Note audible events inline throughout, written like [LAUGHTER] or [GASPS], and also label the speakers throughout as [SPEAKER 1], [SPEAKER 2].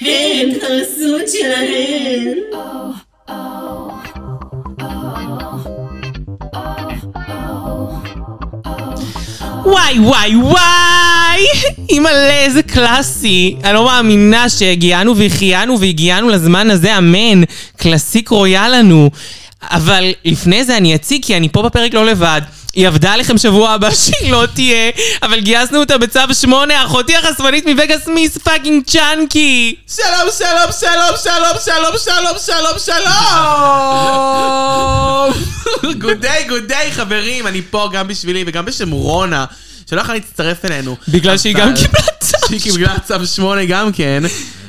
[SPEAKER 1] הם פרסות שלהם.
[SPEAKER 2] וואי וואי וואי! [LAUGHS] אימא'לה איזה קלאסי! אני לא מאמינה שהגיענו והחיינו והגיענו לזמן הזה, אמן! קלאסיק רויאלנו. אבל לפני זה אני אציג, כי אני פה בפרק לא לבד. היא עבדה עליכם שבוע הבא [LAUGHS] שהיא לא תהיה, אבל גייסנו אותה בצו 8, אחותי החשפנית מווגאס מיס פאקינג צ'אנקי!
[SPEAKER 3] שלום, שלום, שלום, שלום, שלום, שלום, שלום, שלום! גוד דיי, גוד דיי, חברים, אני פה גם בשבילי וגם בשם רונה, שלא יכולה להצטרף אלינו.
[SPEAKER 2] בגלל שהיא גם
[SPEAKER 3] אבל-
[SPEAKER 2] קיבלה צו.
[SPEAKER 3] שהיא קיבלה צו שמונה גם כן.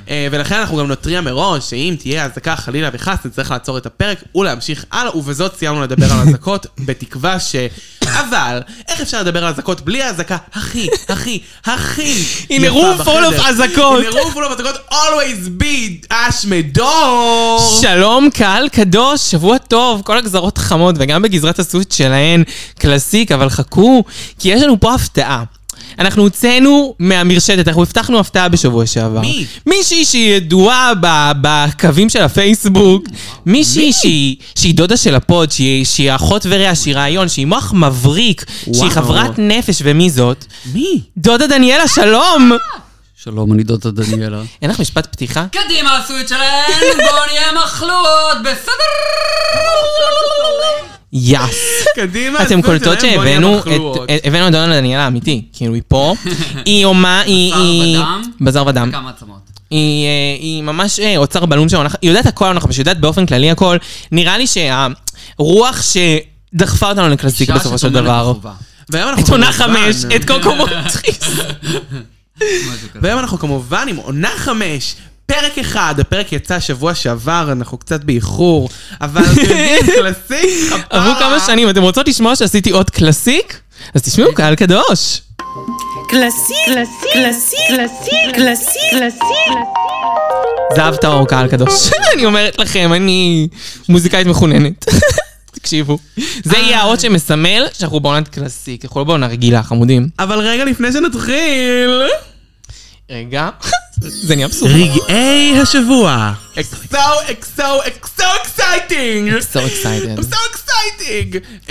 [SPEAKER 3] אה, ולכן אנחנו גם נתריע מראש, שאם תהיה אזעקה חלילה וחס, נצטרך לעצור את הפרק ולהמשיך הלאה, ובזאת סיימנו לדבר על אזעקות, [LAUGHS] בתקווה ש... אבל, איך אפשר לדבר על אזעקות בלי האזעקה הכי, הכי, הכי
[SPEAKER 2] הנה
[SPEAKER 3] יפה
[SPEAKER 2] רוב full of
[SPEAKER 3] בחדר?
[SPEAKER 2] אזעקות.
[SPEAKER 3] הנה רוב full of אזעקות, always be אש מדור.
[SPEAKER 2] שלום קהל קדוש, שבוע טוב, כל הגזרות חמות וגם בגזרת הסוויט שלהן, קלאסיק, אבל חכו, כי יש לנו פה הפתעה. אנחנו הוצאנו מהמרשתת, אנחנו הבטחנו הפתעה בשבוע שעבר.
[SPEAKER 3] מי?
[SPEAKER 2] מישהי שהיא ידועה ב- בקווים של הפייסבוק, מישהי שהיא, שהיא דודה של הפוד, שהיא, שהיא אחות ורע, שהיא רעיון, שהיא מוח מבריק, שהיא
[SPEAKER 3] וואו.
[SPEAKER 2] חברת נפש, ומי זאת?
[SPEAKER 3] מי?
[SPEAKER 2] דודה דניאלה, שלום!
[SPEAKER 4] שלום, אני דודה דניאלה.
[SPEAKER 2] אין לך משפט פתיחה?
[SPEAKER 5] [LAUGHS] קדימה הסוויט שלהן, בואו נהיה מחלות, בסדר?
[SPEAKER 2] יאס!
[SPEAKER 5] אה,
[SPEAKER 3] קדימה,
[SPEAKER 2] אתם קולטות
[SPEAKER 3] שלהם, בוא נהיה
[SPEAKER 2] שהבאנו את
[SPEAKER 3] מחלות.
[SPEAKER 2] את- הבאנו את דונה דניאלה האמיתי, כאילו היא
[SPEAKER 5] [LAUGHS]
[SPEAKER 2] פה, היא אומה, היא...
[SPEAKER 5] בשר
[SPEAKER 2] היא-
[SPEAKER 5] ודם?
[SPEAKER 2] בשר ודם.
[SPEAKER 5] כמה עצמות.
[SPEAKER 2] היא אה, היא ממש אה, אוצר בלום של המונחת, היא יודעת הכל על המונחת, יודעת באופן כללי הכל. נראה לי שהרוח שדחפה אותנו לקלאסיק
[SPEAKER 5] אישה
[SPEAKER 2] בסופו של
[SPEAKER 5] שטומנת
[SPEAKER 2] דבר.
[SPEAKER 5] בחובה,
[SPEAKER 3] והיום אנחנו
[SPEAKER 2] את עונה
[SPEAKER 3] כמובן-
[SPEAKER 2] חמש,
[SPEAKER 5] [LAUGHS]
[SPEAKER 2] את קוקו מוטריס.
[SPEAKER 5] משהו
[SPEAKER 3] [LAUGHS]
[SPEAKER 5] כזה.
[SPEAKER 3] והיום אנחנו כמובן עם עונה חמש. פרק אחד, הפרק יצא שבוע שעבר, אנחנו קצת באיחור, אבל
[SPEAKER 2] [LAUGHS]
[SPEAKER 3] אתם יודעים, קלאסי, כפרה.
[SPEAKER 2] עברו כמה שנים, אתם רוצות לשמוע שעשיתי עוד קלאסיק? אז תשמעו, קהל קדוש.
[SPEAKER 1] קלאסי, קלאסי, קלאסי, קלאסי, קלאסי, קלאסי.
[SPEAKER 2] זהב טהור, קהל קדוש. [LAUGHS] אני אומרת לכם, אני מוזיקאית מחוננת. [LAUGHS] תקשיבו. זה יהיה האות שמסמל שאנחנו בעונת קלאסיק, אנחנו לא בעונה רגילה, חמודים.
[SPEAKER 3] אבל רגע לפני שנתחיל...
[SPEAKER 2] רגע, [LAUGHS] זה נהיה בסוף.
[SPEAKER 3] רגעי השבוע. אקסו, אקסו, אקסו אקסייטינג!
[SPEAKER 2] So excited.
[SPEAKER 3] I'm so exciting! Um,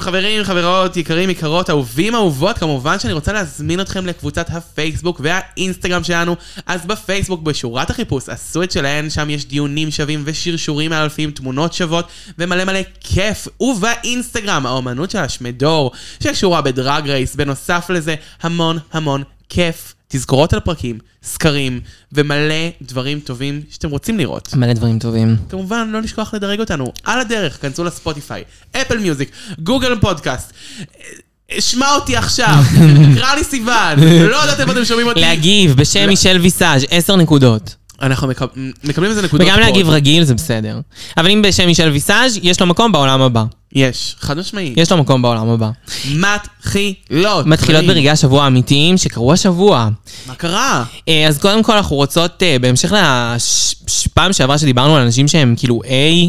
[SPEAKER 3] חברים, חברות, יקרים, יקרות, אהובים, אהובות, כמובן שאני רוצה להזמין אתכם לקבוצת הפייסבוק והאינסטגרם שלנו. אז בפייסבוק, בשורת החיפוש, עשו את שלהן, שם יש דיונים שווים ושרשורים מאלפים, תמונות שוות ומלא מלא כיף. ובאינסטגרם, האומנות של השמדור, שקשורה בדרג רייס. בנוסף לזה, המון המון כיף. תזכורות על פרקים, סקרים ומלא דברים טובים שאתם רוצים לראות.
[SPEAKER 2] מלא דברים טובים.
[SPEAKER 3] כמובן, לא לשכוח לדרג אותנו. על הדרך, כנסו לספוטיפיי, אפל מיוזיק, גוגל פודקאסט. אה, שמע
[SPEAKER 2] [LAUGHS]
[SPEAKER 3] אותי עכשיו, קרא לי סיוון, לא יודעת איפה אתם שומעים אותי.
[SPEAKER 2] להגיב בשם מישל ויסאז' 10 נקודות.
[SPEAKER 3] אנחנו מקב- מקבלים איזה נקודות
[SPEAKER 2] וגם
[SPEAKER 3] פה.
[SPEAKER 2] להגיב רגיל זה בסדר. אבל אם בשם מישל ויסאז' יש לו מקום בעולם הבא.
[SPEAKER 3] יש, חד משמעי.
[SPEAKER 2] יש לו מקום בעולם הבא.
[SPEAKER 3] מתחילות.
[SPEAKER 2] מתחילות
[SPEAKER 3] חברים.
[SPEAKER 2] ברגעי השבוע האמיתיים שקרו השבוע.
[SPEAKER 3] מה קרה?
[SPEAKER 2] אה, אז קודם כל אנחנו רוצות, אה, בהמשך לפעם שעברה שדיברנו על אנשים שהם כאילו A,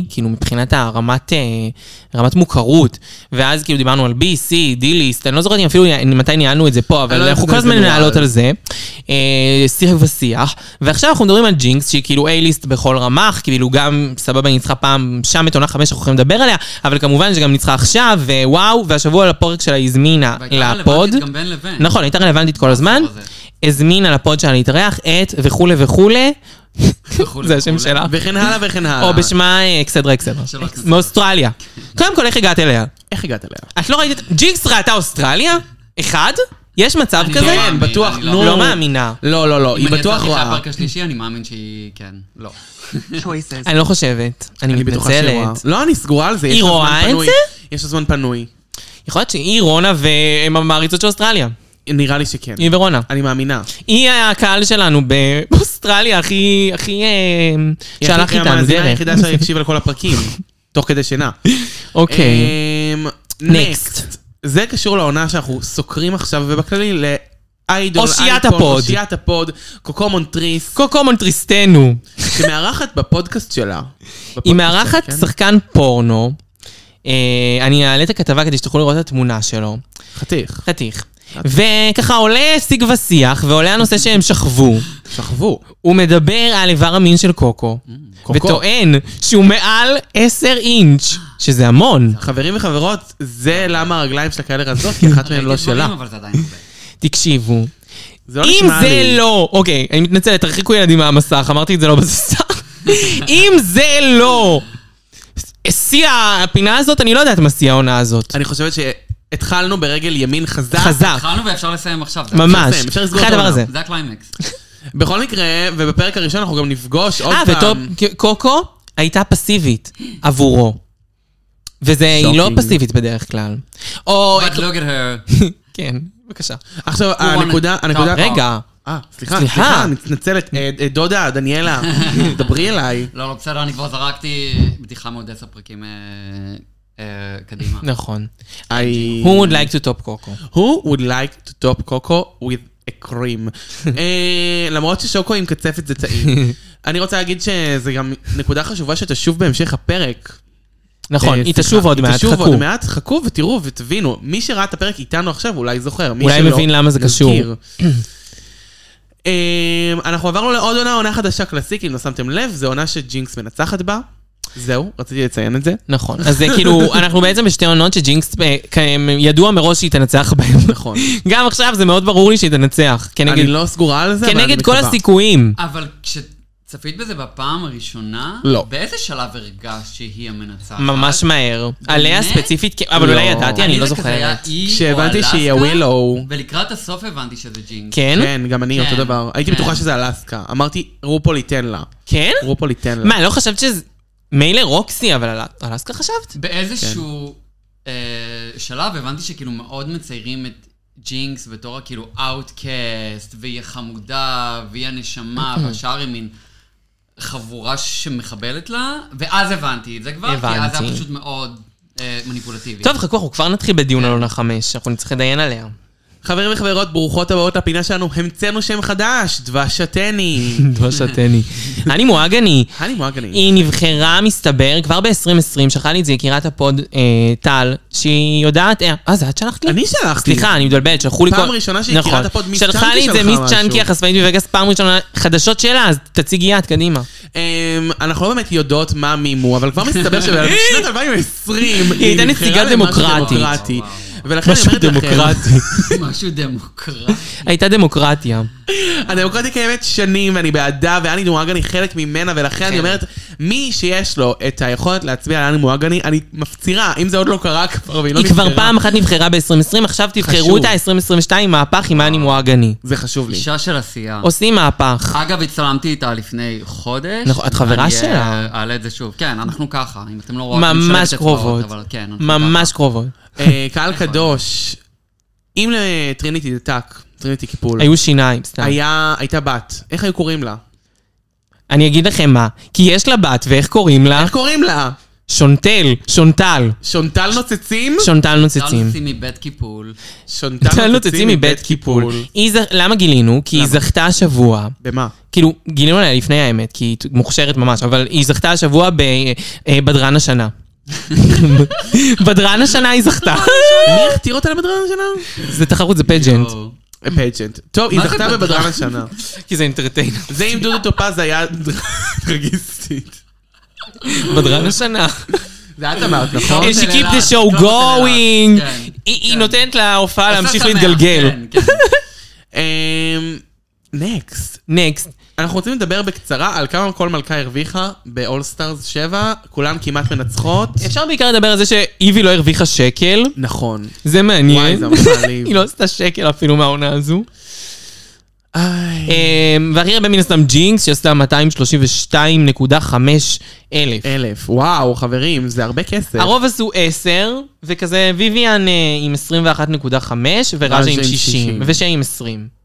[SPEAKER 2] כאילו מבחינת הרמת אה, רמת מוכרות, ואז כאילו דיברנו על B, C, D ליסט, אני לא זוכרת אם אפילו אה, מתי ניהלנו את זה פה,
[SPEAKER 3] אני
[SPEAKER 2] אבל
[SPEAKER 3] לא
[SPEAKER 2] אנחנו
[SPEAKER 3] יודעת
[SPEAKER 2] כל
[SPEAKER 3] אם זה
[SPEAKER 2] הזמן
[SPEAKER 3] נוהל.
[SPEAKER 2] מנהלות על זה, אה, שיח ושיח, ועכשיו אנחנו מדברים על ג'ינקס, שהיא כאילו A ליסט בכל רמ"ח, כאילו גם סבבה היא ניצחה פעם שם את עונה 5 שאנחנו יכולים לדבר עליה, אבל כמובן שגם ניצחה עכשיו, ווואו, והשבוע לפורק שלה הזמינה
[SPEAKER 5] והייתה
[SPEAKER 2] לפוד.
[SPEAKER 5] רלוונטית גם בין לבין.
[SPEAKER 2] נכון, הייתה רלוונטית כל הזמן.
[SPEAKER 5] הזה.
[SPEAKER 2] הזמינה לפוד שלה להתארח את וכולי וכולי,
[SPEAKER 5] וכולי
[SPEAKER 2] זה השם
[SPEAKER 5] וכולי.
[SPEAKER 2] שלה.
[SPEAKER 3] וכן הלאה וכן הלאה.
[SPEAKER 2] או בשמה אה, אקסדרה אקסדרה.
[SPEAKER 5] שלא אקסדרה.
[SPEAKER 2] מאוסטרליה. קודם כל, איך הגעת אליה?
[SPEAKER 3] איך הגעת אליה?
[SPEAKER 2] את לא ראית את... ג'ינקס ראתה אוסטרליה? אחד? יש מצב
[SPEAKER 5] אני
[SPEAKER 2] כזה?
[SPEAKER 5] לא מאמין,
[SPEAKER 3] כן, בטוח,
[SPEAKER 5] אני
[SPEAKER 3] נו.
[SPEAKER 2] לא מאמינה.
[SPEAKER 3] לא, לא, לא,
[SPEAKER 5] אם
[SPEAKER 3] היא
[SPEAKER 5] אני
[SPEAKER 3] בטוח
[SPEAKER 5] יצאתי אחרי
[SPEAKER 3] רואה.
[SPEAKER 5] הפרק השלישי, אני מאמין שהיא... כן. לא.
[SPEAKER 2] אני לא חושבת. אני
[SPEAKER 3] אני בטוחה שהיא רואה.
[SPEAKER 2] מתנצלת.
[SPEAKER 3] לא, אני סגורה על זה. יש
[SPEAKER 2] היא
[SPEAKER 3] לה זמן
[SPEAKER 2] רואה את
[SPEAKER 3] פנוי.
[SPEAKER 2] זה?
[SPEAKER 3] יש לה זמן פנוי.
[SPEAKER 2] יכול להיות שהיא רונה והן המעריצות של אוסטרליה.
[SPEAKER 3] נראה לי שכן.
[SPEAKER 2] היא ורונה.
[SPEAKER 3] אני מאמינה.
[SPEAKER 2] היא הקהל שלנו [LAUGHS] באוסטרליה הכי... הכי... אה,
[SPEAKER 3] היא
[SPEAKER 2] שהלך
[SPEAKER 3] הכי-
[SPEAKER 2] איתנו
[SPEAKER 3] כן. המאזינה
[SPEAKER 2] דרך.
[SPEAKER 3] היחידה שהקשיבה לכל
[SPEAKER 2] [LAUGHS]
[SPEAKER 3] הפרקים, תוך כדי שינה. אה.
[SPEAKER 2] אוקיי. Next.
[SPEAKER 3] נקסט. זה קשור לעונה שאנחנו סוקרים עכשיו, ובכללי לאיידול,
[SPEAKER 2] אושיית
[SPEAKER 3] אייקון,
[SPEAKER 2] הפוד.
[SPEAKER 3] אושיית הפוד, קוקו מונטריס,
[SPEAKER 2] קוקומון טריסטנו.
[SPEAKER 3] שמארחת בפודקאסט שלה.
[SPEAKER 2] היא
[SPEAKER 3] בפודקאסט
[SPEAKER 2] מארחת
[SPEAKER 3] שלה, כן?
[SPEAKER 2] שחקן פורנו. אה, אני אעלה את הכתבה כדי שתוכלו לראות את התמונה שלו.
[SPEAKER 3] חתיך. אוקיי.
[SPEAKER 2] חתיך. וככה עולה שיג ושיח, ועולה הנושא שהם שכבו.
[SPEAKER 3] שכבו.
[SPEAKER 2] הוא מדבר על איבר המין של קוקו,
[SPEAKER 3] Mm,
[SPEAKER 2] וטוען שהוא מעל 10 אינץ', שזה המון.
[SPEAKER 3] חברים וחברות, זה למה הרגליים שלה כאלה רזות, כי אחת
[SPEAKER 5] [LAUGHS]
[SPEAKER 3] מהן לא
[SPEAKER 5] ראיתי דברים,
[SPEAKER 3] שלה.
[SPEAKER 5] אבל זה עדיין
[SPEAKER 3] [LAUGHS]
[SPEAKER 5] הרבה.
[SPEAKER 2] תקשיבו,
[SPEAKER 3] זה לא
[SPEAKER 2] אם
[SPEAKER 3] נשמע
[SPEAKER 2] זה
[SPEAKER 3] לי.
[SPEAKER 2] לא, אוקיי, אני מתנצלת, תרחיקו ילדים מהמסך, אמרתי את זה לא במסך. אם זה לא שיא הפינה הזאת, אני לא יודעת מה שיא העונה הזאת.
[SPEAKER 3] אני חושבת שהתחלנו ברגל ימין חזק.
[SPEAKER 2] חזק,
[SPEAKER 5] התחלנו ואפשר לסיים עכשיו. זה-
[SPEAKER 2] ממש.
[SPEAKER 3] לסיים, אפשר לסגור
[SPEAKER 2] אחרי
[SPEAKER 3] את
[SPEAKER 2] הדבר
[SPEAKER 3] העונה.
[SPEAKER 2] הזה.
[SPEAKER 5] זה הקליימקס.
[SPEAKER 3] בכל מקרה, ובפרק הראשון אנחנו גם נפגוש עוד
[SPEAKER 2] אה, וטוב,
[SPEAKER 3] פעם.
[SPEAKER 2] קוקו הייתה פסיבית עבורו. וזה, היא לא
[SPEAKER 4] שוקינג.
[SPEAKER 2] פסיבית בדרך כלל. או...
[SPEAKER 5] But
[SPEAKER 3] לא-
[SPEAKER 5] look at her.
[SPEAKER 2] [LAUGHS] כן, בבקשה.
[SPEAKER 3] עכשיו,
[SPEAKER 5] wanna
[SPEAKER 3] הנקודה,
[SPEAKER 5] talk.
[SPEAKER 3] הנקודה...
[SPEAKER 2] רגע,
[SPEAKER 3] אה, סליחה,
[SPEAKER 2] סליחה.
[SPEAKER 3] סליחה, אני מתנצלת. אה, אה, דודה,
[SPEAKER 2] [LAUGHS]
[SPEAKER 3] דניאלה, דברי אליי.
[SPEAKER 5] לא, לא, בסדר, אני כבר זרקתי בדיחה מעוד עשר פרקים אה, אה, קדימה.
[SPEAKER 2] נכון.
[SPEAKER 3] I...
[SPEAKER 2] Who would like to top קוקו?
[SPEAKER 3] Who would like to top cocoa with a cream?
[SPEAKER 2] [LAUGHS]
[SPEAKER 3] אה, למרות ששוקו עם קצפת זה טעים. אני רוצה להגיד שזה גם נקודה חשובה שתשוב בהמשך הפרק.
[SPEAKER 2] נכון,
[SPEAKER 3] אה,
[SPEAKER 2] היא
[SPEAKER 3] סליחה,
[SPEAKER 2] תשוב עוד מעט,
[SPEAKER 3] היא תשוב עוד
[SPEAKER 2] חכו.
[SPEAKER 3] מעט, חכו ותראו ותבינו. מי שראה את הפרק איתנו עכשיו אולי זוכר. מי
[SPEAKER 2] אולי
[SPEAKER 3] שלא,
[SPEAKER 2] מבין למה זה
[SPEAKER 3] נזכיר. [CLEARS THROAT]
[SPEAKER 2] קשור.
[SPEAKER 3] אה, אנחנו עברנו לעוד עונה, עונה חדשה קלאסית, אם לא שמתם לב, זו עונה שג'ינקס מנצחת בה. זהו, רציתי לציין את זה.
[SPEAKER 2] נכון, אז זה
[SPEAKER 3] [LAUGHS]
[SPEAKER 2] כאילו, אנחנו בעצם בשתי עונות שג'ינקס אה, כהם- ידוע מראש שהיא תנצח בהן.
[SPEAKER 3] נכון.
[SPEAKER 2] גם עכשיו זה מאוד ברור לי שהיא תנצח.
[SPEAKER 3] אני
[SPEAKER 2] כנגד-
[SPEAKER 3] לא סגורה על זה, אבל אני
[SPEAKER 2] כנגד כן, כל
[SPEAKER 3] מקווה.
[SPEAKER 2] הסיכויים.
[SPEAKER 5] אבל כשצפית בזה בפעם הראשונה,
[SPEAKER 3] לא.
[SPEAKER 5] באיזה שלב הרגשת שהיא המנצחת?
[SPEAKER 2] ממש מהר. עליה ספציפית, כן, אבל
[SPEAKER 3] לא.
[SPEAKER 2] אולי ידעתי, אני לא
[SPEAKER 5] זה כזה היה
[SPEAKER 2] זוכרת.
[SPEAKER 5] אי או
[SPEAKER 3] כשהבנתי שהיא
[SPEAKER 5] אלסקה,
[SPEAKER 3] הווילאו.
[SPEAKER 5] ולקראת הסוף הבנתי שזה ג'ינקס.
[SPEAKER 2] כן?
[SPEAKER 3] כן, גם אני
[SPEAKER 5] כן.
[SPEAKER 3] אותו דבר. הייתי
[SPEAKER 5] כן.
[SPEAKER 3] בטוחה שזה אלסקה. אמרתי, רופול ייתן לה.
[SPEAKER 2] כן?
[SPEAKER 3] רופול ייתן לה.
[SPEAKER 2] מה, לא חשבת שזה... מילא רוקסי, אבל על- על אסקה חשבת?
[SPEAKER 5] באיזשהו
[SPEAKER 2] כן.
[SPEAKER 5] אה, שלב הבנתי שכאילו מאוד מציירים את ג'ינקס בתור הכאילו אאוטקאסט, והיא החמודה, והיא הנשמה,
[SPEAKER 2] אוקיי.
[SPEAKER 5] והשאר היא מין חבורה שמחבלת לה, ואז הבנתי את זה כבר, כי אז זה היה
[SPEAKER 2] הבנתי.
[SPEAKER 5] פשוט מאוד אה, מניפולטיבי.
[SPEAKER 2] טוב, חכו, אנחנו כבר נתחיל בדיון על עונה חמש, אנחנו נצטרך לדיין עליה.
[SPEAKER 3] חברים וחברות, ברוכות הבאות לפינה שלנו. המצאנו שם חדש,
[SPEAKER 2] [LAUGHS]
[SPEAKER 3] דבש הטני.
[SPEAKER 2] דבש הטני. אני מואגני.
[SPEAKER 3] אני מואגני.
[SPEAKER 2] היא נבחרה, מסתבר, כבר ב-2020, שלחה לי את זה יקירת הפוד אה, טל, שהיא יודעת... אה, אה, זה את שלחת לי?
[SPEAKER 3] אני שלחתי.
[SPEAKER 2] סליחה, אני מתבלבלת, שלחו לי כל...
[SPEAKER 3] פעם ראשונה שהיא הכירה את הפוד, מיס
[SPEAKER 2] נכון. שלחה
[SPEAKER 3] צ'אנקי
[SPEAKER 2] לי את זה
[SPEAKER 3] שלחה
[SPEAKER 2] מיס
[SPEAKER 3] משהו.
[SPEAKER 2] צ'אנקי החשפנית בווגאס, פעם ראשונה, חדשות שלה, אז תציגי יד, קדימה.
[SPEAKER 3] אמ, אנחנו לא באמת יודעות מה מימו, אבל כבר
[SPEAKER 2] [LAUGHS]
[SPEAKER 3] מסתבר שבשנת 2020
[SPEAKER 2] היא הייתה נציגה
[SPEAKER 3] נבחרה למשהו
[SPEAKER 2] דמוקרטית.
[SPEAKER 3] דמוקרטי.
[SPEAKER 5] וואו, וואו,
[SPEAKER 3] ולכן אני אומרת לכם,
[SPEAKER 5] [LAUGHS] משהו דמוקרטי.
[SPEAKER 2] הייתה דמוקרטיה.
[SPEAKER 3] [LAUGHS] הדמוקרטיה קיימת שנים, ואני בעדה, ואני מואגני חלק ממנה, ולכן
[SPEAKER 2] כן.
[SPEAKER 3] אני אומרת, מי שיש לו את היכולת להצביע על אני מואגני, אני מפצירה, אם זה עוד לא קרה כבר, והיא לא
[SPEAKER 2] היא כבר
[SPEAKER 3] נבחרה,
[SPEAKER 2] פעם אחת נבחרה ב-2020, עכשיו תבחרו
[SPEAKER 3] חשוב.
[SPEAKER 2] את ה-2022, מהפך עם האני מואגני.
[SPEAKER 3] זה חשוב לי.
[SPEAKER 2] אוקיי.
[SPEAKER 5] אישה של עשייה.
[SPEAKER 2] עושים מהפך.
[SPEAKER 5] אגב, הצטלמתי איתה לפני חודש.
[SPEAKER 2] נכון, את חברה
[SPEAKER 5] אני,
[SPEAKER 2] שלה.
[SPEAKER 5] אה, אעלה את זה שוב. כן, אנחנו ככה, אם אתם לא רואות, אני
[SPEAKER 2] ממש
[SPEAKER 5] משלבת אצבעות,
[SPEAKER 2] קרובות.
[SPEAKER 5] אבל כן, אנחנו
[SPEAKER 2] ממש קרובות.
[SPEAKER 3] אה, קהל
[SPEAKER 2] נכון.
[SPEAKER 3] קדוש, אם לטריניטי דתק, טריניטי קיפול,
[SPEAKER 2] היו שיניים, סתם.
[SPEAKER 3] היה- הייתה בת, איך היו קוראים לה?
[SPEAKER 2] אני אגיד לכם מה, כי יש לה בת, ואיך קוראים לה?
[SPEAKER 3] איך קוראים לה?
[SPEAKER 2] שונטל,
[SPEAKER 3] [GASPS]
[SPEAKER 2] שונטל.
[SPEAKER 3] שונטל נוצצים?
[SPEAKER 2] שונטל
[SPEAKER 5] ככה.
[SPEAKER 2] נוצצים. [LAUGHS]
[SPEAKER 5] טלסי מבית קיפול.
[SPEAKER 2] כן.
[SPEAKER 3] שונטל נוצצים לא מבית קיפול.
[SPEAKER 2] היא זכ- למה גילינו? כי היא זכתה השבוע,
[SPEAKER 3] במה?
[SPEAKER 2] כאילו, גילינו עליה לפני האמת, כי היא מוכשרת ממש, אבל היא זכתה השבוע בבדרן
[SPEAKER 3] [LAUGHS]
[SPEAKER 2] השנה. [LAUGHS] בדרן השנה היא זכתה.
[SPEAKER 3] מי הכתיר אותה לבדרן השנה?
[SPEAKER 2] זה תחרות, זה פג'נט.
[SPEAKER 5] או-
[SPEAKER 3] פג'נט. טוב, היא
[SPEAKER 5] מה זה
[SPEAKER 3] זכתה
[SPEAKER 5] בדרן?
[SPEAKER 3] בבדרן השנה.
[SPEAKER 2] כי זה אינטרטיינר.
[SPEAKER 3] זה עם דודו טופז היה טרגיסטית.
[SPEAKER 2] בדרן השנה.
[SPEAKER 3] זה את אמרת, נכון?
[SPEAKER 5] טוב,
[SPEAKER 2] And she
[SPEAKER 5] זה
[SPEAKER 2] keep the
[SPEAKER 5] לאלעד,
[SPEAKER 2] show
[SPEAKER 5] טוב, זה
[SPEAKER 2] going.
[SPEAKER 5] לאלעד, לא, כן,
[SPEAKER 2] היא- היא
[SPEAKER 5] כן.
[SPEAKER 2] נותנת להופעה להמשיך
[SPEAKER 5] עושה שמח,
[SPEAKER 2] להתגלגל.
[SPEAKER 5] כן,
[SPEAKER 2] [LAUGHS]
[SPEAKER 5] כן.
[SPEAKER 3] נקסט.
[SPEAKER 2] נקסט.
[SPEAKER 3] אמ, אנחנו רוצים לדבר בקצרה על כמה כל מלכה הרוויחה באולסטארס 7, כולן כמעט מנצחות.
[SPEAKER 2] אפשר בעיקר לדבר על זה שאיבי לא הרוויחה שקל.
[SPEAKER 3] נכון.
[SPEAKER 2] זה מעניין.
[SPEAKER 3] וואי, זה ממש מעליב.
[SPEAKER 2] היא לא עשתה שקל אפילו מהעונה הזו.
[SPEAKER 3] איי.
[SPEAKER 2] אמ, והכי הרבה מן הסתם ג'ינקס, שעשתה 232.5 אלף.
[SPEAKER 3] אלף, וואו, חברים, זה הרבה כסף.
[SPEAKER 2] הרוב עשו 10, וכזה ויויאן אה, עם 21.5, וראז'ה עם 60, ושיי עם 20.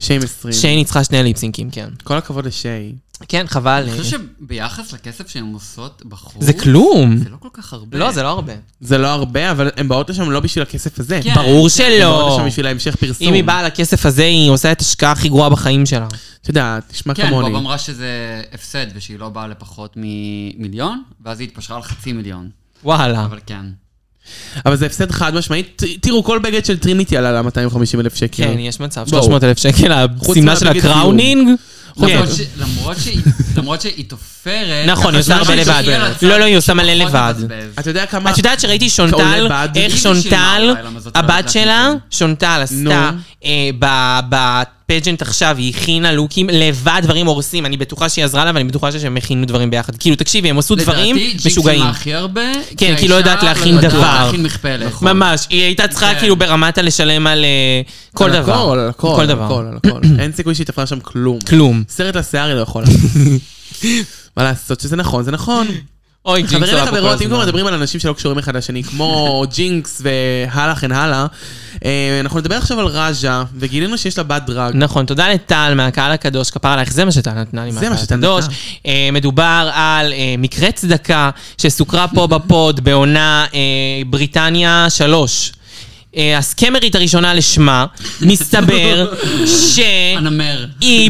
[SPEAKER 3] שיי עם 20.
[SPEAKER 2] שיי ניצחה שני ליפסינקים, כן.
[SPEAKER 3] כל הכבוד לשיי.
[SPEAKER 2] כן, חבל.
[SPEAKER 5] אני
[SPEAKER 2] אה,
[SPEAKER 5] חושב שביחס לכסף שהן עושות בחוץ,
[SPEAKER 2] זה כלום.
[SPEAKER 5] זה לא כל כך הרבה.
[SPEAKER 2] לא, זה לא הרבה.
[SPEAKER 3] זה לא הרבה, אבל הן באות לשם לא בשביל הכסף הזה.
[SPEAKER 5] כן.
[SPEAKER 2] ברור
[SPEAKER 3] הן באות
[SPEAKER 2] שלא.
[SPEAKER 3] לשם בשביל ההמשך פרסום.
[SPEAKER 2] לא. אם היא באה לכסף הזה, היא עושה את ההשקעה הכי גרועה בחיים שלה.
[SPEAKER 3] אתה יודע, תשמע
[SPEAKER 5] כן, בוב
[SPEAKER 3] כמוני.
[SPEAKER 5] אמרה שזה הפסד ושהיא לא באה לפחות ממיליון, ואז היא התפשרה על חצי מיליון.
[SPEAKER 2] וואלה.
[SPEAKER 5] אבל כן.
[SPEAKER 3] אבל זה הפסד חד משמעית. ת- תראו, כל בגד של טריניטי עלה לה 250 אלף שקל.
[SPEAKER 2] כן, יש מצב.
[SPEAKER 3] בואו.
[SPEAKER 2] 300 אלף שקל,
[SPEAKER 3] חוץ
[SPEAKER 2] השמלה של
[SPEAKER 3] מהבגד קיום.
[SPEAKER 2] הקראונינג. חוץ
[SPEAKER 3] כן.
[SPEAKER 5] למרות
[SPEAKER 2] מזה-
[SPEAKER 5] ש- למרות
[SPEAKER 2] [LAUGHS]
[SPEAKER 5] שהיא- למרות שהיא תופרת...
[SPEAKER 2] כן. נכון, היא
[SPEAKER 5] ככה
[SPEAKER 2] עושה
[SPEAKER 5] שהיא נכון,
[SPEAKER 2] הרבה לבד.
[SPEAKER 5] תופרת, על הצד
[SPEAKER 2] לא, לא, היא עושה מלא
[SPEAKER 5] שפחות
[SPEAKER 2] לבד.
[SPEAKER 5] מבזבז.
[SPEAKER 3] את יודע כמה...
[SPEAKER 2] את יודעת שראיתי
[SPEAKER 3] אתה
[SPEAKER 2] שונטל,
[SPEAKER 3] עולה בעד?
[SPEAKER 2] איך
[SPEAKER 5] תגידי שילמה
[SPEAKER 2] שונטל,
[SPEAKER 5] אולי, למה זאת לא
[SPEAKER 2] הבת
[SPEAKER 5] יודעת
[SPEAKER 2] שלה,
[SPEAKER 5] מזה?
[SPEAKER 2] שונטל עשתה,
[SPEAKER 3] נו.
[SPEAKER 2] אה, ב- בפג'נט עכשיו, היא הכינה לוקים לבד דברים הורסים, אני בטוחה שהיא עזרה לה, ואני בטוחה שהם הכינו, תקשיבי, הם עשו דברים, הם עשו דברים
[SPEAKER 5] לדעתי, ג'ינקס
[SPEAKER 2] משוגעים.
[SPEAKER 5] שילמה הכי הרבה,
[SPEAKER 2] כי היא לא
[SPEAKER 5] האישה
[SPEAKER 2] יודעת להכין
[SPEAKER 5] לא יודעת
[SPEAKER 2] דבר.
[SPEAKER 5] להכין מכפלת.
[SPEAKER 2] ממש, היא הייתה צריכה
[SPEAKER 5] כן.
[SPEAKER 2] כאילו ברמת הלשלם על אה, כל
[SPEAKER 3] על הכל,
[SPEAKER 2] דבר.
[SPEAKER 3] על הכל,
[SPEAKER 2] כל
[SPEAKER 3] על
[SPEAKER 2] דבר.
[SPEAKER 3] הכל, על
[SPEAKER 2] [CLEARS THROAT]
[SPEAKER 3] הכל. אין סיכוי שהיא תפרה שם כלום.
[SPEAKER 2] כלום.
[SPEAKER 3] סרט לשיער היא לא
[SPEAKER 2] [LAUGHS]
[SPEAKER 3] יכולה. מה לעשות שזה נכון, זה נכון.
[SPEAKER 2] אוי, ג'ינקס
[SPEAKER 3] חברים
[SPEAKER 2] עולה פה כל
[SPEAKER 3] וחברות, אם כבר
[SPEAKER 2] הזמן.
[SPEAKER 3] מדברים על אנשים שלא קשורים אחד לשני,
[SPEAKER 2] [LAUGHS]
[SPEAKER 3] כמו ג'ינקס והלאה כן הלאה, אה, אנחנו נדבר עכשיו על רג'ה, וגילינו שיש לה בת דרג.
[SPEAKER 2] נכון, תודה לטל מהקהל הקדוש, כפר עלייך, זה מה שטל נתנה לי מהקהל
[SPEAKER 3] מה שטל
[SPEAKER 2] הקדוש.
[SPEAKER 3] נתנה.
[SPEAKER 2] אה, מדובר על אה, מקרה צדקה שסוקרה פה בפוד בעונה אה, בריטניה 3. אה, הסקמרית הראשונה לשמה,
[SPEAKER 3] [LAUGHS]
[SPEAKER 2] מסתבר שהיא
[SPEAKER 5] הנמר.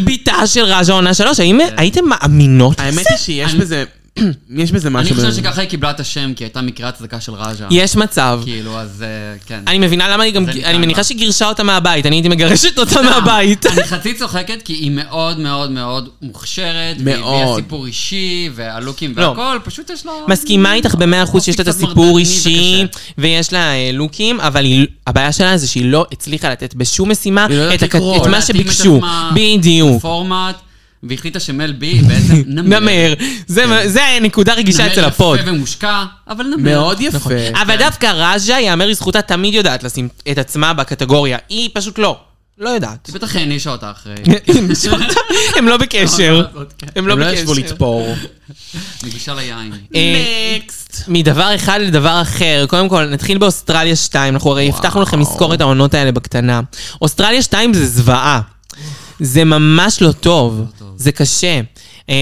[SPEAKER 2] בתה של רג'ה עונה 3. האם הייתם מאמינות לזה?
[SPEAKER 3] האמת היא שיש
[SPEAKER 5] אני-
[SPEAKER 3] בזה, [CLEARS THROAT] יש בזה
[SPEAKER 5] אני
[SPEAKER 3] משהו.
[SPEAKER 5] חושב
[SPEAKER 3] ב-
[SPEAKER 5] שככה היא קיבלה את השם, כי הייתה מקרה הצדקה של
[SPEAKER 3] לא.
[SPEAKER 5] רג'ה.
[SPEAKER 2] יש מצב.
[SPEAKER 5] כאילו, אז אה, כן.
[SPEAKER 2] אני מבינה למה היא גם,
[SPEAKER 5] זה
[SPEAKER 2] אני
[SPEAKER 3] לא.
[SPEAKER 5] ניתן
[SPEAKER 2] מניחה
[SPEAKER 5] לה.
[SPEAKER 2] שהיא גירשה אותה מהבית, אני הייתי מגרשת
[SPEAKER 3] אה,
[SPEAKER 2] אותה לא מהבית.
[SPEAKER 5] אני חצי צוחקת, כי היא מאוד מאוד מאוד מוכשרת, והיא הביאה
[SPEAKER 3] מאוד.
[SPEAKER 5] סיפור אישי, והלוקים
[SPEAKER 2] לא.
[SPEAKER 5] והכל, פשוט יש לה...
[SPEAKER 2] מסכימה איתך במאה אחוז שיש לה את
[SPEAKER 5] קצת
[SPEAKER 2] הסיפור
[SPEAKER 5] מרדני
[SPEAKER 2] אישי,
[SPEAKER 5] וקשה.
[SPEAKER 2] ויש לה אה, לוקים, אבל היא- הבעיה שלה זה שהיא לא הצליחה לתת בשום משימה
[SPEAKER 3] היא לא
[SPEAKER 2] את
[SPEAKER 3] יודעת
[SPEAKER 2] הכ-
[SPEAKER 3] לקרוא,
[SPEAKER 2] את מה
[SPEAKER 5] להתאים את
[SPEAKER 2] שביקשו.
[SPEAKER 5] עצמה נכון.
[SPEAKER 2] בדיוק.
[SPEAKER 5] לפורמט, והחליטה שמל בי היא בעצם נמר.
[SPEAKER 2] נמר. זה מה- זה נקודה רגישה אצל
[SPEAKER 5] נמר
[SPEAKER 2] הפוד.
[SPEAKER 5] יפה ומושקע, אבל נמר.
[SPEAKER 3] מאוד
[SPEAKER 2] נכון.
[SPEAKER 3] יפה.
[SPEAKER 2] אבל דווקא רג'ה, יאמר לזכותה, תמיד יודעת לשים את עצמה בקטגוריה. היא פשוט לא. לא
[SPEAKER 5] [LAUGHS]
[SPEAKER 2] יודעת. [LAUGHS]
[SPEAKER 5] בטח היא הענישה אותה אחרי.
[SPEAKER 2] הם לא בקשר. הם לא
[SPEAKER 3] הם לא ישבו
[SPEAKER 2] בקשר.
[SPEAKER 3] לתפור.
[SPEAKER 5] מגישה ליין.
[SPEAKER 2] אה, מדבר אחד לדבר אחר, קודם כל נתחיל באוסטרליה 2, אנחנו הרי הבטחנו לכם לזכור את העונות האלה בקטנה. אוסטרליה 2 זה זוועה. זה ממש לא טוב, זה קשה. אה,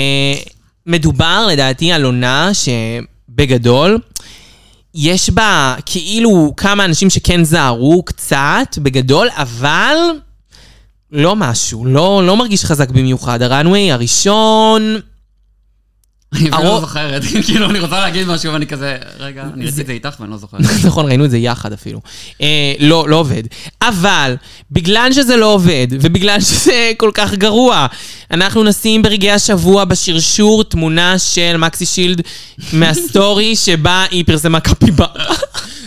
[SPEAKER 2] מדובר לדעתי על עונה שבגדול, יש בה כאילו כמה אנשים שכן זהרו קצת, בגדול, אבל לא משהו, לא, לא מרגיש חזק במיוחד. הראנווי הראשון,
[SPEAKER 5] אני אפילו
[SPEAKER 2] הרוב-
[SPEAKER 5] לא זוכרת, [LAUGHS] כאילו, אני רוצה להגיד משהו, ואני כזה, רגע, אני ראיתי את זה איתך ואני לא זוכרת.
[SPEAKER 2] נכון, ראינו את זה יחד אפילו. אה, לא, לא עובד. אבל, בגלל שזה לא עובד, ובגלל שזה כל כך גרוע, אנחנו נשים ברגעי השבוע בשרשור תמונה של מקסי שילד
[SPEAKER 5] [LAUGHS]
[SPEAKER 2] מהסטורי, שבה היא פרסמה קפיברה.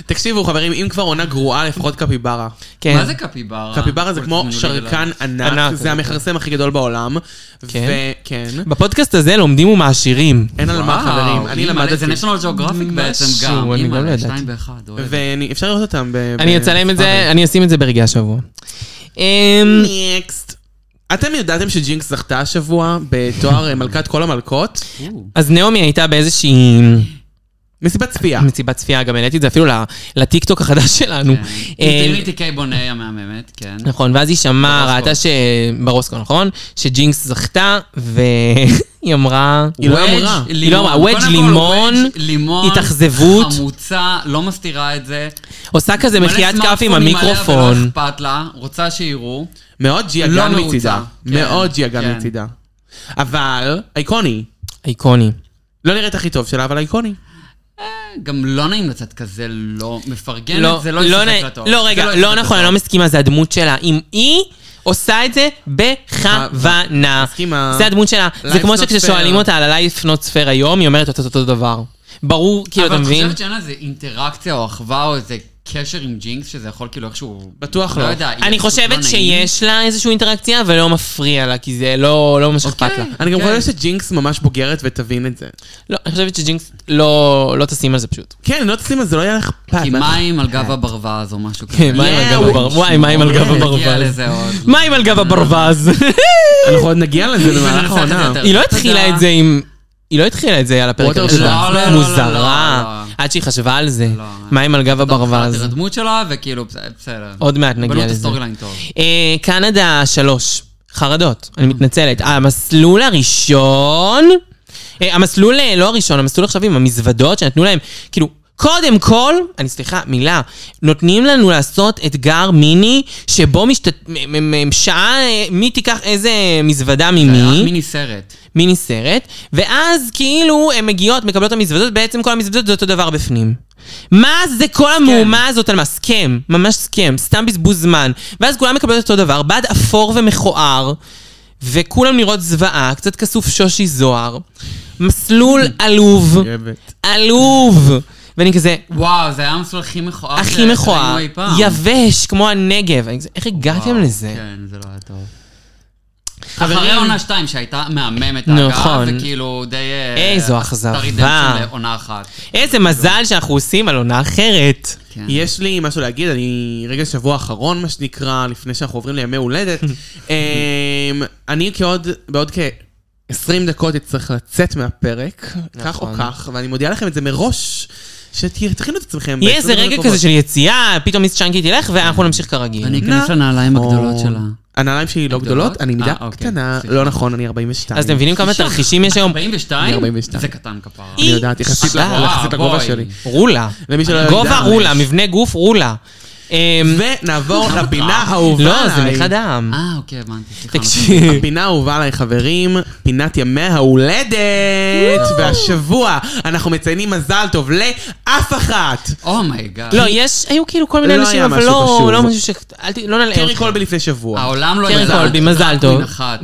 [SPEAKER 3] תקשיבו חברים, אם כבר עונה גרועה, לפחות קפיברה.
[SPEAKER 2] כן.
[SPEAKER 5] מה זה קפיברה?
[SPEAKER 3] קפיברה זה כמו
[SPEAKER 5] כל זה מנוגד
[SPEAKER 3] שרקן
[SPEAKER 2] ענק,
[SPEAKER 3] ענק,
[SPEAKER 2] כן.
[SPEAKER 3] זה המכרסם הכי גדול בעולם.
[SPEAKER 2] כן?
[SPEAKER 3] וכן,
[SPEAKER 2] בפודקאסט הזה לומדים ומעשירים.
[SPEAKER 3] אין על מה
[SPEAKER 5] וואו,
[SPEAKER 3] חברים, אני
[SPEAKER 5] אימא'לה, זה
[SPEAKER 3] למדתי.
[SPEAKER 5] national geographic בעצם
[SPEAKER 2] משהו,
[SPEAKER 5] גם.
[SPEAKER 2] אני גם לא
[SPEAKER 5] אימא,
[SPEAKER 2] ידעתי.
[SPEAKER 5] שתיים באחד, אוהב.
[SPEAKER 3] ואפשר לראות אותם ב...
[SPEAKER 2] אני
[SPEAKER 3] ב-
[SPEAKER 2] אצלם את זה, אני אשים את זה ברגעי השבוע. אמ,
[SPEAKER 3] נקסט. אתם ידעתם שג'ינקס זכתה השבוע בתואר אה, מלכת כל המלכות?
[SPEAKER 5] אוקיי.
[SPEAKER 2] אז נעמי הייתה באיזושהי...
[SPEAKER 3] מסיבת צפייה.
[SPEAKER 2] מסיבת צפייה, גם העליתי את זה אפילו ל- לטיקטוק החדש שלנו.
[SPEAKER 5] כן.
[SPEAKER 2] אמ,
[SPEAKER 5] תראי לי תיקי בונה המהממת, כן.
[SPEAKER 2] נכון, ואז היא שמעה,
[SPEAKER 5] ברוסקו.
[SPEAKER 2] ראתה ש... ברוסקו, נכון? שג'ינקס זכתה, [LAUGHS] והיא אמרה...
[SPEAKER 3] היא לא
[SPEAKER 5] וודג'
[SPEAKER 3] אמרה.
[SPEAKER 5] לימון.
[SPEAKER 2] היא לא אמרה, וודג'
[SPEAKER 5] קודם כל,
[SPEAKER 2] לימון,
[SPEAKER 5] וודג' לימון,
[SPEAKER 2] התאכזבות.
[SPEAKER 5] חמוצה, לא מסתירה את זה.
[SPEAKER 2] עושה כזה
[SPEAKER 5] מלא
[SPEAKER 2] מחיית כף עם
[SPEAKER 5] סמארטפונים עליה ולא
[SPEAKER 2] המיקרופון.
[SPEAKER 5] אכפת לה, רוצה שיראו.
[SPEAKER 3] מאוד ג'יאגן
[SPEAKER 5] לא
[SPEAKER 3] מצידה.
[SPEAKER 5] מרוצה.
[SPEAKER 3] מאוד
[SPEAKER 5] כן,
[SPEAKER 3] ג'יאגן
[SPEAKER 5] כן.
[SPEAKER 3] מצידה. אבל, אייקוני.
[SPEAKER 2] איקוני.
[SPEAKER 3] לא נראית הכי טוב שלה, אבל אייקוני.
[SPEAKER 5] גם לא נעים לצאת כזה לא מפרגנת,
[SPEAKER 2] לא,
[SPEAKER 5] זה לא ישחק
[SPEAKER 2] נעים-
[SPEAKER 5] לה טוב.
[SPEAKER 2] לא,
[SPEAKER 5] זה
[SPEAKER 2] רגע,
[SPEAKER 5] ישחק
[SPEAKER 2] לא
[SPEAKER 5] לה
[SPEAKER 2] נכון,
[SPEAKER 5] טוב.
[SPEAKER 2] אני לא מסכימה, זה הדמות שלה. אם היא... עושה את זה בכוונה.
[SPEAKER 3] מסכימה.
[SPEAKER 2] זה הדמות שלה. זה
[SPEAKER 3] Life's
[SPEAKER 2] כמו
[SPEAKER 3] not
[SPEAKER 2] שכששואלים
[SPEAKER 3] fair.
[SPEAKER 2] אותה על ה-life not fair היום, היא אומרת אותו- אותו דבר. ברור, כאילו, אתה
[SPEAKER 5] אבל את
[SPEAKER 2] מבין?
[SPEAKER 5] חושבת שאין לה איזה אינטראקציה או אחווה או איזה קשר עם ג'ינקס, שזה יכול כאילו איכשהו...
[SPEAKER 3] בטוח לא.
[SPEAKER 5] לא יודע,
[SPEAKER 2] אני
[SPEAKER 5] יהיה פשוט
[SPEAKER 2] חושבת
[SPEAKER 5] לא נעים?
[SPEAKER 2] שיש לה איזושהי אינטראקציה, ולא מפריע לה, כי זה לא לא מה שאכפת לה.
[SPEAKER 3] אני גם
[SPEAKER 5] כן.
[SPEAKER 3] חושב שג'ינקס ממש בוגרת ותבין את זה.
[SPEAKER 2] לא, אני חושבת שג'ינקס לא, לא תשים על זה
[SPEAKER 5] [LAUGHS]
[SPEAKER 2] פשוט.
[SPEAKER 3] כן, לא תשים אז זה לא יהיה לך אכפת.
[SPEAKER 5] כי מים על גב הברווז או משהו כזה.
[SPEAKER 2] כן, מים על גב
[SPEAKER 3] הוא-
[SPEAKER 2] הברווז. וואי, מים על גב
[SPEAKER 5] נגיע
[SPEAKER 2] הברווז.
[SPEAKER 5] לזה עוד.
[SPEAKER 2] מים על גב
[SPEAKER 5] [LAUGHS]
[SPEAKER 2] הברווז.
[SPEAKER 3] אנחנו עוד נגיע לזה במהלך
[SPEAKER 5] ננסח את זה
[SPEAKER 3] העונה.
[SPEAKER 5] יותר.
[SPEAKER 2] היא לא התחילה את זה עם... היא לא התחילה את זה על הפרק
[SPEAKER 3] Water
[SPEAKER 5] Shots. לא,
[SPEAKER 2] הראשון.
[SPEAKER 5] לא, לא,
[SPEAKER 2] מוזרה.
[SPEAKER 5] לא, לא.
[SPEAKER 2] עד שהיא חשבה על זה.
[SPEAKER 5] לא.
[SPEAKER 2] מים על גב הברווז.
[SPEAKER 5] הדמות שלה, וכאילו, בסדר, בסדר.
[SPEAKER 2] עוד מעט נגיע
[SPEAKER 5] בנו את
[SPEAKER 2] לזה.
[SPEAKER 5] הסטורי ליין טוב.
[SPEAKER 2] אה, קנדה שלוש. חרדות, אני מתנצלת. המסלול הראשון... אה, המסלול אה, לא הראשון, המסלול עכשיו עם המזוודות שנתנו להם, כאילו, קודם כל, אני סליחה, מילה, נותנים לנו לעשות אתגר מיני, שבו משת... מ- מ- מ- שעה, אה, מי תיקח איזה מזוודה
[SPEAKER 5] היה
[SPEAKER 2] ממי,
[SPEAKER 5] מיני סרט.
[SPEAKER 2] מיני סרט, ואז כאילו הן מגיעות, מקבלות את המזוודות, בעצם כל המזוודות זה אותו דבר בפנים. מה זה כל המהומה הזאת על מה? סכם, ממש סכם, סתם בזבוז זמן. ואז כולם מקבלות אותו דבר, בד אפור ומכוער. וכולם נראות זוועה, קצת כסוף שושי זוהר.
[SPEAKER 5] [LAUGHS]
[SPEAKER 2] מסלול עלוב,
[SPEAKER 3] אוהבת.
[SPEAKER 2] עלוב. ואני כזה,
[SPEAKER 5] וואו, זה היה המסלול הכי מכוער.
[SPEAKER 2] הכי
[SPEAKER 5] שראינו
[SPEAKER 2] מכוער,
[SPEAKER 5] אוקיי, אי פעם.
[SPEAKER 2] יבש, כמו הנגב. אני כזה, איך הגעתם
[SPEAKER 5] וואו,
[SPEAKER 2] לזה?
[SPEAKER 5] כן, זה לא היה טוב.
[SPEAKER 3] חברים.
[SPEAKER 5] אחרי עונה 2 שהייתה מהממת,
[SPEAKER 2] נכון.
[SPEAKER 5] אגב, וכאילו די... אה,
[SPEAKER 2] איזו
[SPEAKER 5] עשתה
[SPEAKER 2] אכזבה.
[SPEAKER 5] רידמפשן לעונה אחת.
[SPEAKER 2] איזה מזל שאנחנו עושים על עונה אחרת.
[SPEAKER 5] כן.
[SPEAKER 3] יש לי משהו להגיד, אני רגע שבוע אחרון, מה שנקרא, לפני שאנחנו עוברים לימי
[SPEAKER 5] [LAUGHS]
[SPEAKER 3] הולדת. אמ, אני כעוד, בעוד כ... 20 דקות אצטרך לצאת מהפרק, כך או כך, ואני מודיע לכם את זה מראש, שתכינו את עצמכם.
[SPEAKER 2] יהיה
[SPEAKER 3] ב- 20
[SPEAKER 2] איזה
[SPEAKER 3] דקות
[SPEAKER 2] רגע
[SPEAKER 3] הקרובות.
[SPEAKER 2] כזה של יציאה, פתאום מיס צ'אנקי תלך, ואנחנו נמשיך כרגיל.
[SPEAKER 5] אני אכנס לנעליים הגדולות
[SPEAKER 2] נכון.
[SPEAKER 3] או-
[SPEAKER 5] שלה.
[SPEAKER 3] נכון. הנעליים שלי לא
[SPEAKER 5] הגדולות?
[SPEAKER 3] גדולות, אני מידה
[SPEAKER 5] אה, אוקיי.
[SPEAKER 3] קטנה.
[SPEAKER 5] סליחה.
[SPEAKER 3] לא נכון, אני 42.
[SPEAKER 2] אז אתם מבינים כמה תרחישים יש
[SPEAKER 5] [LAUGHS]
[SPEAKER 2] היום?
[SPEAKER 5] 42?
[SPEAKER 3] 42.
[SPEAKER 5] זה קטן כפרה.
[SPEAKER 2] אי-
[SPEAKER 3] אני יודעת, יחסית
[SPEAKER 2] אה,
[SPEAKER 3] לגובה- יחסית לגובה
[SPEAKER 5] בואי.
[SPEAKER 3] שלי.
[SPEAKER 2] רולה.
[SPEAKER 3] למי שלא יודע,
[SPEAKER 2] גובה
[SPEAKER 3] יש.
[SPEAKER 2] רולה, מבנה גוף רולה. אמ,
[SPEAKER 3] ונעבור לפינה האהובה עליי.
[SPEAKER 2] לא, זה מאחד העם.
[SPEAKER 5] אה, אוקיי, הבנתי. סליחה.
[SPEAKER 2] תקשיב.
[SPEAKER 3] הפינה האהובה עליי, חברים, פינת ימי ההולדת. והשבוע אנחנו מציינים מזל טוב לאף אחת.
[SPEAKER 5] אומייגאד.
[SPEAKER 2] לא, יש, היו כאילו כל מיני
[SPEAKER 3] לא
[SPEAKER 2] אנשים,
[SPEAKER 3] היה
[SPEAKER 2] אבל
[SPEAKER 3] משהו
[SPEAKER 2] לא,
[SPEAKER 3] חשוב.
[SPEAKER 2] לא משהו ש... אל ת- לא נלאה אותך.
[SPEAKER 3] קרי קולבי לפני
[SPEAKER 2] אה,
[SPEAKER 3] שבוע.
[SPEAKER 2] אוקיי.
[SPEAKER 5] העולם לא
[SPEAKER 2] קרי
[SPEAKER 5] ידע.
[SPEAKER 2] קולבי, מזל
[SPEAKER 5] רק
[SPEAKER 2] טוב.
[SPEAKER 5] מין אחת.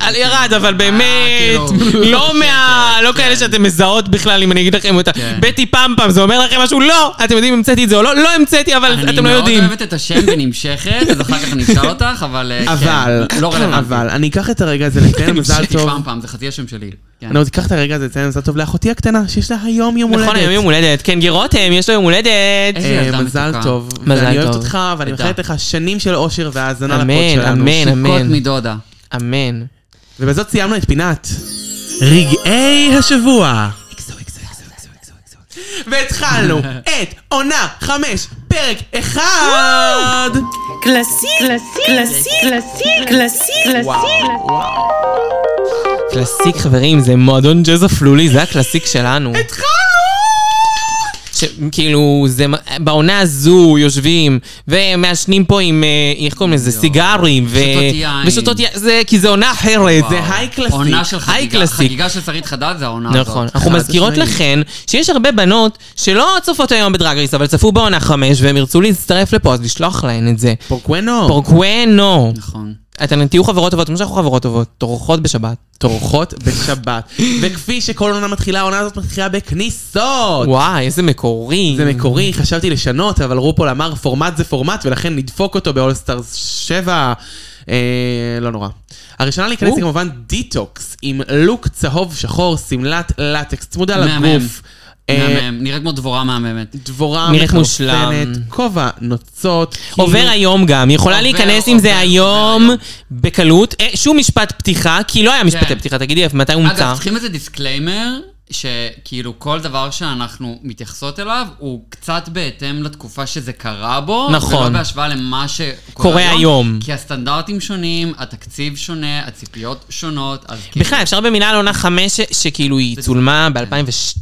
[SPEAKER 2] אה, ירד, אבל באמת,
[SPEAKER 5] כאילו, [LAUGHS]
[SPEAKER 2] לא
[SPEAKER 5] כן,
[SPEAKER 2] מה...
[SPEAKER 5] כן,
[SPEAKER 2] לא כאלה
[SPEAKER 5] כן.
[SPEAKER 2] שאתם מזהות בכלל, אם אני אגיד לכם אותה.
[SPEAKER 5] כן.
[SPEAKER 2] בטי פמפם, זה אומר לכם משהו? לא! אתם יודעים אם המצאתי את זה או לא? לא המצאתי, אבל אתם לא
[SPEAKER 5] אני
[SPEAKER 2] יודעים.
[SPEAKER 5] מאוד אוהבת את השם ונמשכת, אז אחר כך אני אשאל אותך, אבל... אה,
[SPEAKER 3] אבל,
[SPEAKER 5] כן, לא רלוונטי.
[SPEAKER 3] אבל, אני אקח את הרגע הזה
[SPEAKER 2] [LAUGHS]
[SPEAKER 3] לציין מזל
[SPEAKER 5] בטי
[SPEAKER 3] טוב.
[SPEAKER 5] פעם פעם, זה חצי השם שלי. כן.
[SPEAKER 3] אני עוד אקח את הרגע הזה לציין מזל טוב לאחותי הקטנה, שיש לה היום יום הולדת.
[SPEAKER 2] נכון, היום יום הולדת. כן, גירותם, יש לו יום הולדת.
[SPEAKER 5] איזה
[SPEAKER 3] אה,
[SPEAKER 5] ילדה
[SPEAKER 3] מזל
[SPEAKER 5] מתוקה.
[SPEAKER 3] טוב.
[SPEAKER 2] מזל
[SPEAKER 3] ואני אוהבת
[SPEAKER 2] טוב.
[SPEAKER 3] אותך, ואני
[SPEAKER 5] תודה.
[SPEAKER 3] מאחלת לך שנים של אושר והאזנה לפוד
[SPEAKER 2] אמן,
[SPEAKER 3] שלנו.
[SPEAKER 2] אמן. כן,
[SPEAKER 5] שיקות
[SPEAKER 2] אמן.
[SPEAKER 5] מדודה.
[SPEAKER 2] אמן.
[SPEAKER 3] ובזאת סיימנו את פינת רגעי השבוע. [LAUGHS] והתחלנו את עונה חמש, פרק אחד!
[SPEAKER 1] Classique, classique, classique, classique, classique.
[SPEAKER 2] קלאסיק, חברים, זה מועדון ג'אז אפלולי, זה הקלאסיק שלנו. התחלנו! כאילו, זה, מ- בעונה הזו יושבים ומעשנים פה עם, אה, איך קוראים לזה, סיגרים. ו-
[SPEAKER 5] שותות יין.
[SPEAKER 2] ושותות יין, זה, כי זה עונה אחרת.
[SPEAKER 5] וואו.
[SPEAKER 2] זה היי קלאסיק.
[SPEAKER 5] עונה של
[SPEAKER 2] היי
[SPEAKER 5] חגיגה.
[SPEAKER 2] קלאסיק.
[SPEAKER 5] חגיגה של שרית חדד זה העונה הזאת.
[SPEAKER 2] נכון. אנחנו
[SPEAKER 3] חד
[SPEAKER 2] מזכירות
[SPEAKER 3] משמעית.
[SPEAKER 2] לכן שיש הרבה בנות שלא צופות היום בדרג רייס, אבל צפו בעונה חמש, והן ירצו להצטרף לפה, אז לשלוח להן את זה.
[SPEAKER 3] פורקוונו.
[SPEAKER 2] פורקוונו.
[SPEAKER 5] נכון.
[SPEAKER 2] אתן תהיו חברות טובות, כמו שאנחנו חברות טובות, טורחות בשבת.
[SPEAKER 3] טורחות בשבת. [GASPS] וכפי שכל עונה מתחילה, העונה הזאת מתחילה בכניסות.
[SPEAKER 2] וואי, איזה מקורי.
[SPEAKER 3] זה מקורי, חשבתי לשנות, אבל רופול אמר פורמט זה פורמט, ולכן נדפוק אותו באולסטארס 7. אה, לא נורא. הראשונה להיכנס היא
[SPEAKER 2] או.
[SPEAKER 3] כמובן דיטוקס, עם לוק צהוב שחור, שמלת לטקס, צמודה
[SPEAKER 5] מהמם.
[SPEAKER 3] לגוף. אה,
[SPEAKER 5] מהמם. נראית כמו דבורה מהממת.
[SPEAKER 3] דבורה
[SPEAKER 2] נראית
[SPEAKER 3] מחרפנת,
[SPEAKER 2] מושלם.
[SPEAKER 3] כובע נוצות. כאילו-
[SPEAKER 2] עובר היום גם, היא יכולה
[SPEAKER 5] עובר,
[SPEAKER 2] להיכנס עם
[SPEAKER 5] עובר,
[SPEAKER 2] זה
[SPEAKER 5] עובר
[SPEAKER 2] היום
[SPEAKER 5] היום.
[SPEAKER 2] בקלות. אה, שום משפט פתיחה, כי לא היה משפטי
[SPEAKER 5] כן.
[SPEAKER 2] פתיחה, תגידי מתי הוא
[SPEAKER 5] אגב,
[SPEAKER 2] הומצא.
[SPEAKER 5] צריכים איזה דיסקליימר, שכאילו כל דבר שאנחנו מתייחסות אליו, הוא קצת בהתאם לתקופה שזה קרה בו,
[SPEAKER 2] נכון.
[SPEAKER 5] ולא בהשוואה למה שקורה
[SPEAKER 2] קורה היום.
[SPEAKER 5] כי הסטנדרטים שונים, התקציב שונה, הציפיות שונות, אז כאילו...
[SPEAKER 2] בכלל, אפשר במילה על עונה חמש, ש- שכאילו היא צולמה ב-2012?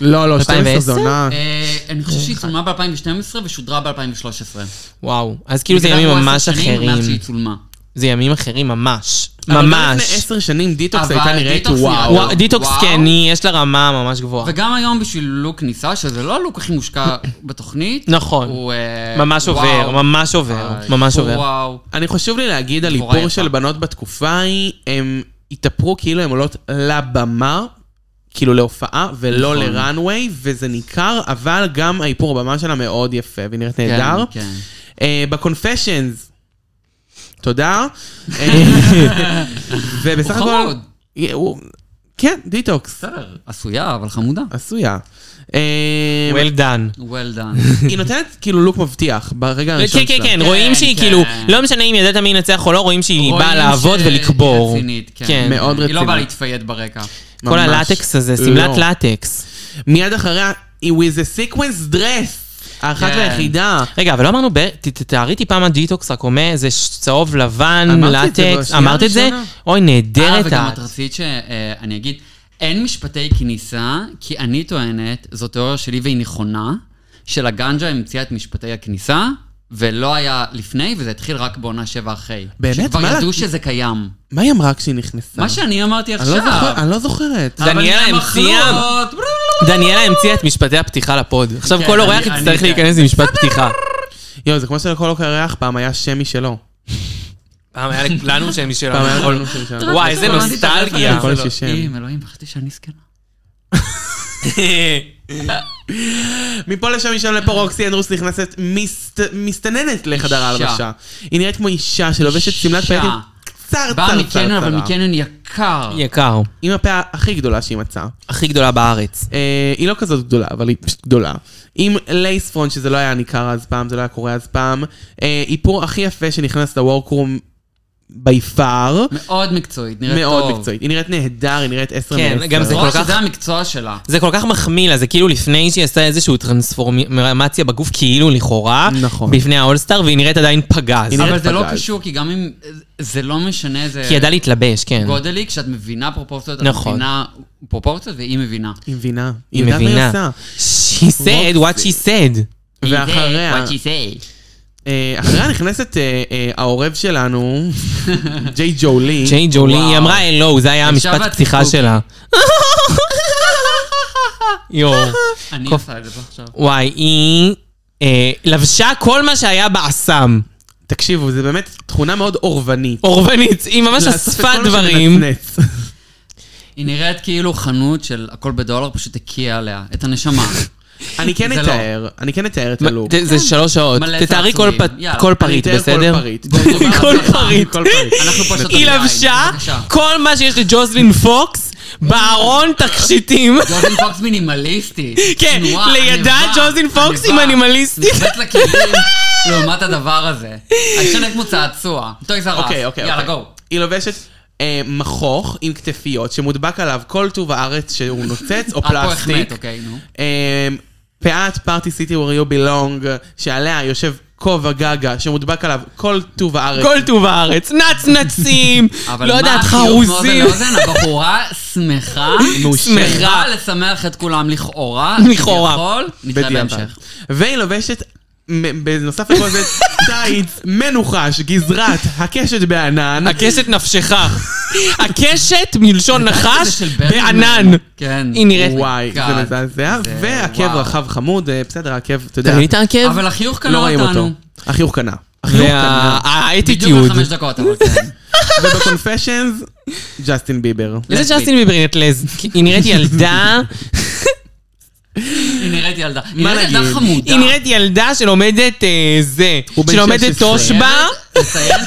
[SPEAKER 3] לא, לא, 12
[SPEAKER 2] 2010?
[SPEAKER 3] זו עונה.
[SPEAKER 5] אה, אני חושב שהיא צולמה ב-2012 ושודרה ב-2013.
[SPEAKER 2] וואו, אז כאילו זה ימים ממש
[SPEAKER 5] מאז שהיא לא
[SPEAKER 2] אחרים.
[SPEAKER 5] צולמה.
[SPEAKER 2] זה ימים אחרים ממש.
[SPEAKER 3] אבל גם לפני
[SPEAKER 2] ממש.
[SPEAKER 3] 10 שנים דיטוקס
[SPEAKER 5] אבל
[SPEAKER 3] הייתה נראית
[SPEAKER 5] דיטוקס
[SPEAKER 3] וואו.
[SPEAKER 5] נראית-
[SPEAKER 2] וואו, דיטוקס
[SPEAKER 5] וואו.
[SPEAKER 2] כן, היא- יש לה רמה ממש גבוהה.
[SPEAKER 5] וגם היום בשביל לוק כניסה, שזה לא הלוק הכי
[SPEAKER 2] [COUGHS]
[SPEAKER 5] מושקע בתוכנית,
[SPEAKER 2] נכון.
[SPEAKER 5] הוא... אה,
[SPEAKER 2] ממש עובר,
[SPEAKER 5] וואו.
[SPEAKER 2] ממש עובר,
[SPEAKER 5] אה,
[SPEAKER 2] ממש עובר.
[SPEAKER 5] וואו.
[SPEAKER 3] אני חשוב לי להגיד על
[SPEAKER 5] דבורה
[SPEAKER 3] איפור
[SPEAKER 5] יפה.
[SPEAKER 3] של בנות בתקופה ההיא, הם התאפרו כאילו הן עולות לבמה. כאילו להופעה ולא
[SPEAKER 5] נכון.
[SPEAKER 3] לראנוויי, וזה ניכר, אבל גם האיפור בבמה שלה מאוד יפה, והיא נראית נהדר.
[SPEAKER 5] כן, כן.
[SPEAKER 3] אה, בקונפשיינס, תודה. אה,
[SPEAKER 5] [LAUGHS]
[SPEAKER 3] ובסך
[SPEAKER 5] הוא
[SPEAKER 3] הכל...
[SPEAKER 5] חמוד.
[SPEAKER 3] הוא- כן, דיטוקס,
[SPEAKER 5] בסדר, עשויה, אבל חמודה.
[SPEAKER 3] עשויה. אה,
[SPEAKER 2] well done.
[SPEAKER 5] well done.
[SPEAKER 3] היא נותנת כאילו לוק מבטיח ברגע
[SPEAKER 2] כן,
[SPEAKER 3] הראשון
[SPEAKER 2] כן,
[SPEAKER 3] שלה.
[SPEAKER 2] כן, רואים שהיא
[SPEAKER 5] כן.
[SPEAKER 2] כאילו, לא משנה אם ידעת מי ינצח או לא, רואים שהיא
[SPEAKER 5] רואים
[SPEAKER 2] באה לעבוד
[SPEAKER 5] שהיא
[SPEAKER 2] ולקבור.
[SPEAKER 5] רצינית, כן.
[SPEAKER 2] כן.
[SPEAKER 3] מאוד
[SPEAKER 5] היא לא
[SPEAKER 3] רצינית.
[SPEAKER 5] באה להתפייד ברקע.
[SPEAKER 2] כל
[SPEAKER 3] ממש
[SPEAKER 2] הלטקס הזה, שמלת
[SPEAKER 3] לא.
[SPEAKER 2] לטקס.
[SPEAKER 3] מיד אחריה, היא with a sequence dress, האחת
[SPEAKER 5] כן.
[SPEAKER 3] והיחידה.
[SPEAKER 2] רגע, אבל לא אמרנו, ב- ת- ת- תארי טיפה מה דיטוקס רק אומר, זה ש- צהוב לבן,
[SPEAKER 3] אמרתי את זה
[SPEAKER 2] לטקס,
[SPEAKER 3] בשנייה
[SPEAKER 2] אמרת את זה?
[SPEAKER 3] הראשונה.
[SPEAKER 2] אוי, נהדרת
[SPEAKER 5] אה, וגם
[SPEAKER 2] את.
[SPEAKER 5] את רצית שאני אגיד, אין משפטי כניסה, כי אני טוענת, זו תיאוריה שלי והיא נכונה, שלגנג'ה המציאה את משפטי הכניסה, ולא היה לפני, וזה התחיל רק בעונה שבע אחרי.
[SPEAKER 3] באמת?
[SPEAKER 5] שכבר
[SPEAKER 3] מה
[SPEAKER 5] ידעו
[SPEAKER 3] לה-
[SPEAKER 5] שזה קיים.
[SPEAKER 3] מה היא אמרה כשהיא נכנסה?
[SPEAKER 5] מה שאני אמרתי
[SPEAKER 3] אני לא זוכר-
[SPEAKER 5] עכשיו.
[SPEAKER 3] אני לא זוכרת.
[SPEAKER 5] אבל
[SPEAKER 2] דניאלה המציאה.
[SPEAKER 5] מהמחלות,
[SPEAKER 2] דניאלה המציאה את משפטי הפתיחה לפוד. עכשיו
[SPEAKER 5] כן,
[SPEAKER 2] כל
[SPEAKER 5] אני-
[SPEAKER 2] אורח
[SPEAKER 5] אני-
[SPEAKER 2] יצטרך
[SPEAKER 5] כן.
[SPEAKER 2] להיכנס עם משפט פתיחה.
[SPEAKER 3] אוקיי יואו, זה כמו שלכל אורח פעם היה שם משלו.
[SPEAKER 2] פעם היה לנו שם משלנו.
[SPEAKER 3] פעם היה
[SPEAKER 2] נכון.
[SPEAKER 3] לנו של שם.
[SPEAKER 2] וואי, איזה נוסטלגיה.
[SPEAKER 3] כל שישי.
[SPEAKER 5] אם אלוהים, פחדתי שאני זקנה.
[SPEAKER 3] מפה לשם משם לפה רוקסי אנדרוס נכנסת, מסת- מסתננת לחדר
[SPEAKER 5] אישה.
[SPEAKER 3] ההלבשה. היא נראית כמו אישה שלובשת שמלת
[SPEAKER 5] אישה.
[SPEAKER 3] פייטים צר
[SPEAKER 5] באה
[SPEAKER 3] צר צר
[SPEAKER 5] מקנון, אבל
[SPEAKER 3] צרה.
[SPEAKER 5] מקנון יקר.
[SPEAKER 2] [LAUGHS] יקר.
[SPEAKER 3] עם הפאה הכי גדולה שהיא מצאה.
[SPEAKER 2] הכי גדולה בארץ.
[SPEAKER 3] אה, היא לא כזאת גדולה, אבל היא פשוט גדולה. עם לייס פרונט, שזה לא היה ניכר אז פעם, זה לא היה קורה אז פעם. אה, איפור הכי יפה שנכנס לוורקרום בי פאר.
[SPEAKER 5] מאוד מקצועית, נראית טוב.
[SPEAKER 3] מאוד מקצועית. היא נראית נהדר, היא נראית עשר
[SPEAKER 2] כן,
[SPEAKER 3] מעשר.
[SPEAKER 2] גם זה-
[SPEAKER 5] רואה
[SPEAKER 2] כל כך-
[SPEAKER 5] שזה המקצוע שלה.
[SPEAKER 2] זה כל כך מחמיא לה, זה כאילו לפני שהיא עשתה איזושהי טרנספורמציה בגוף, כאילו לכאורה,
[SPEAKER 3] נכון.
[SPEAKER 2] בפני האולסטאר, והיא נראית עדיין פגז.
[SPEAKER 3] היא נראית
[SPEAKER 5] אבל זה לא
[SPEAKER 3] פגז.
[SPEAKER 5] קשור, כי גם אם... זה לא משנה איזה
[SPEAKER 2] כי היא ידעה להתלבש, כן.
[SPEAKER 5] גודלי, כשאת מבינה פרופורציות, את
[SPEAKER 2] נכון.
[SPEAKER 5] מבינה פרופורציות והיא מבינה.
[SPEAKER 3] היא מבינה. היא
[SPEAKER 2] היא
[SPEAKER 3] יודעת מה היא
[SPEAKER 2] מבינה.
[SPEAKER 3] עושה.
[SPEAKER 2] She said what she said.
[SPEAKER 3] ואחריה, אה, אחריה נכנסת אה, אה, העורב
[SPEAKER 2] [LAUGHS]
[SPEAKER 3] שלנו, ג'יי ג'ולי.
[SPEAKER 2] ג'יי ג'ולי,
[SPEAKER 5] וואו.
[SPEAKER 2] היא אמרה אלו, זה היה
[SPEAKER 5] עכשיו
[SPEAKER 2] המשפט
[SPEAKER 5] את
[SPEAKER 2] פתיחה
[SPEAKER 5] צחוק.
[SPEAKER 2] שלה. יואו.
[SPEAKER 5] אני
[SPEAKER 2] קוף.
[SPEAKER 5] עושה את זה עכשיו.
[SPEAKER 2] וואי, היא אה, לבשה כל מה שהיה באסם.
[SPEAKER 3] תקשיבו, זה באמת תכונה מאוד אורבנית.
[SPEAKER 2] אורבנית, היא ממש
[SPEAKER 3] לעשות את
[SPEAKER 2] אספה
[SPEAKER 3] כל מה
[SPEAKER 2] דברים.
[SPEAKER 3] שמנצנץ.
[SPEAKER 5] היא נראית כאילו חנות של הכל בדולר, פשוט הקיאה עליה את הנשמה.
[SPEAKER 2] [LAUGHS]
[SPEAKER 3] אני כן
[SPEAKER 5] זה לא.
[SPEAKER 3] אתאר, אני כן אתאר את
[SPEAKER 2] מה,
[SPEAKER 3] הלוק.
[SPEAKER 2] ת- זה שלוש שעות.
[SPEAKER 5] מלא
[SPEAKER 2] תתארי כל
[SPEAKER 5] צעצועים.
[SPEAKER 2] פ-
[SPEAKER 5] יאללה.
[SPEAKER 2] כל
[SPEAKER 3] אני
[SPEAKER 2] פריט,
[SPEAKER 3] אתאר כל
[SPEAKER 2] בסדר?
[SPEAKER 3] פריט.
[SPEAKER 2] כל
[SPEAKER 5] בבקשה,
[SPEAKER 2] פריט.
[SPEAKER 5] [LAUGHS] כל פריט. אנחנו פה שותים
[SPEAKER 2] היא
[SPEAKER 5] יין,
[SPEAKER 2] לבשה
[SPEAKER 5] בבקשה.
[SPEAKER 2] כל מה שיש לג'וזלין פוקס
[SPEAKER 5] [LAUGHS]
[SPEAKER 2] בארון תכשיטים.
[SPEAKER 5] ג'וזין פוקס מינימליסטי.
[SPEAKER 2] כן,
[SPEAKER 5] צנועה,
[SPEAKER 2] לידה
[SPEAKER 5] עניבה,
[SPEAKER 2] ג'וזין פוקס היא
[SPEAKER 5] עניבה.
[SPEAKER 2] מינימליסטית.
[SPEAKER 5] נופלת לכלים לעומת הדבר הזה. האישה נראית כמו צעצוע. טוי זרס.
[SPEAKER 3] אוקיי, אוקיי.
[SPEAKER 5] אה, יאללה,
[SPEAKER 3] אוקיי.
[SPEAKER 5] גו.
[SPEAKER 3] היא לובשת אה, מכוך עם כתפיות שמודבק עליו כל טוב הארץ שהוא נוצץ,
[SPEAKER 5] [LAUGHS]
[SPEAKER 3] או
[SPEAKER 5] את פה החמאת,
[SPEAKER 3] פלסטיק.
[SPEAKER 5] אוקיי, נו.
[SPEAKER 3] אה, פאת פארטי סיטי וריו בילונג, שעליה יושב כובע גגה שמודבק עליו כל טוב הארץ.
[SPEAKER 2] כל טוב הארץ, נצנצים,
[SPEAKER 5] אבל
[SPEAKER 2] לא
[SPEAKER 5] מה
[SPEAKER 2] יודעת,
[SPEAKER 5] החיוך מאוזן
[SPEAKER 2] חרוזים.
[SPEAKER 5] לאוזן? הבחורה שמחה,
[SPEAKER 3] מאושרת.
[SPEAKER 5] שמחה לשמח את כולם לכאורה,
[SPEAKER 2] לכאורה.
[SPEAKER 5] כביכול, נתראה
[SPEAKER 3] בדיעבד.
[SPEAKER 5] בהמשך.
[SPEAKER 3] והיא לובשת, מ- בנוסף לכל
[SPEAKER 5] [LAUGHS]
[SPEAKER 3] זה, ציץ מנוחש, גזרת, הקשת בענן.
[SPEAKER 2] הקשת
[SPEAKER 5] [LAUGHS]
[SPEAKER 2] נפשך. הקשת מלשון
[SPEAKER 5] זה
[SPEAKER 2] נחש
[SPEAKER 5] של ברמן.
[SPEAKER 2] בענן.
[SPEAKER 5] כן.
[SPEAKER 2] היא נראית...
[SPEAKER 3] וואי,
[SPEAKER 5] God.
[SPEAKER 3] זה מזעזע.
[SPEAKER 5] זה-
[SPEAKER 3] והעקב
[SPEAKER 5] וואו.
[SPEAKER 3] רחב חמוד, אה, בסדר, העקב, אתה יודע,
[SPEAKER 2] אתה ראית עקב?
[SPEAKER 5] אבל החיוך קנה
[SPEAKER 3] לא רואים אותו.
[SPEAKER 5] אותנו.
[SPEAKER 3] החיוך קנה. החיוך קנה.
[SPEAKER 5] בדיוק
[SPEAKER 2] לא. והאטיטיוד.
[SPEAKER 5] בחמש דקות, אבל
[SPEAKER 2] [LAUGHS]
[SPEAKER 5] כן.
[SPEAKER 3] ובקונפשיינס, ג'סטין ביבר.
[SPEAKER 2] איזה ג'סטין ביבר נראית לז? היא נראית
[SPEAKER 5] [LAUGHS]
[SPEAKER 2] ילדה,
[SPEAKER 5] היא נראית ילדה. היא נראית ילדה
[SPEAKER 3] נגיד?
[SPEAKER 5] חמודה.
[SPEAKER 2] היא נראית ילדה שלומדת אה, זה,
[SPEAKER 3] הוא בן
[SPEAKER 2] שלומדת
[SPEAKER 3] 16.
[SPEAKER 2] תושבע.
[SPEAKER 5] לציין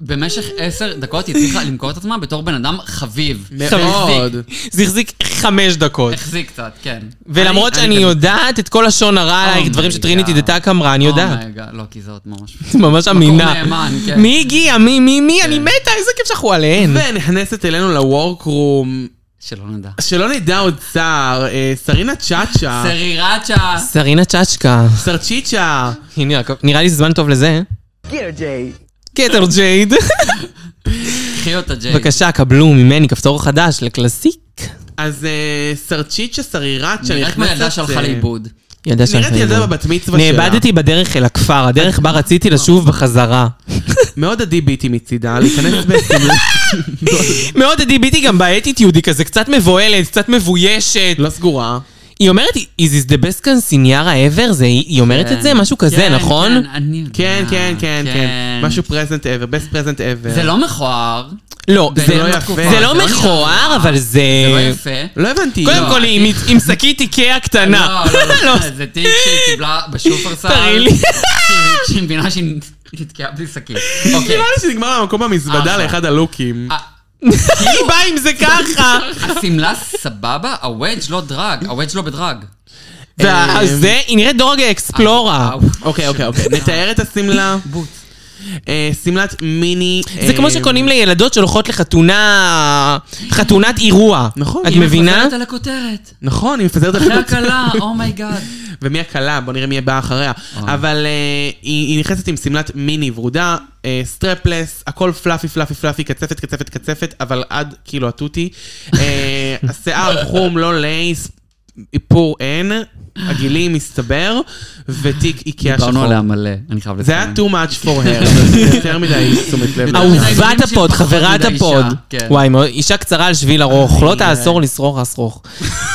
[SPEAKER 5] שבמשך עשר דקות היא הצליחה למכור את עצמה בתור בן אדם חביב.
[SPEAKER 3] מאוד.
[SPEAKER 2] זה החזיק חמש דקות.
[SPEAKER 5] החזיק קצת, כן.
[SPEAKER 2] ולמרות שאני יודעת את כל השון הרע
[SPEAKER 3] אה,
[SPEAKER 2] עלייך,
[SPEAKER 5] Oh
[SPEAKER 2] דברים
[SPEAKER 5] my
[SPEAKER 2] שטריניטי
[SPEAKER 5] God.
[SPEAKER 2] דתק אמרה, אני יודעת.
[SPEAKER 5] אומייגה, לא, כי זה עוד ממש...
[SPEAKER 3] אה,
[SPEAKER 2] זה ממש [LAUGHS] אמינה.
[SPEAKER 5] נאמן, כן.
[SPEAKER 2] מי הגיע? מי? מי?
[SPEAKER 3] כן.
[SPEAKER 2] מי? אני מתה, איזה כיף שאנחנו עליהן.
[SPEAKER 3] ונכנסת אלינו לוורקרום,
[SPEAKER 5] שלא נדע.
[SPEAKER 3] שלא נדע עוד צער, אה, סרינה
[SPEAKER 2] אה.
[SPEAKER 3] צ'אצ'ה,
[SPEAKER 5] סרירצ'ה.
[SPEAKER 2] סרינה צ'צ'קה.
[SPEAKER 3] סרצ'יצ'ה,
[SPEAKER 2] הנה, נראה לי זה זמן טוב לזה. גטר
[SPEAKER 3] [LAUGHS]
[SPEAKER 2] ג'ייד.
[SPEAKER 5] קחי אותה, ג'יי.
[SPEAKER 2] בבקשה, קבלו ממני כפתור חדש לקלאסיק.
[SPEAKER 3] אז אה, סרצ'יצ'ה סרירצ'ה
[SPEAKER 5] נראית כמו ילדה
[SPEAKER 3] נכנסת...
[SPEAKER 5] שהלכה
[SPEAKER 3] אה,
[SPEAKER 5] לאיבוד.
[SPEAKER 2] ילדה
[SPEAKER 3] נראית
[SPEAKER 2] שאני
[SPEAKER 3] ילדה
[SPEAKER 2] לא-
[SPEAKER 3] בבת מצווה שלה.
[SPEAKER 2] נאבדתי בדרך אל הכפר, הדרך בה רציתי לשוב בחזרה.
[SPEAKER 3] מאוד אדיביטי מצידה, להיכנס בעצם...
[SPEAKER 2] מאוד דיביתי גם באטיטיודי כזה, קצת מבוהלת, קצת מבוישת.
[SPEAKER 3] לא סגורה.
[SPEAKER 2] היא אומרת, is this the best קנסיניירה ever? זה- היא אומרת את זה? משהו כזה,
[SPEAKER 5] כן,
[SPEAKER 2] נכון?
[SPEAKER 5] כן, אני יודעת.
[SPEAKER 3] כן, כן, כן, כן. משהו present ever, best present ever.
[SPEAKER 5] זה לא מכוער.
[SPEAKER 2] לא,
[SPEAKER 5] זה
[SPEAKER 2] זה
[SPEAKER 3] לא
[SPEAKER 2] לא
[SPEAKER 3] יפה.
[SPEAKER 2] זה לא
[SPEAKER 5] זה לא
[SPEAKER 2] מכוער, אבל זה...
[SPEAKER 5] זה לא יפה.
[SPEAKER 3] לא הבנתי.
[SPEAKER 2] קודם
[SPEAKER 5] לא.
[SPEAKER 2] כל, היא עם- עם שקית איקאה קטנה.
[SPEAKER 5] לא, לא,
[SPEAKER 2] [LAUGHS] לא,
[SPEAKER 5] לא, זה תיק שהיא קיבלה בשופרסל.
[SPEAKER 2] תראי לי.
[SPEAKER 5] שהיא- [LAUGHS] שהיא מבינה שהיא נתקעה בלי שקית. אוקיי.
[SPEAKER 3] נראה לי לא שנגמר המקום במזוודה
[SPEAKER 5] אחלה.
[SPEAKER 3] לאחד הלוקים.
[SPEAKER 5] ה-
[SPEAKER 2] היא באה עם זה ככה.
[SPEAKER 5] אה, השמלה סבבה, הוודג' לא דרג, הוודג' לא בדרג.
[SPEAKER 3] אה,
[SPEAKER 2] וזה, היא נראית דורג האקספלורה.
[SPEAKER 5] אה,
[SPEAKER 3] אוקיי, אוקיי, אוקיי. נתאר את השמלה. אה, שמלת מיני.
[SPEAKER 2] זה
[SPEAKER 3] אה,
[SPEAKER 2] כמו שקונים לילדות שהולכות לחתונה... חתונת אירוע.
[SPEAKER 3] נכון,
[SPEAKER 2] את
[SPEAKER 3] היא
[SPEAKER 2] מבינה?
[SPEAKER 5] מפזרת על הכותרת.
[SPEAKER 3] נכון, היא מפזרת
[SPEAKER 5] [LAUGHS] אחרי
[SPEAKER 3] החלטות.
[SPEAKER 5] הקלה, oh אומייגאד.
[SPEAKER 3] ומי הקלה? בוא נראה מי בא אחריה. אבל אה, היא היא נכנסת עם שמלת מיני ורודה, אה, סטרפלס, הכל פלאפי, פלאפי, פלאפי, קצפת, קצפת, קצפת, אבל עד כאילו התותי. אה, השיער חום, לא לייס, איפור אין. עגילים, מסתבר, ותיק איקאה שחור.
[SPEAKER 4] דיברנו עליה מלא, אני חייב
[SPEAKER 3] זה היה
[SPEAKER 4] לציין.
[SPEAKER 3] too much for her, זה יותר מדי תשומת לב.
[SPEAKER 5] אה, הוא-
[SPEAKER 2] אהובת הפוד, חברת
[SPEAKER 5] מדי
[SPEAKER 2] הפוד.
[SPEAKER 5] אישה, כן.
[SPEAKER 2] וואי, מאוד- אישה קצרה על שביל ארוך, לא תאסור לסרוך אסרוך.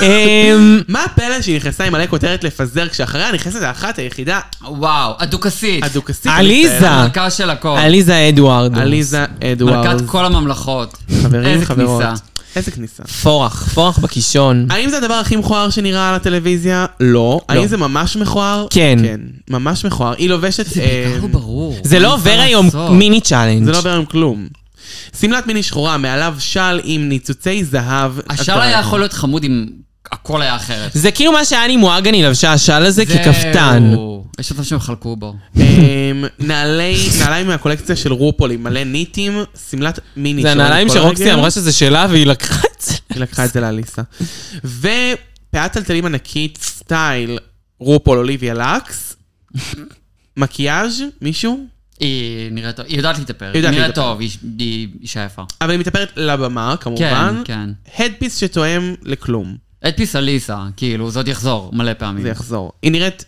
[SPEAKER 2] אמ,
[SPEAKER 3] מה הפלא שהיא נכנסה עם מלא כותרת לפזר, כשאחריה נכנסת האחת היחידה,
[SPEAKER 5] וואו, הדוכסית.
[SPEAKER 3] הדוכסית.
[SPEAKER 2] עליזה.
[SPEAKER 5] המלכה של הכל.
[SPEAKER 2] עליזה אדוארד.
[SPEAKER 3] עליזה אדוארדס.
[SPEAKER 5] מלכת כל הממלכות.
[SPEAKER 3] חברים,
[SPEAKER 5] איזה
[SPEAKER 3] חברות.
[SPEAKER 5] כניסה.
[SPEAKER 3] איזה כניסה.
[SPEAKER 2] פורח, פורח בקישון.
[SPEAKER 3] האם זה הדבר הכי מכוער שנראה על הטלוויזיה? לא. האם זה ממש מכוער?
[SPEAKER 2] כן.
[SPEAKER 3] כן, ממש מכוער. היא לובשת...
[SPEAKER 5] זה בעיקר
[SPEAKER 3] אה,
[SPEAKER 5] לא ברור.
[SPEAKER 2] זה לא עובר היום מיני צ'אלנג'.
[SPEAKER 3] זה לא עובר עם כלום. שמלת מיני שחורה, מעליו של עם ניצוצי זהב.
[SPEAKER 5] השאר היה יכול להיות חמוד אם הכל היה אחרת.
[SPEAKER 2] זה כאילו מה שאני מואגני לבשה השל הזה ככפתן.
[SPEAKER 5] זהו. יש אותם שהם חלקו בו.
[SPEAKER 3] אמ, נעלי, נעליים מהקולקציה של רופול עם מלא ניטים, שמלת מיני.
[SPEAKER 2] זה
[SPEAKER 3] שעולה
[SPEAKER 2] הנעליים
[SPEAKER 3] בכל
[SPEAKER 2] שרוקסי
[SPEAKER 3] רגל.
[SPEAKER 2] אמרה שזה שלה והיא לקחה את זה.
[SPEAKER 3] היא לקחה את זה לאליסה. ופאת טלטלים ענקית, סטייל, רופול אוליביה לקס. מקיאז' מישהו?
[SPEAKER 5] היא נראית טוב, היא יודעת להתאפר,
[SPEAKER 3] יודעת
[SPEAKER 5] היא נראית
[SPEAKER 3] להתאפר.
[SPEAKER 5] טוב, היא- היא אישה יפה.
[SPEAKER 3] אבל היא מתאפרת לבמה,
[SPEAKER 5] כן,
[SPEAKER 3] כמובן.
[SPEAKER 5] כן.
[SPEAKER 3] הדפיס שתואם לכלום.
[SPEAKER 5] הדפיס אליסה, כאילו, זאת יחזור מלא פעמים.
[SPEAKER 3] זה יחזור. היא נראית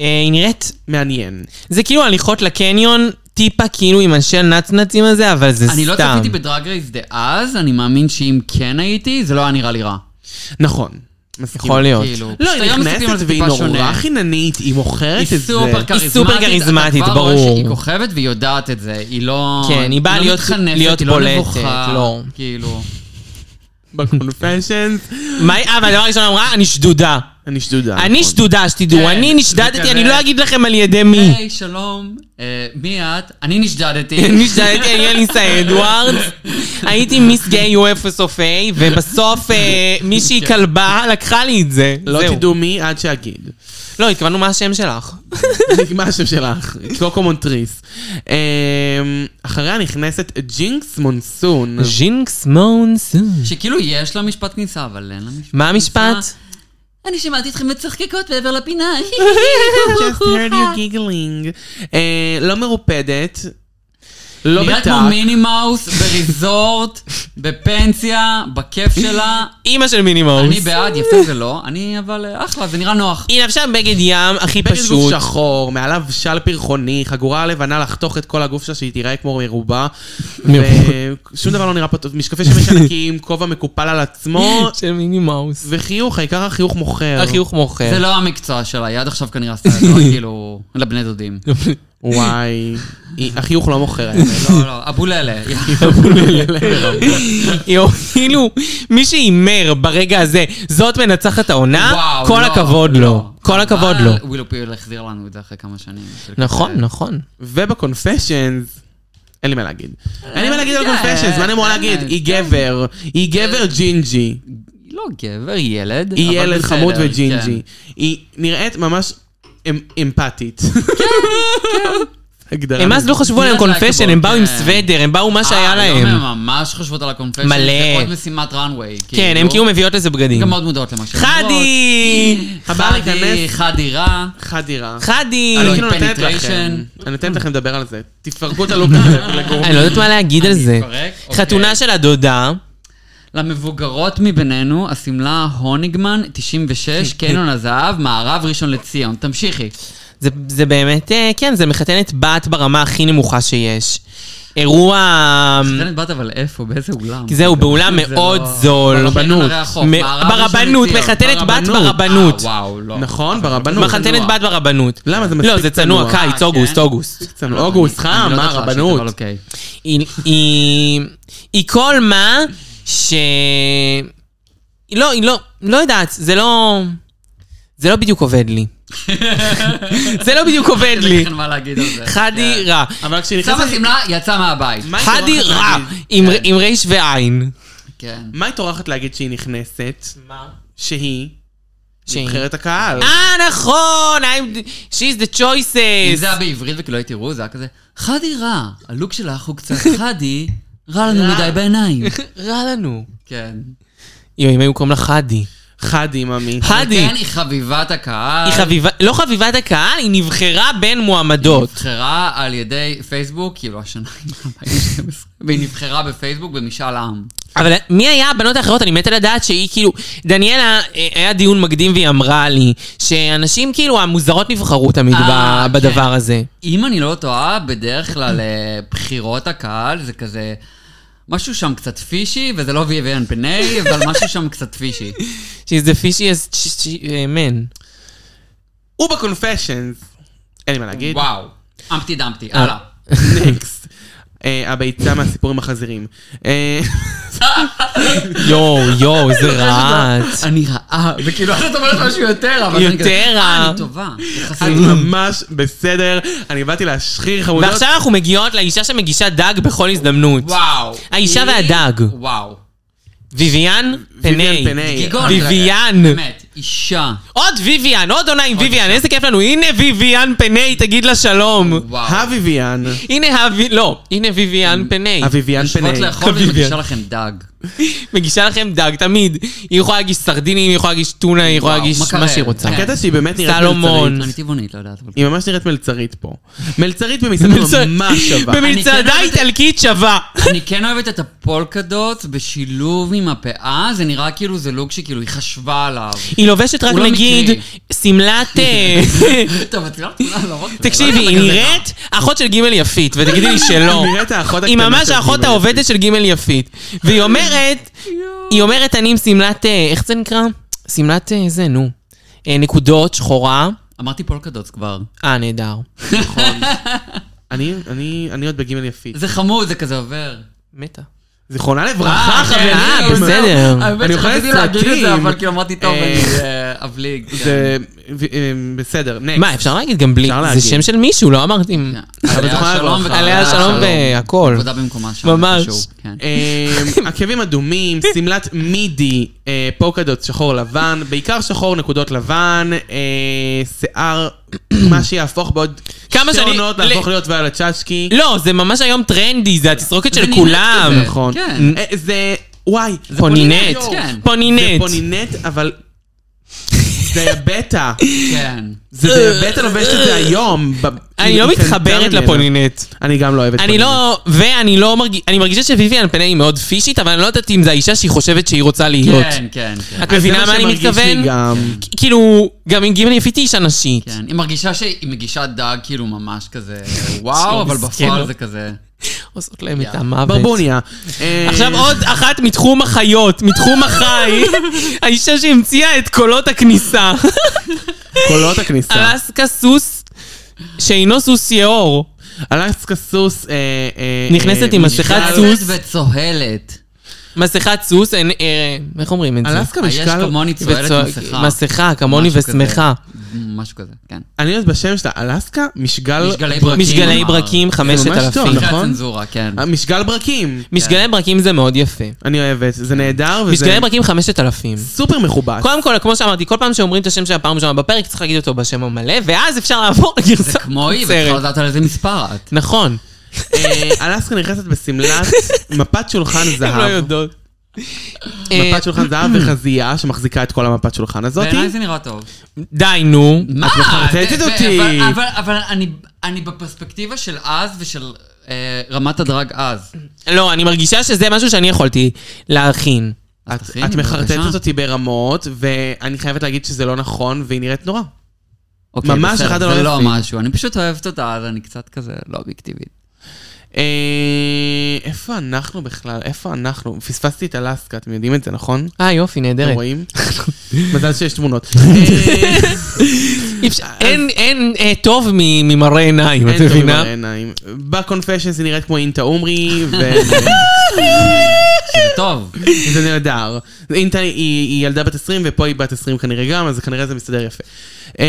[SPEAKER 2] אה, היא נראית...
[SPEAKER 3] מעניין.
[SPEAKER 2] זה כאילו הליכות לקניון, טיפה כאילו עם אנשי הנצנצים הזה, אבל זה סתם.
[SPEAKER 5] אני לא צפיתי בדרג רייס דאז, אני מאמין שאם כן הייתי, זה לא היה נראה לי רע.
[SPEAKER 3] נכון. מסכים.
[SPEAKER 2] יכול להיות.
[SPEAKER 5] כאילו,
[SPEAKER 3] לא, היא
[SPEAKER 5] פשוט היום מסתכלים על
[SPEAKER 3] נכנסת
[SPEAKER 5] זה
[SPEAKER 3] והיא
[SPEAKER 5] טיפה
[SPEAKER 3] נורא
[SPEAKER 5] שונה.
[SPEAKER 3] חיננית, היא מוכרת
[SPEAKER 5] היא
[SPEAKER 3] את זה.
[SPEAKER 5] סופר כריזמטית,
[SPEAKER 2] סופר כריזמטית,
[SPEAKER 5] אתה כבר רואה
[SPEAKER 2] ברור.
[SPEAKER 5] שהיא כוכבת והיא יודעת את זה, היא לא...
[SPEAKER 2] כן, היא באה
[SPEAKER 5] לא
[SPEAKER 2] להיות-
[SPEAKER 5] מתחנפת,
[SPEAKER 2] להיות
[SPEAKER 5] היא לא
[SPEAKER 2] בולטת,
[SPEAKER 5] נבוכה,
[SPEAKER 2] לא.
[SPEAKER 5] כאילו...
[SPEAKER 3] בקונפשנס.
[SPEAKER 2] מה היא- אה, אבל הדבר הראשון אמרה, אני שדודה.
[SPEAKER 3] אני שדודה.
[SPEAKER 2] אני
[SPEAKER 3] נכון.
[SPEAKER 2] שדודה, שתדעו,
[SPEAKER 5] כן,
[SPEAKER 2] אני
[SPEAKER 5] זה
[SPEAKER 2] נשדדתי,
[SPEAKER 5] כזה-
[SPEAKER 2] אני לא אגיד לכם על ידי מי.
[SPEAKER 5] היי, שלום, אה, מי את? אני
[SPEAKER 2] [LAUGHS]
[SPEAKER 5] נשדדתי.
[SPEAKER 2] נשדדתי על יליסה אדוארדס, הייתי מיס גיי UFSOFA, ובסוף אה,
[SPEAKER 5] כן.
[SPEAKER 2] מישהי כלבה לקחה לי את זה.
[SPEAKER 3] לא
[SPEAKER 2] זהו.
[SPEAKER 3] תדעו מי עד שאגיד.
[SPEAKER 2] לא, התכוונו מה השם שלך.
[SPEAKER 3] מה השם שלך? קוקו מונטריס. אמ, אחריה נכנסת ג'ינקס מונסון.
[SPEAKER 2] [LAUGHS] ז'ינקס מונסון.
[SPEAKER 5] שכאילו יש לה משפט כניסה, אבל אין לה משפט.
[SPEAKER 2] מה המשפט?
[SPEAKER 5] כניסה. אני שמעתי אתכם מצחקקות מעבר לפינה.
[SPEAKER 2] לא
[SPEAKER 3] Just heard you giggling. אה, לא מרופדת. לא
[SPEAKER 5] נראית
[SPEAKER 3] בטח.
[SPEAKER 5] כמו מיני מאוס בריזורט, בפנסיה, בכיף שלה.
[SPEAKER 2] אימא של מיני מאוס.
[SPEAKER 5] אני בעד, יפה זה לא. אני אבל אה, אחלה, זה נראה נוח.
[SPEAKER 2] היא לבשה בגד ים הכי
[SPEAKER 3] בגד גוף
[SPEAKER 2] פשוט.
[SPEAKER 3] שחור, מעליו של פרחוני, חגורה לבנה לחתוך את כל הגוף שלה שהיא תיראה כמו מרובה.
[SPEAKER 2] מרובה.
[SPEAKER 3] ושום דבר לא נראה פה טוב. משקפי שמש ענקיים, כובע מקופל על עצמו,
[SPEAKER 2] [LAUGHS] של מיני מאוס.
[SPEAKER 3] וחיוך, העיקר החיוך מוכר.
[SPEAKER 2] החיוך מוכר.
[SPEAKER 5] זה לא המקצוע שלה, היא עד עכשיו כנראה עשתה את זה, רק כאילו, לבני דודים.
[SPEAKER 2] [LAUGHS]
[SPEAKER 3] וואי. היא- החיוך לא מוכר. האמת.
[SPEAKER 5] לא, לא,
[SPEAKER 2] [LAUGHS]
[SPEAKER 5] אבוללה.
[SPEAKER 2] היא כאילו, מי שהימר ברגע הזה, זאת מנצחת העונה,
[SPEAKER 5] וואו,
[SPEAKER 2] כל
[SPEAKER 5] לא,
[SPEAKER 2] הכבוד לו.
[SPEAKER 5] לא.
[SPEAKER 2] כל הכבוד
[SPEAKER 5] אבל
[SPEAKER 2] לו.
[SPEAKER 5] ווילו פיל החזיר לנו את זה אחרי כמה שנים. של
[SPEAKER 2] נכון,
[SPEAKER 5] כזה.
[SPEAKER 2] נכון.
[SPEAKER 3] ובקונפשיונס, אין לי מה להגיד. אין לי מה להגיד על
[SPEAKER 5] אה,
[SPEAKER 3] קונפשיונס, מה אני אמור
[SPEAKER 5] אה,
[SPEAKER 3] להגיד?
[SPEAKER 5] אה,
[SPEAKER 3] היא
[SPEAKER 5] כן. אה.
[SPEAKER 3] גבר, היא גבר ג'ינג'י.
[SPEAKER 5] היא לא גבר, היא ילד. אבל
[SPEAKER 3] היא ילד
[SPEAKER 5] בסדר,
[SPEAKER 3] חמוד
[SPEAKER 5] כן.
[SPEAKER 3] וג'ינג'י. היא נראית ממש אמ- אמפתית.
[SPEAKER 5] כן,
[SPEAKER 3] [LAUGHS] הגדרה
[SPEAKER 2] הם אז לא חשבו עליהם
[SPEAKER 5] מיד
[SPEAKER 2] קונפשן, הם
[SPEAKER 5] להקבות,
[SPEAKER 2] באו עם
[SPEAKER 5] כן.
[SPEAKER 2] סוודר, הם באו מה שהיה
[SPEAKER 5] אה, היום
[SPEAKER 2] להם.
[SPEAKER 5] הן ממש חושבות על הקונפשן.
[SPEAKER 2] מלא.
[SPEAKER 5] זה עוד משימת ראנוויי.
[SPEAKER 2] כן, הם כאילו מביאות לזה בגדים.
[SPEAKER 5] גם מאוד מודעות למה שהן אומרות.
[SPEAKER 2] חדי!
[SPEAKER 3] הבא
[SPEAKER 5] חדי,
[SPEAKER 3] להיכנס-
[SPEAKER 5] חדי רע.
[SPEAKER 3] חדירה.
[SPEAKER 2] חדי!
[SPEAKER 3] אני
[SPEAKER 5] הלו,
[SPEAKER 3] כאילו
[SPEAKER 5] היא
[SPEAKER 3] נותנת לכם,
[SPEAKER 5] לא- penetration.
[SPEAKER 3] אני נותנת לכם לדבר על זה. תפרקו את הלוק הזה לגורמים.
[SPEAKER 2] אני לא יודעת מה להגיד על זה.
[SPEAKER 5] אפרק?
[SPEAKER 2] חתונה
[SPEAKER 5] אוקיי.
[SPEAKER 2] של הדודה.
[SPEAKER 5] למבוגרות מבינינו, השמלה הוניגמן, 96,
[SPEAKER 2] כן.
[SPEAKER 5] קניון הזהב, מערב ראשון לציון. תמשיכי.
[SPEAKER 2] זה, זה באמת, אה, כן, זה מחתנת בת ברמה הכי נמוכה שיש. אירוע...
[SPEAKER 5] מתכוונת בת אבל איפה? באיזה אולם?
[SPEAKER 2] כי זהו, באולם
[SPEAKER 5] זה
[SPEAKER 2] מאוד
[SPEAKER 5] לא-
[SPEAKER 2] זול.
[SPEAKER 5] ברבנות. בערי החוף,
[SPEAKER 2] מ-
[SPEAKER 5] מערב
[SPEAKER 2] ברבנות,
[SPEAKER 5] ראשון לציון.
[SPEAKER 2] מחתנת בת
[SPEAKER 3] ברבנות.
[SPEAKER 2] ברבנות.
[SPEAKER 5] אה, וואו, לא.
[SPEAKER 3] נכון, ברבנות.
[SPEAKER 2] מחתנת בת ברבנות.
[SPEAKER 3] למה? זה
[SPEAKER 2] לא,
[SPEAKER 3] מספיק
[SPEAKER 2] זה צנוע,
[SPEAKER 3] צנוע.
[SPEAKER 5] אה,
[SPEAKER 2] קיץ,
[SPEAKER 5] כן.
[SPEAKER 2] אוגוסט, אוגוסט. אה,
[SPEAKER 3] צנוע. אוגוסט, חם,
[SPEAKER 5] אני לא
[SPEAKER 3] מה
[SPEAKER 5] יודעת להשיב,
[SPEAKER 3] רבנות?
[SPEAKER 5] אבל אוקיי.
[SPEAKER 2] היא, היא, היא כל מה ש... היא לא, היא לא, לא יודעת, זה לא... זה לא בדיוק עובד לי. זה לא בדיוק עובד
[SPEAKER 5] אין לי
[SPEAKER 2] לי.
[SPEAKER 5] כאן מה להגיד על זה.
[SPEAKER 2] חדי רע.
[SPEAKER 3] אבל כשנכנסת...
[SPEAKER 5] שמה שמלה, יצא מהבית.
[SPEAKER 3] מה היא
[SPEAKER 2] חדי
[SPEAKER 3] טורחת
[SPEAKER 2] רע,
[SPEAKER 3] להגיד?
[SPEAKER 2] עם ר- עם רייש ועין.
[SPEAKER 5] כן.
[SPEAKER 3] מה היא טורחת להגיד שהיא נכנסת?
[SPEAKER 2] מה?
[SPEAKER 3] שהיא נבחרת הקהל.
[SPEAKER 2] אה, נכון! I'm... She's the
[SPEAKER 5] אם זה
[SPEAKER 2] choices!
[SPEAKER 5] היה בעברית וכאילו לא תראו, זה היה כזה, חדי רע, הלוק שלך הוא קצת חדי, רע לנו מדי בעיניים.
[SPEAKER 2] רע לנו.
[SPEAKER 5] כן.
[SPEAKER 2] יואי, אם היו קוראים לה חדי.
[SPEAKER 3] חד אימאמי.
[SPEAKER 2] חדי,
[SPEAKER 5] כן, היא חביבת הקהל.
[SPEAKER 2] היא חביבה, לא חביבת הקהל, היא נבחרה בין מועמדות.
[SPEAKER 5] נבחרה על ידי פייסבוק, כאילו השנה היא 2012, והיא נבחרה בפייסבוק במשאל עם.
[SPEAKER 2] אבל מי היה הבנות האחרות? אני מתה לדעת שהיא כאילו... דניאלה, אה, היה דיון מקדים והיא אמרה לי שאנשים כאילו המוזרות נבחרו תמיד
[SPEAKER 5] אה,
[SPEAKER 2] ב-
[SPEAKER 5] כן.
[SPEAKER 2] בדבר הזה.
[SPEAKER 5] אם אני לא טועה, בדרך כלל אה, בחירות הקהל זה כזה... משהו שם קצת פישי, וזה לא ויאן פני, אבל משהו שם קצת פישי.
[SPEAKER 2] She's the fishiest sh- sh- אה, man.
[SPEAKER 3] ובקונפשיינס, אין לי מה להגיד.
[SPEAKER 5] וואו. אמפטי דמפטי, הלאה.
[SPEAKER 3] נקסט. אה, הביצה מהסיפור עם החזירים.
[SPEAKER 2] [LAUGHS]
[SPEAKER 3] אה,
[SPEAKER 2] יואו, יואו,
[SPEAKER 5] [LAUGHS]
[SPEAKER 2] איזה רעש.
[SPEAKER 5] לא- אני רעה, וכאילו את אומרת משהו יותר, אבל אני
[SPEAKER 2] יותר
[SPEAKER 5] כזה, "אה,
[SPEAKER 2] רעה."
[SPEAKER 5] אני טובה, יחסית.
[SPEAKER 3] את ממש בסדר, אני באתי להשחיר חמודות.
[SPEAKER 2] ועכשיו אנחנו מגיעות לאישה שמגישה דג בכל הזדמנות.
[SPEAKER 5] וואו.
[SPEAKER 2] האישה
[SPEAKER 5] היא-
[SPEAKER 2] והדג.
[SPEAKER 5] וואו.
[SPEAKER 2] ויביאן
[SPEAKER 3] ויויאן
[SPEAKER 2] פני.
[SPEAKER 5] גיגון.
[SPEAKER 2] ויויאן.
[SPEAKER 5] באמת, אישה.
[SPEAKER 2] עוד ויויאן, עוד עונה עם ויויאן, איזה כיף לנו. הנה ויויאן פני, תגיד לה שלום.
[SPEAKER 5] וואו.
[SPEAKER 3] הוויביאן,
[SPEAKER 2] הנה הווי... לא, הנה ויויאן פני.
[SPEAKER 3] הוויביאן
[SPEAKER 5] יושבות
[SPEAKER 3] פני.
[SPEAKER 5] לאכול
[SPEAKER 2] חביבי.
[SPEAKER 5] ומגישה לכם דג.
[SPEAKER 2] [LAUGHS] מגישה לכם דג, תמיד. היא יכולה להגיש סרדינים, היא יכולה להגיש טונה, היא יכולה
[SPEAKER 5] וואו,
[SPEAKER 2] להגיש
[SPEAKER 5] מה
[SPEAKER 2] מה
[SPEAKER 5] קרה?
[SPEAKER 2] שהיא רוצה. [LAUGHS]
[SPEAKER 5] כן.
[SPEAKER 3] הקטע שהיא באמת נראית
[SPEAKER 2] סלומון.
[SPEAKER 3] מלצרית.
[SPEAKER 5] אני טבעונית, לא יודעת. אבל-
[SPEAKER 3] היא ממש נראית מלצרית פה. מלצרית במסעדה
[SPEAKER 2] מלצר-
[SPEAKER 3] ממש
[SPEAKER 2] [LAUGHS]
[SPEAKER 3] שווה.
[SPEAKER 5] אני כן
[SPEAKER 2] במצעדה
[SPEAKER 5] אוהבת-
[SPEAKER 2] איטלקית שווה.
[SPEAKER 5] אני כן אוהבת את הפולקדות בשילוב עם הפאה, זה נראה כאילו זה לוק שכאילו היא חשבה עליו. [LAUGHS]
[SPEAKER 2] היא לובשת רק
[SPEAKER 5] הוא לא
[SPEAKER 2] נגיד
[SPEAKER 5] מקרי.
[SPEAKER 2] שמלת...
[SPEAKER 5] [LAUGHS]
[SPEAKER 2] אה, [LAUGHS]
[SPEAKER 5] טוב, את לא יכולה להראות.
[SPEAKER 2] תקשיבי, היא נראית אחות של גימל יפית, ותגידי לי שלא.
[SPEAKER 3] היא נראית האחות
[SPEAKER 2] לא. היא
[SPEAKER 3] הקטנה
[SPEAKER 2] ממש
[SPEAKER 3] של
[SPEAKER 2] האחות
[SPEAKER 3] גימל
[SPEAKER 2] העובדת של גימל יפית.
[SPEAKER 3] [LAUGHS]
[SPEAKER 2] והיא אומרת, היא אומרת, אני עם שמלת, אה, איך זה נקרא? שמלת אה, זה, נו. אה, נקודות, שחורה.
[SPEAKER 5] אמרתי פולקדות כבר.
[SPEAKER 2] אה, נהדר.
[SPEAKER 3] אני, אני, אני עוד בגימל יפית.
[SPEAKER 5] זה חמוד, זה כזה עובר.
[SPEAKER 2] מתה.
[SPEAKER 3] זיכרונה לברכה,
[SPEAKER 5] אה, כן,
[SPEAKER 3] חברים.
[SPEAKER 2] אה,
[SPEAKER 5] זהו,
[SPEAKER 2] בסדר.
[SPEAKER 5] זהו. האמת
[SPEAKER 3] אני אוכל
[SPEAKER 5] שרציתי להגיד את זה,
[SPEAKER 3] סרטים.
[SPEAKER 5] אבל כאילו אמרתי, טוב,
[SPEAKER 3] אה,
[SPEAKER 5] אני אה, אבליג. כן.
[SPEAKER 3] זה ו- אה, בסדר, נקסט.
[SPEAKER 2] מה, אפשר להגיד גם בלי?
[SPEAKER 3] אפשר
[SPEAKER 2] זה
[SPEAKER 3] להגיד. כן.
[SPEAKER 2] שם של מישהו, לא אמרתי.
[SPEAKER 5] עליה
[SPEAKER 3] זיכרונה
[SPEAKER 5] שלום
[SPEAKER 3] לברכה.
[SPEAKER 5] וכאלה,
[SPEAKER 2] עליה שלום והכל.
[SPEAKER 5] עבודה במקומה שם.
[SPEAKER 2] ממש.
[SPEAKER 5] איפשהו, כן.
[SPEAKER 3] אה, עקבים אדומים,
[SPEAKER 2] [LAUGHS]
[SPEAKER 3] שמלת מידי, אה, פוקדות שחור לבן, בעיקר שחור נקודות לבן, אה, שיער, [CLEARS THROAT] מה שיהפוך בעוד
[SPEAKER 2] כמה
[SPEAKER 3] שתי
[SPEAKER 2] שאני-
[SPEAKER 3] עונות
[SPEAKER 2] ל-
[SPEAKER 3] להפוך להיות ויאללה צ'אשקי.
[SPEAKER 2] לא, זה ממש היום טרנדי, זה התסרוקת
[SPEAKER 5] זה
[SPEAKER 2] של
[SPEAKER 5] נינט
[SPEAKER 2] כולם.
[SPEAKER 5] כזה.
[SPEAKER 3] נכון.
[SPEAKER 5] כן.
[SPEAKER 3] אה, זה, וואי, זה
[SPEAKER 2] פונינט.
[SPEAKER 3] יואו.
[SPEAKER 5] כן.
[SPEAKER 3] זה
[SPEAKER 2] פונינט.
[SPEAKER 3] פונינט, אבל... דיאבטה.
[SPEAKER 5] כן.
[SPEAKER 3] זה דיאבטה לובשת את זה היום. ב- כאילו,
[SPEAKER 2] אני לא
[SPEAKER 3] היא קנתה
[SPEAKER 2] מתחברת
[SPEAKER 3] ממנה.
[SPEAKER 2] לפונינט.
[SPEAKER 3] אני גם לא אוהבת
[SPEAKER 2] אני לא, ואני לא מרגיש, אני מרגישה שוויביאן פני היא מאוד פישית, אבל אני לא יודעת אם זו האישה שהיא חושבת שהיא רוצה להיות.
[SPEAKER 5] כן, כן, כן.
[SPEAKER 2] את מבינה מה אני מתכוון? כ- כאילו, גם עם גימל יפית היא אישה נשית.
[SPEAKER 5] כן, היא מרגישה שהיא מגישה דג כאילו ממש כזה וואו, אבל
[SPEAKER 2] מסכן.
[SPEAKER 5] בפועל זה כזה.
[SPEAKER 2] עושות להם את המוות.
[SPEAKER 3] ברבוניה. אה,
[SPEAKER 2] עכשיו עוד אחת מתחום החיות, מתחום
[SPEAKER 5] [LAUGHS]
[SPEAKER 2] החי, האישה שהמציאה את קולות הכניסה.
[SPEAKER 3] קולות הכניסה.
[SPEAKER 2] אלסקה סוס, שאינו סוס יאור.
[SPEAKER 3] אלסקה סוס. אה, אה,
[SPEAKER 2] נכנסת
[SPEAKER 3] אה,
[SPEAKER 2] עם
[SPEAKER 3] משקל-
[SPEAKER 2] מסכת
[SPEAKER 5] נכנסת
[SPEAKER 2] סוס.
[SPEAKER 5] וצוהלת.
[SPEAKER 2] מסכת סוס, אין- אה, איך אומרים את זה?
[SPEAKER 3] אלסקה
[SPEAKER 5] היש
[SPEAKER 3] משקל...
[SPEAKER 5] אה, כמוני צוהלת
[SPEAKER 2] וצוע-
[SPEAKER 5] מסכה.
[SPEAKER 2] מסכה, כמוני
[SPEAKER 5] משהו כזה.
[SPEAKER 2] ושמחה.
[SPEAKER 5] משהו כזה, כן.
[SPEAKER 3] אני יודעת בשם שלה, אלסקה? משגל...
[SPEAKER 5] משגלי ברקים. אה,
[SPEAKER 2] משגלי
[SPEAKER 5] אמר.
[SPEAKER 2] ברקים, חמשת
[SPEAKER 3] ממש טוב,
[SPEAKER 2] אלפים.
[SPEAKER 5] אחרי
[SPEAKER 3] נכון?
[SPEAKER 5] הצנזורה, כן.
[SPEAKER 3] משגל ברקים.
[SPEAKER 2] משגלי ברקים זה מאוד יפה.
[SPEAKER 3] אני אוהבת, זה נהדר וזה...
[SPEAKER 2] משגלי ברקים חמשת אלפים.
[SPEAKER 3] סופר מכובד.
[SPEAKER 2] קודם כל, כמו שאמרתי, כל פעם שאומרים את השם של הפעם הראשונה בפרק, צריך להגיד אותו בשם המלא, ואז אפשר לעבור לגרסה
[SPEAKER 5] זה כמו היא, ואת כבר
[SPEAKER 2] מקוצרת.
[SPEAKER 5] יודעת על איזה מספר את.
[SPEAKER 2] נכון.
[SPEAKER 3] אה, אלסקה נכנסת
[SPEAKER 2] [LAUGHS]
[SPEAKER 3] בשמלת מפת שולחן
[SPEAKER 2] הם לא
[SPEAKER 3] זהב.
[SPEAKER 2] יודעות. אה,
[SPEAKER 3] מפת שולחן זהב וחזייה שמחזיקה את כל המפת שולחן הזאתי.
[SPEAKER 5] בעיניי זה נראה טוב.
[SPEAKER 2] די, נו.
[SPEAKER 5] מה?
[SPEAKER 3] מחרטטת
[SPEAKER 5] זה-
[SPEAKER 3] אותי.
[SPEAKER 5] אבל- אבל- אבל אני- אני בפרספקטיבה של אז ושל אה, רמת הדרג אז.
[SPEAKER 2] לא, אני מרגישה שזה משהו שאני יכולתי להכין.
[SPEAKER 5] אז
[SPEAKER 3] את-
[SPEAKER 5] תכיני,
[SPEAKER 3] את מחרטטת
[SPEAKER 5] בבקשה.
[SPEAKER 3] אותי ברמות, ואני חייבת להגיד שזה לא נכון, והיא נראית נורא.
[SPEAKER 5] אוקיי,
[SPEAKER 3] ממש
[SPEAKER 5] בסדר,
[SPEAKER 3] אחד הלא
[SPEAKER 5] זה לא
[SPEAKER 3] יפים.
[SPEAKER 5] משהו, אני פשוט אוהבת אותה, אז אני קצת כזה לא אובייקטיבית.
[SPEAKER 3] אה, איפה אנחנו בכלל? איפה אנחנו? פספסתי את אלסקה, אתם יודעים את זה, נכון?
[SPEAKER 2] אה, יופי,
[SPEAKER 3] אתם
[SPEAKER 2] נהדרת. [LAUGHS]
[SPEAKER 3] רואים? מזל שיש תמונות. אה,
[SPEAKER 2] אי אפשר- אין- אין אה, טוב מ- ממראה עיניים, את
[SPEAKER 3] אה, אין טוב
[SPEAKER 2] מבינה?
[SPEAKER 3] עם העיניים. בקונפשן זה נראית כמו אינטה עומרי, [LAUGHS]
[SPEAKER 5] זה טוב.
[SPEAKER 2] [COUGHS]
[SPEAKER 3] וזה נהדר. אינטה היא- היא ילדה בת 20, ופה היא בת 20 כנראה גם, אז כנראה זה מסתדר יפה. אה,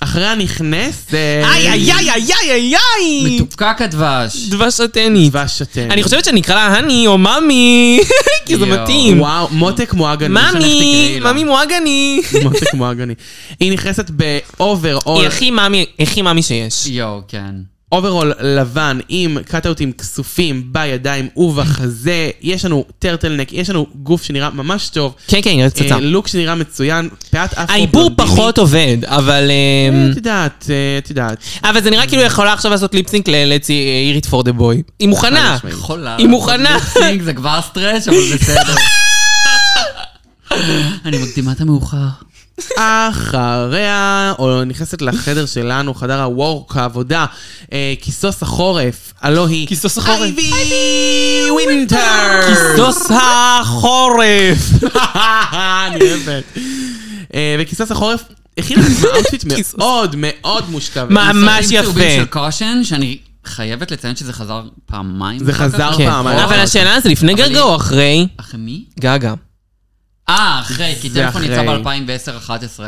[SPEAKER 3] אחריה נכנס... אה,
[SPEAKER 2] איי, איי, איי, איי, איי, איי!
[SPEAKER 5] מתוקק הדבש.
[SPEAKER 2] דבש שטנית.
[SPEAKER 3] דבש שתן.
[SPEAKER 2] אני חושבת שנקרא לה האני או מאמי, [LAUGHS] כי זה
[SPEAKER 5] יואו.
[SPEAKER 2] מתאים.
[SPEAKER 3] וואו, מותק מואגני.
[SPEAKER 2] מאמי,
[SPEAKER 5] תקראי לה.
[SPEAKER 2] מאמי [LAUGHS] מואגני.
[SPEAKER 3] מותק מואגני. היא נכנסת באובר אול.
[SPEAKER 2] היא הכי מאמי, הכי מאמי שיש.
[SPEAKER 5] יואו, כן.
[SPEAKER 3] אוברול לבן עם קאטאוטים כסופים בידיים ובחזה, יש לנו טרטלנק, יש לנו גוף שנראה ממש טוב,
[SPEAKER 2] כן, כן, נראית
[SPEAKER 3] אה,
[SPEAKER 2] פצצה.
[SPEAKER 3] לוק שנראה מצוין, פאת אפרו
[SPEAKER 2] האיפור
[SPEAKER 3] בלונדיני.
[SPEAKER 2] פחות עובד, אבל... לא, אה,
[SPEAKER 3] אה, את יודעת, אה, את יודעת.
[SPEAKER 2] אבל זה נראה כאילו היא יכולה עכשיו לעשות ליפסינק לאירית פור דה בוי. היא
[SPEAKER 3] חד
[SPEAKER 2] מוכנה. כן.
[SPEAKER 3] משמעית.
[SPEAKER 5] חולה.
[SPEAKER 2] היא מוכנה.
[SPEAKER 5] ליפסינק זה כבר סטרץ', אבל
[SPEAKER 2] [COUGHS]
[SPEAKER 5] בסדר. אני מקדימה את המאוחר.
[SPEAKER 3] אחריה, או נכנסת לחדר שלנו, חדר הוורק, העבודה, אה, כיסוס החורף, הלא היא...
[SPEAKER 2] כיסוס החורף.
[SPEAKER 3] אייבי ווינטר!
[SPEAKER 2] כיסוס החורף.
[SPEAKER 3] [LAUGHS] אני אוהבת. אה, וכיסוס החורף הכינה
[SPEAKER 2] [LAUGHS]
[SPEAKER 3] לעצמה אאוטפיט
[SPEAKER 2] כיסוס.
[SPEAKER 3] מאוד מאוד מושכב.
[SPEAKER 2] ממש
[SPEAKER 5] עם צהובים של
[SPEAKER 2] יפה.
[SPEAKER 5] קושן, שאני חייבת לציין שזה חזר פעמיים.
[SPEAKER 3] זה
[SPEAKER 5] אחר כך.
[SPEAKER 3] חזר
[SPEAKER 2] כן.
[SPEAKER 3] פעמיים.
[SPEAKER 2] אבל השאלה זה לפני
[SPEAKER 5] אבל
[SPEAKER 2] גגה או אחרי?
[SPEAKER 5] אחרי מי?
[SPEAKER 2] גגה.
[SPEAKER 5] אה, אחרי, כי
[SPEAKER 3] זה
[SPEAKER 5] טלפון יצא
[SPEAKER 3] אחרי.
[SPEAKER 5] ב-2010-2011.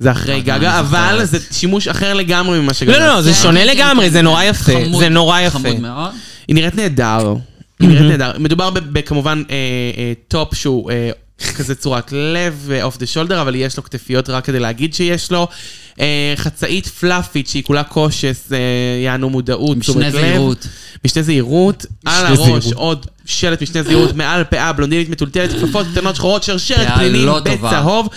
[SPEAKER 3] זה אחרי גגה,
[SPEAKER 5] אני
[SPEAKER 3] אבל
[SPEAKER 5] זוכרת.
[SPEAKER 3] זה שימוש אחר לגמרי ממה שגגה.
[SPEAKER 2] לא, לא, זה
[SPEAKER 5] כן,
[SPEAKER 2] שונה
[SPEAKER 5] כן,
[SPEAKER 2] לגמרי,
[SPEAKER 5] כן,
[SPEAKER 2] זה
[SPEAKER 5] כן.
[SPEAKER 2] נורא יפה.
[SPEAKER 5] חמוד,
[SPEAKER 2] זה נורא
[SPEAKER 5] חמוד
[SPEAKER 2] יפה.
[SPEAKER 5] מאוד. לא
[SPEAKER 3] היא נראית נהדר. היא נראית נהדר. מדובר ב- בכמובן אה, אה, טופ שהוא אה, כזה צורת לב, אה, אוף דה שולדר, אבל יש לו כתפיות רק כדי להגיד שיש לו. אה, חצאית פלאפית שהיא כולה קושס, אה, יענו מודעות, תשומת
[SPEAKER 5] משנה
[SPEAKER 3] לב.
[SPEAKER 5] זהירות.
[SPEAKER 3] משנה זהירות. על
[SPEAKER 2] זהירות.
[SPEAKER 3] הראש עוד שלט משנה זהירות מעל פאה, בלונדינית מטולטלת, כפפות קטנות שחורות, שרשרת
[SPEAKER 5] פאה
[SPEAKER 3] פלילים
[SPEAKER 5] לא טובה.
[SPEAKER 3] בצהוב.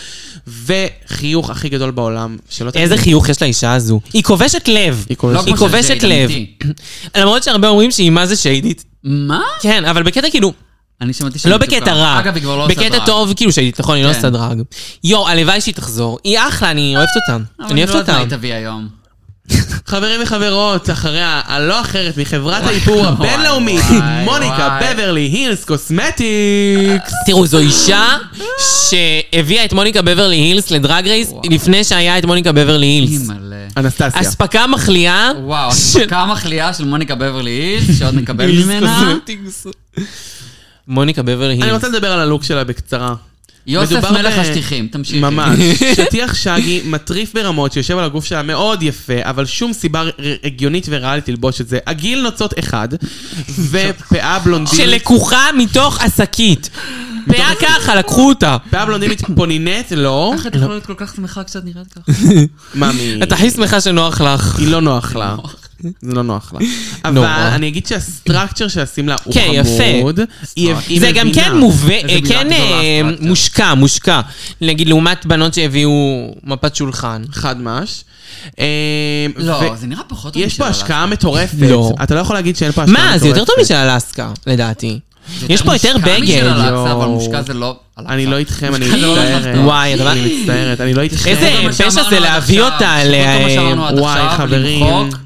[SPEAKER 3] וחיוך הכי גדול בעולם. שלא
[SPEAKER 2] איזה
[SPEAKER 3] תגיד.
[SPEAKER 2] חיוך יש לאישה הזו. היא כובשת לב.
[SPEAKER 3] היא כובשת.
[SPEAKER 5] לא
[SPEAKER 2] היא
[SPEAKER 5] כמו של
[SPEAKER 2] כובשת
[SPEAKER 5] ג'ייד,
[SPEAKER 2] לב.
[SPEAKER 5] אמיתי.
[SPEAKER 2] למרות שהרבה אומרים שהיא מה זה שיידית.
[SPEAKER 5] מה?
[SPEAKER 2] כן, אבל בקטע כאילו,
[SPEAKER 5] אני שמעתי שהיא
[SPEAKER 2] לא
[SPEAKER 5] מתוקה.
[SPEAKER 2] בקטע רע.
[SPEAKER 5] אגב, היא כבר לא עושה
[SPEAKER 2] בקטע
[SPEAKER 5] דרג.
[SPEAKER 2] טוב, כאילו שהיא, נכון, היא לא
[SPEAKER 5] כן.
[SPEAKER 2] עושה דרג. יואו, הלוואי שהיא תחזור. היא אחלה, אני אוהבת אותה.
[SPEAKER 5] אבל
[SPEAKER 2] אני אוהבת
[SPEAKER 5] לא יודעת מה
[SPEAKER 2] אותה.
[SPEAKER 5] היא תביא היום.
[SPEAKER 3] חברים וחברות, אחריה הלא אחרת מחברת האיפור
[SPEAKER 5] וואי,
[SPEAKER 3] הבינלאומית,
[SPEAKER 5] וואי,
[SPEAKER 3] מוניקה
[SPEAKER 5] וואי.
[SPEAKER 3] בברלי הילס קוסמטיקס.
[SPEAKER 2] תראו, זו אישה שהביאה את מוניקה בברלי הילס לדרג רייס
[SPEAKER 5] וואו.
[SPEAKER 2] לפני שהיה את מוניקה בברלי הילס.
[SPEAKER 5] אימא'לה.
[SPEAKER 3] אנסטסיה.
[SPEAKER 2] אספקה מחליאה.
[SPEAKER 5] וואו,
[SPEAKER 2] של-
[SPEAKER 5] אספקה מחליאה של מוניקה בברלי הילס, שעוד נקבל ממנה.
[SPEAKER 2] מוניקה בברלי
[SPEAKER 3] אני
[SPEAKER 2] הילס.
[SPEAKER 3] רוצה לדבר על הלוק שלה בקצרה.
[SPEAKER 5] יוסף
[SPEAKER 3] מדובר
[SPEAKER 5] מלך
[SPEAKER 3] ב-
[SPEAKER 5] השטיחים, תמשיכי. [LAUGHS]
[SPEAKER 3] ממש. שטיח שגי מטריף ברמות שיושב על הגוף שלה מאוד יפה, אבל שום סיבה ר- הגיונית וריאלית ללבוש את זה. עגיל נוצות
[SPEAKER 5] [LAUGHS]
[SPEAKER 3] אחד, ופאה בלונדינית.
[SPEAKER 2] שלקוחה מתוך השקית. פאה ככה, לקחו אותה.
[SPEAKER 3] פאה בלונדינית פונינט, לא.
[SPEAKER 5] איך את יכולה להיות כל כך שמחה כשאת נראית ככה?
[SPEAKER 3] מאמי.
[SPEAKER 2] את הכי שמחה שנוח לך.
[SPEAKER 3] היא לא נוח לה. זה לא נוח לה. אבל
[SPEAKER 2] נורא.
[SPEAKER 3] אני אגיד שהסטרקצ'ר שעשים לה הוא
[SPEAKER 2] כן, יפה.
[SPEAKER 3] חמוד. היא- היא
[SPEAKER 2] זה גם
[SPEAKER 3] מבינה.
[SPEAKER 2] כן מובא,
[SPEAKER 5] איזה מילה
[SPEAKER 2] כן
[SPEAKER 5] גדולה,
[SPEAKER 2] אה,
[SPEAKER 5] אטרקציה.
[SPEAKER 2] מושקע, מושקע. נגיד, לעומת בנות שהביאו מפת שולחן.
[SPEAKER 3] חד מש. אמ,
[SPEAKER 5] לא,
[SPEAKER 3] ו-
[SPEAKER 5] זה נראה פחות... טוב
[SPEAKER 3] יש פה
[SPEAKER 5] משל
[SPEAKER 3] השקעה
[SPEAKER 5] הלסקה.
[SPEAKER 3] מטורפת.
[SPEAKER 2] לא.
[SPEAKER 3] אתה לא יכול להגיד שאין פה השקעה מטורפת.
[SPEAKER 2] מה, זה יותר טוב משל אלסקה, לדעתי. יש פה יותר
[SPEAKER 5] מושקע משל
[SPEAKER 2] בגד.
[SPEAKER 5] הלסקה, אבל
[SPEAKER 3] יואו.
[SPEAKER 5] מושקע זה לא...
[SPEAKER 3] אני לא איתכם, אני
[SPEAKER 5] לא
[SPEAKER 3] מצטערת.
[SPEAKER 5] הולך
[SPEAKER 2] וואי, הדבר-
[SPEAKER 3] אני מצטערת, אני לא איתכם.
[SPEAKER 2] איזה
[SPEAKER 5] כל מה
[SPEAKER 2] פשע זה
[SPEAKER 5] שאמרנו עד
[SPEAKER 2] להביא
[SPEAKER 5] עכשיו,
[SPEAKER 2] אותה
[SPEAKER 5] כל מה
[SPEAKER 2] ל-
[SPEAKER 5] שאמרנו עד
[SPEAKER 3] וואי,
[SPEAKER 5] עכשיו,
[SPEAKER 3] חברים.
[SPEAKER 5] למחוק,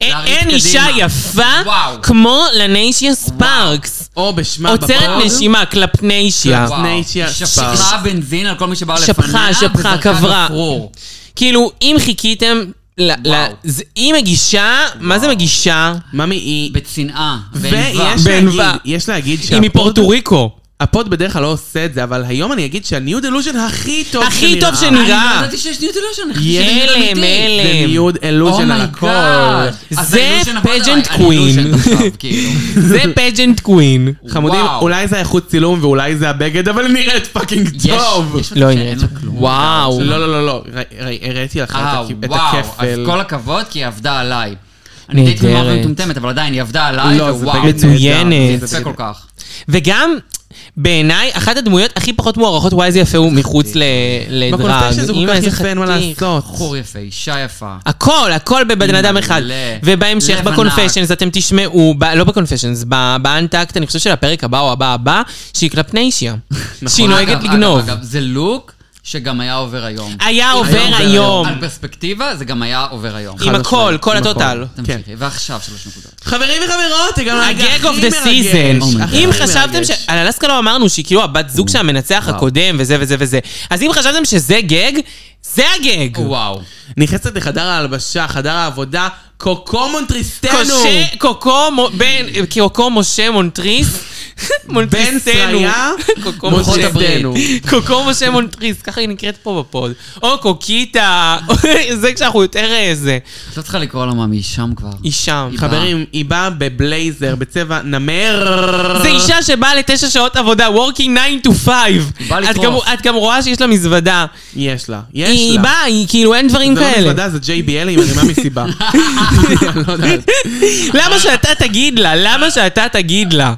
[SPEAKER 2] אין
[SPEAKER 5] להריץ
[SPEAKER 2] אין אישה
[SPEAKER 5] קדימה.
[SPEAKER 2] יפה
[SPEAKER 5] וואו.
[SPEAKER 2] כמו לניישיה ספארקס.
[SPEAKER 3] או בשמה
[SPEAKER 2] עוצרת
[SPEAKER 3] בפוד.
[SPEAKER 2] נשימה, קלפניישיה.
[SPEAKER 5] וואו,
[SPEAKER 3] נייצ'יה
[SPEAKER 5] שפכה בנזין על כל מי שבא לפניה,
[SPEAKER 2] שפכה, שפכה,
[SPEAKER 5] וזרקה
[SPEAKER 2] קברה.
[SPEAKER 5] גפרור.
[SPEAKER 2] כאילו, אם חיכיתם... ל-
[SPEAKER 5] וואו.
[SPEAKER 2] ל- זה- היא מגישה, מה זה מגישה?
[SPEAKER 3] ממי היא...
[SPEAKER 5] בצנעה, בענווה.
[SPEAKER 3] ויש להגיד,
[SPEAKER 2] בענווה.
[SPEAKER 3] יש להגיד
[SPEAKER 2] היא
[SPEAKER 3] שהפוד
[SPEAKER 2] מפורטו ריקו.
[SPEAKER 3] הפוד בדרך כלל לא עושה את זה, אבל היום אני אגיד שהניו דלוז'ן הכי טוב
[SPEAKER 2] הכי טוב
[SPEAKER 5] אני
[SPEAKER 2] שנראה.
[SPEAKER 5] לא ידעתי שיש ניו דלושן, אני חושבת שזה ניו
[SPEAKER 2] הלם,
[SPEAKER 5] אמיתי.
[SPEAKER 2] הלם.
[SPEAKER 3] זה ניו דלוז'ן על
[SPEAKER 5] Oh my
[SPEAKER 3] הכל.
[SPEAKER 5] God. אז
[SPEAKER 2] זה
[SPEAKER 5] האילוז'ן עבד
[SPEAKER 2] pageant
[SPEAKER 5] עליי,
[SPEAKER 2] queen.
[SPEAKER 5] האילוז'ן
[SPEAKER 2] [LAUGHS]
[SPEAKER 5] עכשיו, כאילו.
[SPEAKER 2] זה פג'נט קווין.
[SPEAKER 3] חמודים,
[SPEAKER 5] וואו.
[SPEAKER 3] אולי זה האיכות צילום ואולי זה הבגד, אבל היא נראית פאקינג
[SPEAKER 5] יש-
[SPEAKER 3] טוב.
[SPEAKER 5] יש מצב
[SPEAKER 2] לא, היא
[SPEAKER 5] שאין
[SPEAKER 2] נראית-
[SPEAKER 5] לה כלום.
[SPEAKER 2] וואו.
[SPEAKER 3] לא, לא, לא, לא, ראי- ראי- הראיתי לך את
[SPEAKER 5] אה,
[SPEAKER 3] הכ- את
[SPEAKER 5] וואו,
[SPEAKER 3] הכפל.
[SPEAKER 5] אז כל הכבוד, כי היא עבדה עליי. אני די תמימה
[SPEAKER 2] נהדרת.
[SPEAKER 5] ומטומטמת, אבל עדיין, היא עבדה עליי,
[SPEAKER 3] לא, זה
[SPEAKER 5] ווואו.
[SPEAKER 3] בגד
[SPEAKER 5] אה, זה
[SPEAKER 3] נהדר.
[SPEAKER 2] מצוינת.
[SPEAKER 3] זה
[SPEAKER 5] יפה
[SPEAKER 3] בגד-
[SPEAKER 5] כל כך.
[SPEAKER 2] וגם, בעיניי, אחת הדמויות הכי פחות מוערכות, וואי איזה יפה הוא מחוץ ל- לדרג.
[SPEAKER 3] בקונסטלציה זה כל
[SPEAKER 2] אמא,
[SPEAKER 3] כך
[SPEAKER 2] איזה
[SPEAKER 3] יפה, אין מה
[SPEAKER 2] חתיך.
[SPEAKER 3] לעשות.
[SPEAKER 5] בחור יפה, אישה יפה.
[SPEAKER 2] הכל, הכל בבן אדם אחד.
[SPEAKER 5] מלא.
[SPEAKER 2] ובהמשך
[SPEAKER 5] לב
[SPEAKER 2] בקונפשיונס אתם תשמעו, ב- לא בקונפשיונס, ב- באנטקט, אני חושב שלפרק הבא או הבא הבא, שהיא קלפניישיה.
[SPEAKER 3] נכון,
[SPEAKER 2] שהיא נוהגת
[SPEAKER 5] אגב,
[SPEAKER 2] לגנוב.
[SPEAKER 5] אגב, אגב, זה לוק שגם היה עובר היום.
[SPEAKER 2] היה עובר
[SPEAKER 3] עובר
[SPEAKER 2] היום. כן.
[SPEAKER 5] על פרספקטיבה, זה גם היה עובר היום.
[SPEAKER 2] עם הכל,
[SPEAKER 3] משמעית,
[SPEAKER 2] כל
[SPEAKER 3] עם
[SPEAKER 2] הטוטל.
[SPEAKER 3] הכל. כן.
[SPEAKER 5] תמשיכי, ועכשיו שלוש נקודות.
[SPEAKER 3] חברים וחברות, הגענו לרגע
[SPEAKER 2] הגג
[SPEAKER 3] הכי
[SPEAKER 2] אוף דה
[SPEAKER 3] מרגש.
[SPEAKER 2] סיזן.
[SPEAKER 5] אומייגאד.
[SPEAKER 2] אם
[SPEAKER 3] הכי
[SPEAKER 2] חשבתם
[SPEAKER 3] מרגש.
[SPEAKER 2] ש... על אלסקה לא אמרנו שהיא כאילו הבת זוג של המנצח הקודם וזה וזה וזה. אז אם חשבתם שזה גג, זה הגג.
[SPEAKER 5] וואו.
[SPEAKER 3] נכנסת לחדר ההלבשה, חדר העבודה, קוקו מונטריסטנו. [LAUGHS]
[SPEAKER 2] קשה, קוקו, מו- בן, קוקו משה מונטריס,
[SPEAKER 3] בן
[SPEAKER 2] מונטריסנו.
[SPEAKER 3] סריה,
[SPEAKER 2] קוקו
[SPEAKER 3] מוחות
[SPEAKER 2] משה.
[SPEAKER 3] הברית.
[SPEAKER 2] קוקו משה מונטריס, ככה היא נקראת פה בפוד. או קוקיטה, [LAUGHS] זה כשאנחנו יותר אה, זה.
[SPEAKER 5] את לא צריכה לקרוא לה מאמי, היא שם כבר.
[SPEAKER 2] היא שם.
[SPEAKER 3] חברים, היא באה בבלייזר, בצבע נמר.
[SPEAKER 2] זה אישה שבאה לתשע שעות עבודה, working 9 to 5.
[SPEAKER 5] באה
[SPEAKER 2] את
[SPEAKER 5] לטרוף.
[SPEAKER 2] גם- את גם רואה שיש לה מזוודה.
[SPEAKER 3] יש לה, יש לה.
[SPEAKER 2] היא באה, היא כאילו אין דברים
[SPEAKER 3] זה לא
[SPEAKER 2] כאלה.
[SPEAKER 3] מזוודה, זה JBL, היא מרימה
[SPEAKER 2] [LAUGHS]
[SPEAKER 3] מסיבה. לא יודעת.
[SPEAKER 2] למה שאתה תגיד לה? למה שאתה תגיד לה?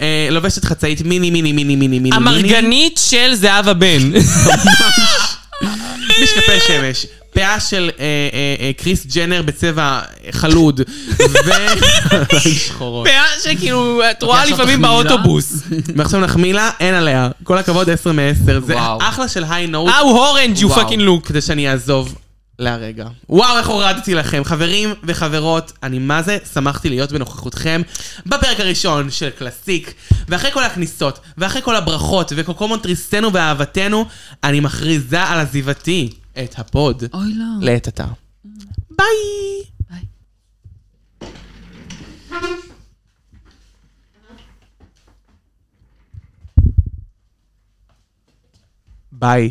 [SPEAKER 3] אה, לובשת חצאית מיני מיני מיני מיני מיני. מיני.
[SPEAKER 2] המרגנית של זהבה
[SPEAKER 3] [LAUGHS]
[SPEAKER 2] בן.
[SPEAKER 3] משקפי שמש. פאה של אה, אה, אה, קריס ג'נר בצבע חלוד. ו...
[SPEAKER 2] [LAUGHS]
[SPEAKER 3] שחורות.
[SPEAKER 2] פאה שכאילו, את רואה
[SPEAKER 5] עכשיו
[SPEAKER 2] לפעמים
[SPEAKER 5] תחמיא לה?
[SPEAKER 2] באוטובוס.
[SPEAKER 3] ועכשיו נחמיא לה, אין עליה. כל הכבוד, 10 מ-10. זה
[SPEAKER 5] וואו.
[SPEAKER 3] אחלה של היי נוט.
[SPEAKER 2] אה, הוא אורנג', you fucking look.
[SPEAKER 3] כדי שאני אעזוב להרגע. וואו, איך הורדתי לכם. חברים וחברות, אני מה זה שמחתי להיות בנוכחותכם בפרק הראשון של קלאסיק, ואחרי כל הכניסות, ואחרי כל הברכות, וקוקומון תריסנו ואהבתנו, אני מכריזה על עזיבתי את הפוד
[SPEAKER 5] אוי לא.
[SPEAKER 3] לעת עתה. ביי! ביי.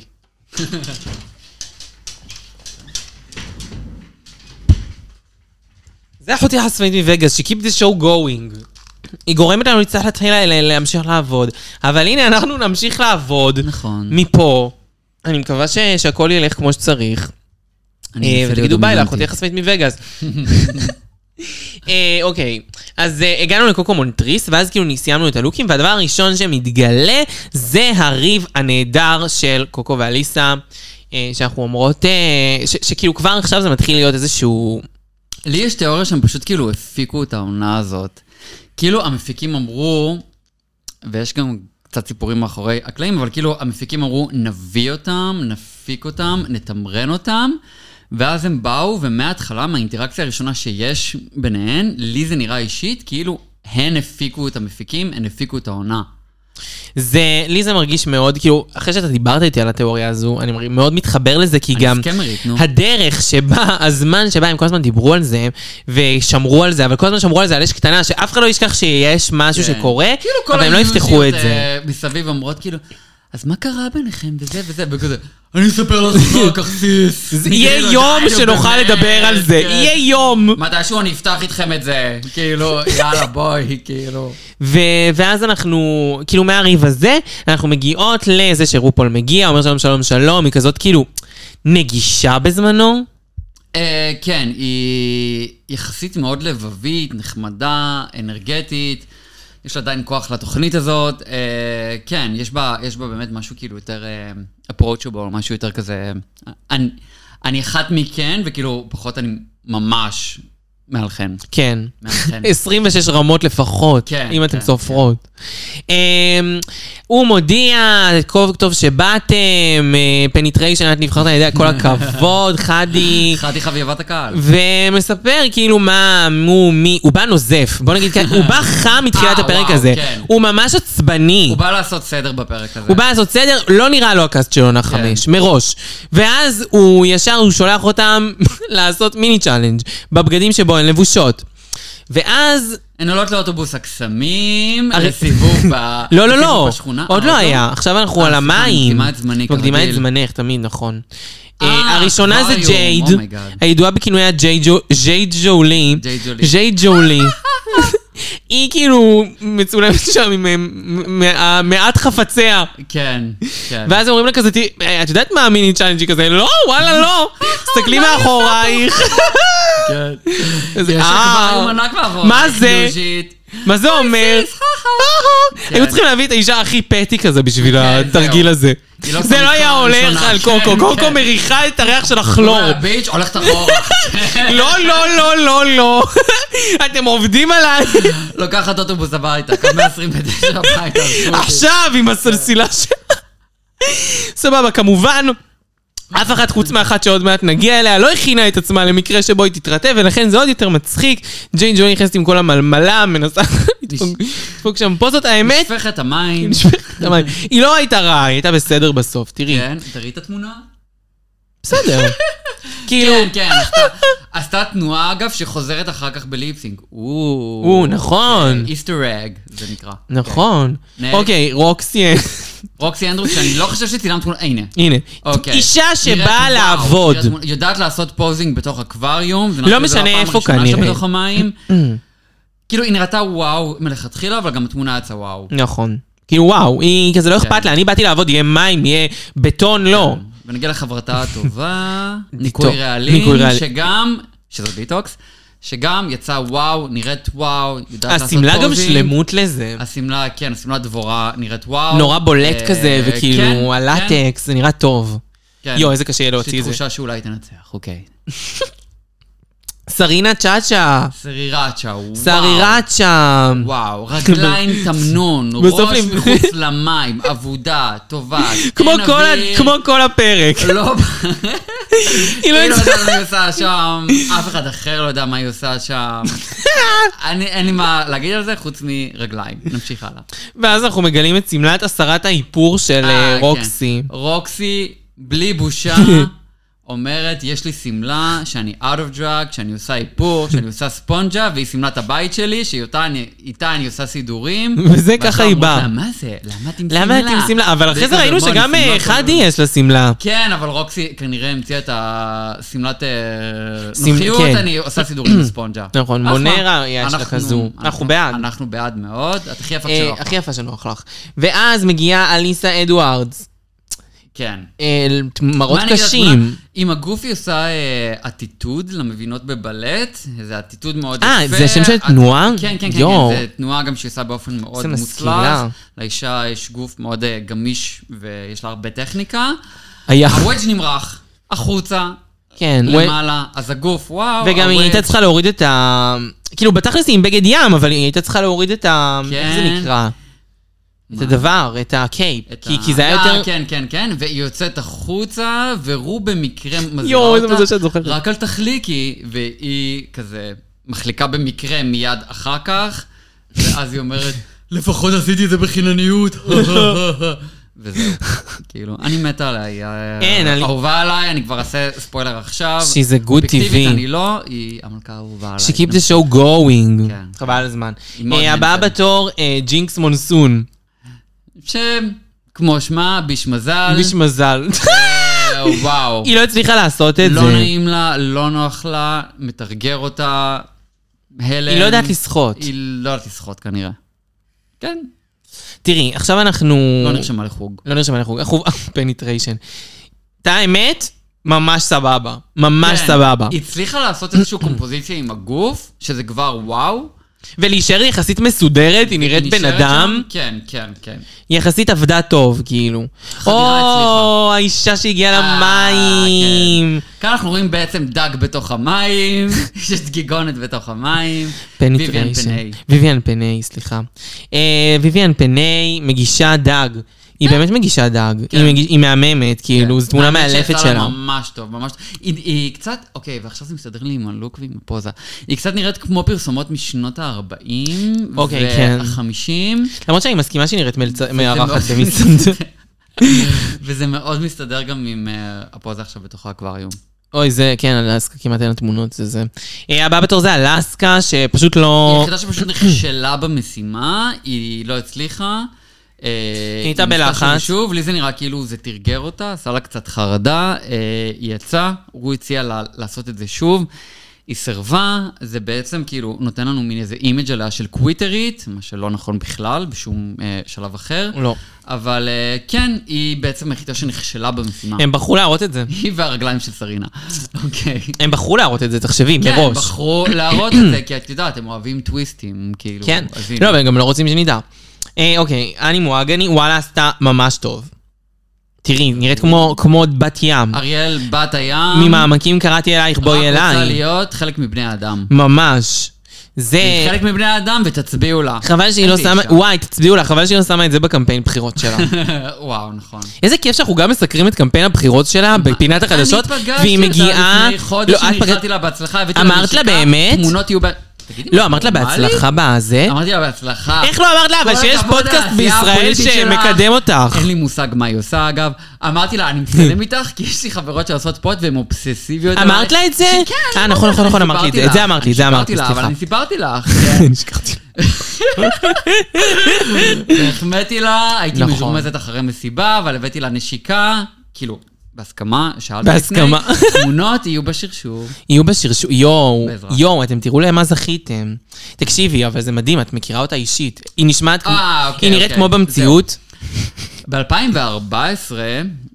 [SPEAKER 2] זה אחותי החשפנית מווגאס, ש-keep the show going. היא גורמת לנו להצטרך להתחיל ל- ל- להמשיך לעבוד. אבל הנה, אנחנו נמשיך לעבוד.
[SPEAKER 5] נכון.
[SPEAKER 2] מפה. אני מקווה ש- שהכל ילך כמו שצריך.
[SPEAKER 5] אני
[SPEAKER 2] אה,
[SPEAKER 5] מנסה להיות
[SPEAKER 2] ותגידו ביי
[SPEAKER 5] דומיננטי.
[SPEAKER 2] לאחותי החשפנית מווגאס. אה, אוקיי, אז אה, הגענו לקוקו מונטריס, ואז כאילו סיימנו את הלוקים, והדבר הראשון שמתגלה זה הריב הנהדר של קוקו ואליסה, אה, שאנחנו אומרות, אה, ש- שכאילו כבר עכשיו זה מתחיל להיות איזשהו...
[SPEAKER 5] לי יש תיאוריה שהם פשוט כאילו הפיקו את העונה הזאת. כאילו המפיקים אמרו, ויש גם קצת סיפורים מאחורי הקלעים, אבל כאילו המפיקים אמרו, נביא אותם, נפיק אותם, נתמרן אותם, ואז הם באו, ומההתחלה, מהאינטראקציה הראשונה שיש ביניהן, לי זה נראה אישית, כאילו הן הפיקו את המפיקים, הן הפיקו את העונה.
[SPEAKER 2] זה, לי זה מרגיש מאוד, כאילו, אחרי שאתה דיברת איתי על התיאוריה הזו, אני מרגיש- מאוד מתחבר לזה, כי
[SPEAKER 5] אני
[SPEAKER 2] גם...
[SPEAKER 5] סקמרית, נו.
[SPEAKER 2] הדרך שבה, הזמן שבה הם כל הזמן דיברו על זה, ושמרו על זה, אבל כל הזמן שמרו על זה על אש קטנה, שאף אחד לא ישכח שיש משהו
[SPEAKER 5] כן.
[SPEAKER 2] שקורה,
[SPEAKER 5] כאילו כל
[SPEAKER 2] אבל הם לא יפתחו את
[SPEAKER 5] היוזיות,
[SPEAKER 2] זה.
[SPEAKER 5] אה, מסביב אומרות כאילו, אז מה קרה ביניכם וזה וזה, וכזה, אני אספר לך אחר כך סיס.
[SPEAKER 2] [LAUGHS] זה
[SPEAKER 5] כאילו
[SPEAKER 2] יהיה יום שנוכל לדבר על זה, יהיה יום.
[SPEAKER 5] כן. מתישהו אני אפתח איתכם את זה, כאילו, יאללה בואי, כאילו.
[SPEAKER 2] ו- ואז אנחנו, כאילו מהריב הזה, אנחנו מגיעות לזה שרופול מגיע, אומר שלום שלום שלום, היא כזאת כאילו נגישה בזמנו.
[SPEAKER 5] אה, כן, היא יחסית מאוד לבבית, נחמדה, אנרגטית. יש לה עדיין כוח לתוכנית הזאת. אה, כן, יש בה, יש בה באמת משהו כאילו יותר אה, approachable, משהו יותר כזה... אה, אני, אני אחת מכן, וכאילו, פחות אני ממש מעלכן.
[SPEAKER 2] כן. [LAUGHS]
[SPEAKER 5] מעלכן.
[SPEAKER 2] 26 רמות לפחות,
[SPEAKER 5] כן,
[SPEAKER 2] אם אתן
[SPEAKER 5] כן,
[SPEAKER 2] סופרות. אמ, הוא מודיע, טוב טוב שבאתם, פניטריישן, את נבחרת על ידי כל
[SPEAKER 5] [LAUGHS]
[SPEAKER 2] הכבוד, חדי.
[SPEAKER 5] חדי חביבת הקהל.
[SPEAKER 2] ומספר כאילו מה, מו, מי, הוא בא נוזף, בוא נגיד ככה, הוא
[SPEAKER 5] [LAUGHS]
[SPEAKER 2] בא חם מתחילת
[SPEAKER 5] אה,
[SPEAKER 2] הפרק
[SPEAKER 5] וואו,
[SPEAKER 2] הזה.
[SPEAKER 5] כן.
[SPEAKER 2] הוא ממש עצבני.
[SPEAKER 5] הוא בא לעשות סדר בפרק הזה.
[SPEAKER 2] הוא בא לעשות סדר, לא נראה לו הקאסט של עונה
[SPEAKER 5] כן.
[SPEAKER 2] חמש, מראש. ואז הוא ישר, הוא שולח אותם [LAUGHS] לעשות מיני צ'אלנג' בבגדים שבו הן לבושות. ואז
[SPEAKER 5] הן עולות לאוטובוס הקסמים,
[SPEAKER 2] הרי-
[SPEAKER 5] לסיבוב ב...
[SPEAKER 2] לא, לא,
[SPEAKER 5] לסיבוב
[SPEAKER 2] לא.
[SPEAKER 5] בשכונה.
[SPEAKER 2] עוד
[SPEAKER 5] אה,
[SPEAKER 2] לא היה. עכשיו אנחנו
[SPEAKER 5] אה,
[SPEAKER 2] על
[SPEAKER 5] סליחה, אני
[SPEAKER 2] המים.
[SPEAKER 5] מקדימה את זמני,
[SPEAKER 2] מקדימה את
[SPEAKER 5] כרגיל.
[SPEAKER 2] זמנך, תמיד, נכון.
[SPEAKER 5] אה, Oh
[SPEAKER 2] אה, הראשונה זה
[SPEAKER 5] כבר היו,
[SPEAKER 2] ג'ייד,
[SPEAKER 5] אומייגאד.
[SPEAKER 2] הידועה בכינויה ג'ייד ג'ו- ג'ייד ג'ולי.
[SPEAKER 5] ג'ייד ג'ולי.
[SPEAKER 2] ג'ייד ג'ולי. היא כאילו מצולמת שם עם אה, מ- מ- מעט חפציה.
[SPEAKER 5] כן, כן.
[SPEAKER 2] ואז אומרים לה כזה, "ת- אה, את יודעת מה המיני צ'אנג'י כזה? לא, וואלה,
[SPEAKER 5] [LAUGHS]
[SPEAKER 2] לא. תסתכלי מאחורייך.
[SPEAKER 5] כן.
[SPEAKER 2] כזה,
[SPEAKER 5] יש
[SPEAKER 2] "אה,
[SPEAKER 5] כבר לא ענק מאחור.
[SPEAKER 2] מה זה? מה זה אומר?
[SPEAKER 5] כן.
[SPEAKER 2] היו צריכים להביא את האישה הכי פטי כזה בשביל
[SPEAKER 5] כן,
[SPEAKER 2] התרגיל
[SPEAKER 5] זהו.
[SPEAKER 2] הזה.
[SPEAKER 5] היא לא
[SPEAKER 2] זה לא
[SPEAKER 5] שמה
[SPEAKER 2] היה
[SPEAKER 5] את
[SPEAKER 2] הולך
[SPEAKER 5] הראשונה.
[SPEAKER 2] על
[SPEAKER 5] כן,
[SPEAKER 2] קוקו, קוקו
[SPEAKER 5] כן.
[SPEAKER 2] מריחה את הריח של הכלור.
[SPEAKER 5] ביץ' הולכת אחורה.
[SPEAKER 2] [LAUGHS] לא, לא, לא, לא, לא. [LAUGHS] אתם עובדים
[SPEAKER 5] [LAUGHS]
[SPEAKER 2] עליי
[SPEAKER 5] לוקחת אוטובוס הביתה, קו 129 הביתה. עזבו אותי.
[SPEAKER 2] עכשיו עם הסלסילה ש... [LAUGHS] סבבה, כמובן. אף אחת חוץ מאחת שעוד מעט נגיע אליה לא הכינה את עצמה למקרה שבו היא תתרטב ולכן זה עוד יותר מצחיק. ג'יין ג'וי נכנסת עם כל המלמלה, מנסה [LAUGHS] לדפוק- לדפוק שם פוזות. האמת, [LAUGHS]
[SPEAKER 5] נשפכת המים.
[SPEAKER 2] נשפכת המים. היא לא הייתה רעה, היא הייתה בסדר בסוף, תראי.
[SPEAKER 5] [LAUGHS] כן, תראי את התמונה.
[SPEAKER 2] בסדר. כאילו,
[SPEAKER 5] כן, כן, עשתה- עשתה תנועה, אגב, שחוזרת אחר כך בליפסינג. או,
[SPEAKER 2] או, נכון,
[SPEAKER 5] כן. איסטר אג, זה נקרא.
[SPEAKER 2] נכון.
[SPEAKER 5] נקסט.
[SPEAKER 2] אוקיי, רוקסי,
[SPEAKER 5] רוקסי אנדרוס, שאני לא חושב שצילמת תמונה, הנה.
[SPEAKER 2] [LAUGHS] הנה.
[SPEAKER 5] אוקיי.
[SPEAKER 2] אישה
[SPEAKER 5] נראית
[SPEAKER 2] שבאה
[SPEAKER 5] וואו,
[SPEAKER 2] לעבוד.
[SPEAKER 5] נראית מול- יודעת לעשות פוזינג בתוך אקווריום. זה נכון,
[SPEAKER 2] לא
[SPEAKER 5] זה
[SPEAKER 2] משנה
[SPEAKER 5] הפעם
[SPEAKER 2] איפה
[SPEAKER 5] הראשונה שלה
[SPEAKER 2] כנראה. [CLEARS THROAT]
[SPEAKER 5] בתוך המים. כאילו, היא נראתה וואו מלכתחילה, אבל גם התמונה יצאה וואו.
[SPEAKER 2] נכון. כאילו, וואו, היא כזה
[SPEAKER 5] כן.
[SPEAKER 2] לא אכפת לה, אני באתי לעבוד, יהיה מים, יהיה בטון, לא.
[SPEAKER 5] ונגיע
[SPEAKER 2] [LAUGHS]
[SPEAKER 5] לחברתה הטובה,
[SPEAKER 2] טוב,
[SPEAKER 5] ניקוי
[SPEAKER 2] ניקוי
[SPEAKER 5] רעלים,
[SPEAKER 2] רעלים.
[SPEAKER 5] שגם, שזה דיטוקס, שגם יצא וואו, נראית וואו, יודעת לעשות פוזינג.
[SPEAKER 2] השמלה גם שלמות לזה.
[SPEAKER 5] השמלה, כן, השמלה דבורה נראית וואו.
[SPEAKER 2] נורא בולט
[SPEAKER 5] אה,
[SPEAKER 2] כזה,
[SPEAKER 5] כן,
[SPEAKER 2] וכאילו,
[SPEAKER 5] כן,
[SPEAKER 2] הלטקס, זה נראה טוב.
[SPEAKER 5] כן.
[SPEAKER 2] יואו, איזה קשה יהיה להוציא
[SPEAKER 5] יש
[SPEAKER 2] את
[SPEAKER 5] לי
[SPEAKER 2] זה.
[SPEAKER 5] תחושה שאולי תנצח, אוקיי.
[SPEAKER 2] סרינה צ'אצ'ה,
[SPEAKER 5] סרירצ'ה, וואו.
[SPEAKER 2] סרירצ'ה.
[SPEAKER 5] וואו, רגליים תמנון,
[SPEAKER 2] כן, [LAUGHS] בסוף
[SPEAKER 5] ראש
[SPEAKER 2] הם-
[SPEAKER 5] מחוץ
[SPEAKER 2] [LAUGHS]
[SPEAKER 5] למים, עבודה, טובה,
[SPEAKER 2] כמו
[SPEAKER 5] אין
[SPEAKER 2] כל ה-
[SPEAKER 5] אוויר.
[SPEAKER 2] כמו כל הפרק. [LAUGHS] היא
[SPEAKER 5] לא,
[SPEAKER 2] לא
[SPEAKER 5] היא לא
[SPEAKER 2] יצאה-
[SPEAKER 5] יודעת מה היא עושה שם, אף אחד אחר לא יודע מה היא
[SPEAKER 2] [LAUGHS]
[SPEAKER 5] עושה שם. אני, אין לי מה להגיד על זה חוץ מרגליים. נמשיך הלאה.
[SPEAKER 2] ואז אנחנו מגלים את שמלת הסרת האיפור של אה,
[SPEAKER 5] אה,
[SPEAKER 2] רוקסי.
[SPEAKER 5] כן. רוקסי,
[SPEAKER 2] [LAUGHS]
[SPEAKER 5] בלי בושה, אומרת, יש לי שמלה שאני out of drug, שאני עושה איפור, שאני עושה ספונג'ה, והיא שמלת הבית שלי, שאיתה אני, איתה אני עושה סידורים.
[SPEAKER 2] [LAUGHS] וזה
[SPEAKER 5] ואז
[SPEAKER 2] ככה היא
[SPEAKER 5] אומרות
[SPEAKER 2] באה.
[SPEAKER 5] לה, מה זה? למה את עם שמלה?
[SPEAKER 2] למה את עם שמלה? אבל אחרי
[SPEAKER 5] והיא
[SPEAKER 2] זה
[SPEAKER 5] כזה,
[SPEAKER 2] ראינו
[SPEAKER 5] "בוא, אני
[SPEAKER 2] שגם אה,
[SPEAKER 5] שמלה
[SPEAKER 2] חדי
[SPEAKER 5] כזאת."
[SPEAKER 2] יש לה שמלה.
[SPEAKER 5] כן, אבל רוקסי כנראה המציאה את השמלת אה,
[SPEAKER 2] שמ-
[SPEAKER 5] נוחיות,
[SPEAKER 2] כן.
[SPEAKER 5] אני עושה סידורים בספונג'ה.
[SPEAKER 2] נכון,
[SPEAKER 5] אז מה?
[SPEAKER 2] מונרה יש לה
[SPEAKER 5] אנחנו-
[SPEAKER 2] כזו. אנחנו בעד.
[SPEAKER 5] אנחנו בעד מאוד, את הכי יפה
[SPEAKER 2] אה,
[SPEAKER 5] שלך.
[SPEAKER 2] הכי יפה שנוח לך. ואז מגיעה אליסה אדוארדס.
[SPEAKER 5] כן.
[SPEAKER 2] אה, מראות
[SPEAKER 5] מה אני אגיד על התמונה?
[SPEAKER 2] קשים.
[SPEAKER 5] עם הגוף היא עושה אה, אטיטוד למבינות בבלט, זה אטיטוד מאוד יפה.
[SPEAKER 2] אה, זה שם של
[SPEAKER 5] את-
[SPEAKER 2] תנועה?
[SPEAKER 5] כן, כן, כן,
[SPEAKER 2] יואו.
[SPEAKER 5] כן, זה תנועה גם שהיא עושה באופן מאוד
[SPEAKER 2] איזה
[SPEAKER 5] מוצלח.
[SPEAKER 2] משכילה.
[SPEAKER 5] לאישה יש גוף מאוד אה, גמיש ויש לה הרבה
[SPEAKER 2] [LAUGHS]
[SPEAKER 5] טכניקה.
[SPEAKER 2] היה.
[SPEAKER 5] הוודג' נמרח, החוצה,
[SPEAKER 2] כן. וואי-
[SPEAKER 5] למעלה, לא, אז הגוף, וואו.
[SPEAKER 2] וגם היא
[SPEAKER 5] הוודג'.
[SPEAKER 2] הייתה צריכה להוריד את ה... כאילו, בתכלס היא עם בגד ים, אבל היא הייתה צריכה להוריד את ה...
[SPEAKER 5] כן.
[SPEAKER 2] איך זה נקרא? את הדבר, את הקייפ.
[SPEAKER 5] את
[SPEAKER 2] כי
[SPEAKER 5] ה-
[SPEAKER 2] כי זה היה
[SPEAKER 5] אה,
[SPEAKER 2] יותר...
[SPEAKER 5] כן, כן, כן, והיא יוצאת החוצה, ורו במקרה מזהה
[SPEAKER 2] יואו,
[SPEAKER 5] אותה.
[SPEAKER 2] איזה מזל שאת זוכרת.
[SPEAKER 5] רק אל תחליקי, והיא כזה מחליקה במקרה מיד אחר כך, ואז היא אומרת, לפחות עשיתי את זה בחינניות. [LAUGHS] וזהו, כאילו, אני מתה עליה, היא
[SPEAKER 2] אין, אני-
[SPEAKER 5] אהובה עליי, אני כבר אעשה ספוילר עכשיו.
[SPEAKER 2] She's a good
[SPEAKER 5] אובייקטיבית
[SPEAKER 2] TV.
[SPEAKER 5] אני לא, היא המלכה האהובה עליי.
[SPEAKER 2] She keep the show going.
[SPEAKER 5] כן.
[SPEAKER 2] חבל על הזמן.
[SPEAKER 5] היא מאוד
[SPEAKER 2] אה, הבאה
[SPEAKER 5] מנצלת.
[SPEAKER 2] בתור, אה, ג'ינקס מונסון.
[SPEAKER 5] שכמו שמה, ביש מזל.
[SPEAKER 2] ביש מזל.
[SPEAKER 5] אה, וואו.
[SPEAKER 2] [LAUGHS] היא לא הצליחה לעשות את זה.
[SPEAKER 5] לא נעים לה, לא נוח לה, מתרגר אותה, הלם.
[SPEAKER 2] היא לא יודעת לשחות.
[SPEAKER 5] היא לא יודעת לשחות כנראה. כן.
[SPEAKER 2] תראי, עכשיו אנחנו...
[SPEAKER 5] לא נרשמה לחוג.
[SPEAKER 2] לא נרשמה לחוג. אנחנו... [LAUGHS] פניטריישן. את האמת? ממש סבבה. ממש
[SPEAKER 5] כן,
[SPEAKER 2] סבבה.
[SPEAKER 5] היא הצליחה לעשות איזושהי קומפוזיציה עם הגוף, שזה כבר וואו.
[SPEAKER 2] ולהישאר יחסית מסודרת, היא נראית בן
[SPEAKER 5] נשארת
[SPEAKER 2] אדם.
[SPEAKER 5] שם? כן, כן, כן.
[SPEAKER 2] יחסית עבדה טוב, כאילו.
[SPEAKER 5] חדירה
[SPEAKER 2] או,
[SPEAKER 5] הצליחה.
[SPEAKER 2] האישה שהגיעה
[SPEAKER 5] אה, כן.
[SPEAKER 2] למים.
[SPEAKER 5] כאן אנחנו רואים בעצם דג בתוך המים, [LAUGHS] יש דגיגונת בתוך המים. ויויאן
[SPEAKER 2] פניטריישן.
[SPEAKER 5] פניי.
[SPEAKER 2] ויויאן פניי, סליחה. אה, ויויאן פניי מגישה דג.
[SPEAKER 5] אה?
[SPEAKER 2] היא באמת מגישה דג.
[SPEAKER 5] כן.
[SPEAKER 2] היא מגיש- היא מהממת, כאילו, זו תמונה
[SPEAKER 5] האמת
[SPEAKER 2] מאלפת
[SPEAKER 5] שיצא לה
[SPEAKER 2] שלה.
[SPEAKER 5] ממש טוב, ממש טוב. היא- היא קצת, אוקיי, ועכשיו זה מסתדר לי עם הלוק ועם הפוזה. היא קצת נראית כמו פרסומות משנות ה-40,
[SPEAKER 2] אוקיי, כן.
[SPEAKER 5] וה-50,
[SPEAKER 2] למרות שאני מסכימה שהיא נראית מלצ- מארחת
[SPEAKER 5] מאוד-
[SPEAKER 2] במסעדה.
[SPEAKER 5] [LAUGHS] וזה מאוד מסתדר גם עם אה, הפוזה עכשיו בתוך האקווריום.
[SPEAKER 2] [LAUGHS] אוי, זה, כן, אלסקה, כמעט אין לה תמונות, זה זה. אה, הבאה בתור זה אלסקה, שפשוט לא...
[SPEAKER 5] היחידה שפשוט נכשלה במשימה, היא לא הצליחה. אה, היא
[SPEAKER 2] הייתה
[SPEAKER 5] ניסתה שוב
[SPEAKER 2] בלחץ.
[SPEAKER 5] ושוב, לי זה נראה כאילו זה תרגר אותה, עשה לה קצת חרדה, אה, היא יצאה, הוא הציע לה לעשות את זה שוב. היא סירבה, זה בעצם כאילו נותן לנו מין איזה אימג' עליה של קוויטרית, מה שלא נכון בכלל בשום אה, שלב אחר.
[SPEAKER 2] לא.
[SPEAKER 5] אבל אה, כן, היא בעצם היחידה שנכשלה במשימה.
[SPEAKER 2] הם בחרו להראות את זה.
[SPEAKER 5] היא והרגליים של
[SPEAKER 2] [LAUGHS]
[SPEAKER 5] סרינה. אוקיי.
[SPEAKER 2] הם בחרו להראות את זה, תחשבי,
[SPEAKER 5] כן,
[SPEAKER 2] מראש. [CLEARS THROAT]
[SPEAKER 5] בחרו להראות את זה, כי את יודעת, הם אוהבים טוויסטים, כאילו.
[SPEAKER 2] כן.
[SPEAKER 5] אז הנה.
[SPEAKER 2] לא, והם גם לא רוצים שנדע. אה, אוקיי, אני מואגני, וואלה עשתה ממש טוב. תראי, נראית כמו, כמו בת ים.
[SPEAKER 5] אריאל, בת הים.
[SPEAKER 2] ממעמקים קראתי אלייך, בואי
[SPEAKER 5] רק רוצה
[SPEAKER 2] אליי.
[SPEAKER 5] להיות חלק מבני האדם.
[SPEAKER 2] ממש. זה...
[SPEAKER 5] היא חלק מבני האדם ותצביעו לה.
[SPEAKER 2] אה, חבל שהיא לא
[SPEAKER 5] איזה
[SPEAKER 2] שמה...
[SPEAKER 5] אישה.
[SPEAKER 2] וואי, תצביעו לה, חבל שהיא לא שמה את זה בקמפיין בחירות
[SPEAKER 5] [LAUGHS]
[SPEAKER 2] שלה.
[SPEAKER 5] [LAUGHS] וואו, נכון.
[SPEAKER 2] איזה כיף שאנחנו גם מסקרים את קמפיין הבחירות שלה בפינת החדשות,
[SPEAKER 5] אני פגשתי
[SPEAKER 2] והיא
[SPEAKER 5] אותה
[SPEAKER 2] מגיעה... לא,
[SPEAKER 5] לפני חודש,
[SPEAKER 2] את פגשת-
[SPEAKER 5] נלחמתי לה בהצלחה, הבאתי
[SPEAKER 2] אמרת לה
[SPEAKER 5] נשיקה,
[SPEAKER 2] באמת?
[SPEAKER 5] תמונות יהיו ב... תגידי,
[SPEAKER 2] לא, אמרת לה
[SPEAKER 5] נורמלי?
[SPEAKER 2] בהצלחה בזה?
[SPEAKER 5] אמרתי לה בהצלחה.
[SPEAKER 2] איך לא אמרת לה, אבל
[SPEAKER 5] כל
[SPEAKER 2] שיש
[SPEAKER 5] הכבוד על
[SPEAKER 2] פודקאסט
[SPEAKER 5] העשייה
[SPEAKER 2] בישראל
[SPEAKER 5] הפוליטית שלך.
[SPEAKER 2] שמקדם אותך. [LAUGHS]
[SPEAKER 5] אין לי מושג מה היא עושה, אגב. אמרתי לה, אני מצטלם איתך, כי יש לי חברות שעושות פוד והן אובססיביות.
[SPEAKER 2] אמרת
[SPEAKER 5] עליי."
[SPEAKER 2] לה את זה?
[SPEAKER 5] שכן.
[SPEAKER 2] אה,
[SPEAKER 5] אני
[SPEAKER 2] נכון, נכון, נכון,
[SPEAKER 5] סיפרתי
[SPEAKER 2] אמרתי את זה.
[SPEAKER 5] לך.
[SPEAKER 2] את זה אמרתי,
[SPEAKER 5] אני
[SPEAKER 2] את זה אמרתי,
[SPEAKER 5] סיפרתי לה,
[SPEAKER 2] סליחה.
[SPEAKER 5] אבל אני סיפרתי
[SPEAKER 2] [LAUGHS]
[SPEAKER 5] לך.
[SPEAKER 2] נשכחתי.
[SPEAKER 5] החמאתי לה, הייתי
[SPEAKER 2] נכון.
[SPEAKER 5] מז'ורמזת אחרי מסיבה, אבל הבאתי לה נשיקה, כאילו, בהסכמה, שאלתי
[SPEAKER 2] בהסכמה. [LAUGHS]
[SPEAKER 5] לפני, תמונות יהיו בשרשור.
[SPEAKER 2] יהיו בשרשור, יואו,
[SPEAKER 5] בעזרת.
[SPEAKER 2] יואו, אתם תראו למה זכיתם. תקשיבי, אבל זה מדהים, את מכירה אותה אישית. היא נשמעת כמו,
[SPEAKER 5] אה, אוקיי,
[SPEAKER 2] היא נראית
[SPEAKER 5] אוקיי.
[SPEAKER 2] כמו במציאות.
[SPEAKER 5] ב-2014,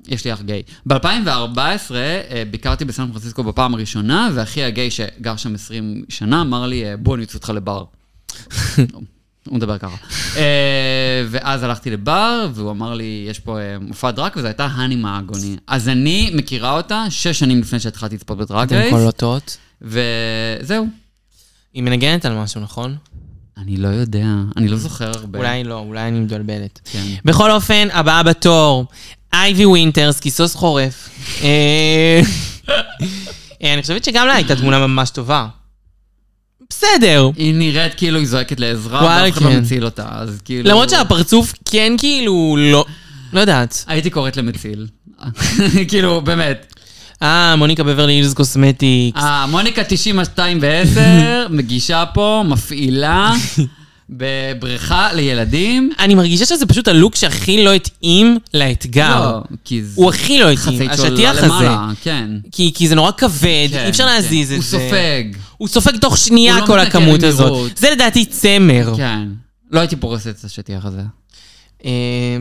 [SPEAKER 5] יש לי אח גיי, ב-2014 ביקרתי בסן פרנסיסקו בפעם הראשונה, ואחי הגיי שגר שם 20 שנה אמר לי, אה, בוא אני אוציא אותך לבר. [LAUGHS] הוא מדבר ככה. אה, ואז הלכתי לבר, והוא אמר לי, יש פה אה, מופע דרק, וזו הייתה האני מעגוני. אז אני מכירה אותה שש שנים לפני שהתחלתי לצפות בדרק
[SPEAKER 2] אתם
[SPEAKER 5] רייס,
[SPEAKER 2] קולטות.
[SPEAKER 5] וזהו.
[SPEAKER 2] היא מנגנת על משהו, נכון?
[SPEAKER 5] אני לא יודע, אני לא זוכר הרבה.
[SPEAKER 2] אולי לא, אולי אני מבלבלת.
[SPEAKER 5] כן.
[SPEAKER 2] בכל אופן, הבאה בתור, אייבי ווינטרס, כיסוס חורף. אה, אה, אני חושבת שגם לה הייתה תמונה ממש טובה. בסדר.
[SPEAKER 5] היא נראית כאילו היא זועקת לעזרה,
[SPEAKER 2] וואלה,
[SPEAKER 5] ואף אחד לא
[SPEAKER 2] כן.
[SPEAKER 5] מציל אותה, אז כאילו...
[SPEAKER 2] למרות שהפרצוף כן כאילו לא... לא יודעת.
[SPEAKER 5] הייתי קוראת למציל. [LAUGHS] כאילו, באמת.
[SPEAKER 2] אה, מוניקה בברלי הילס קוסמטיקס.
[SPEAKER 5] אה, מוניקה 92
[SPEAKER 2] [LAUGHS]
[SPEAKER 5] ו-10 מגישה פה, מפעילה, בבריכה
[SPEAKER 2] [LAUGHS]
[SPEAKER 5] לילדים.
[SPEAKER 2] אני מרגישה שזה פשוט הלוק שהכי לא התאים לאתגר.
[SPEAKER 5] לא, כי זה
[SPEAKER 2] הוא הכי לא התאים,
[SPEAKER 5] חצאית שלו
[SPEAKER 2] השטיח הזה.
[SPEAKER 5] למעלה, כן.
[SPEAKER 2] כי כי זה נורא כבד,
[SPEAKER 5] כן,
[SPEAKER 2] אי אפשר
[SPEAKER 5] כן.
[SPEAKER 2] להזיז את
[SPEAKER 5] הוא
[SPEAKER 2] זה.
[SPEAKER 5] סופג,
[SPEAKER 2] הוא סופג תוך שנייה
[SPEAKER 5] הוא לא
[SPEAKER 2] כל
[SPEAKER 5] מתקן
[SPEAKER 2] הכמות
[SPEAKER 5] במהירות.
[SPEAKER 2] הזאת. זה לדעתי צמר.
[SPEAKER 5] כן. לא הייתי פורסת את השטיח הזה.
[SPEAKER 2] אה,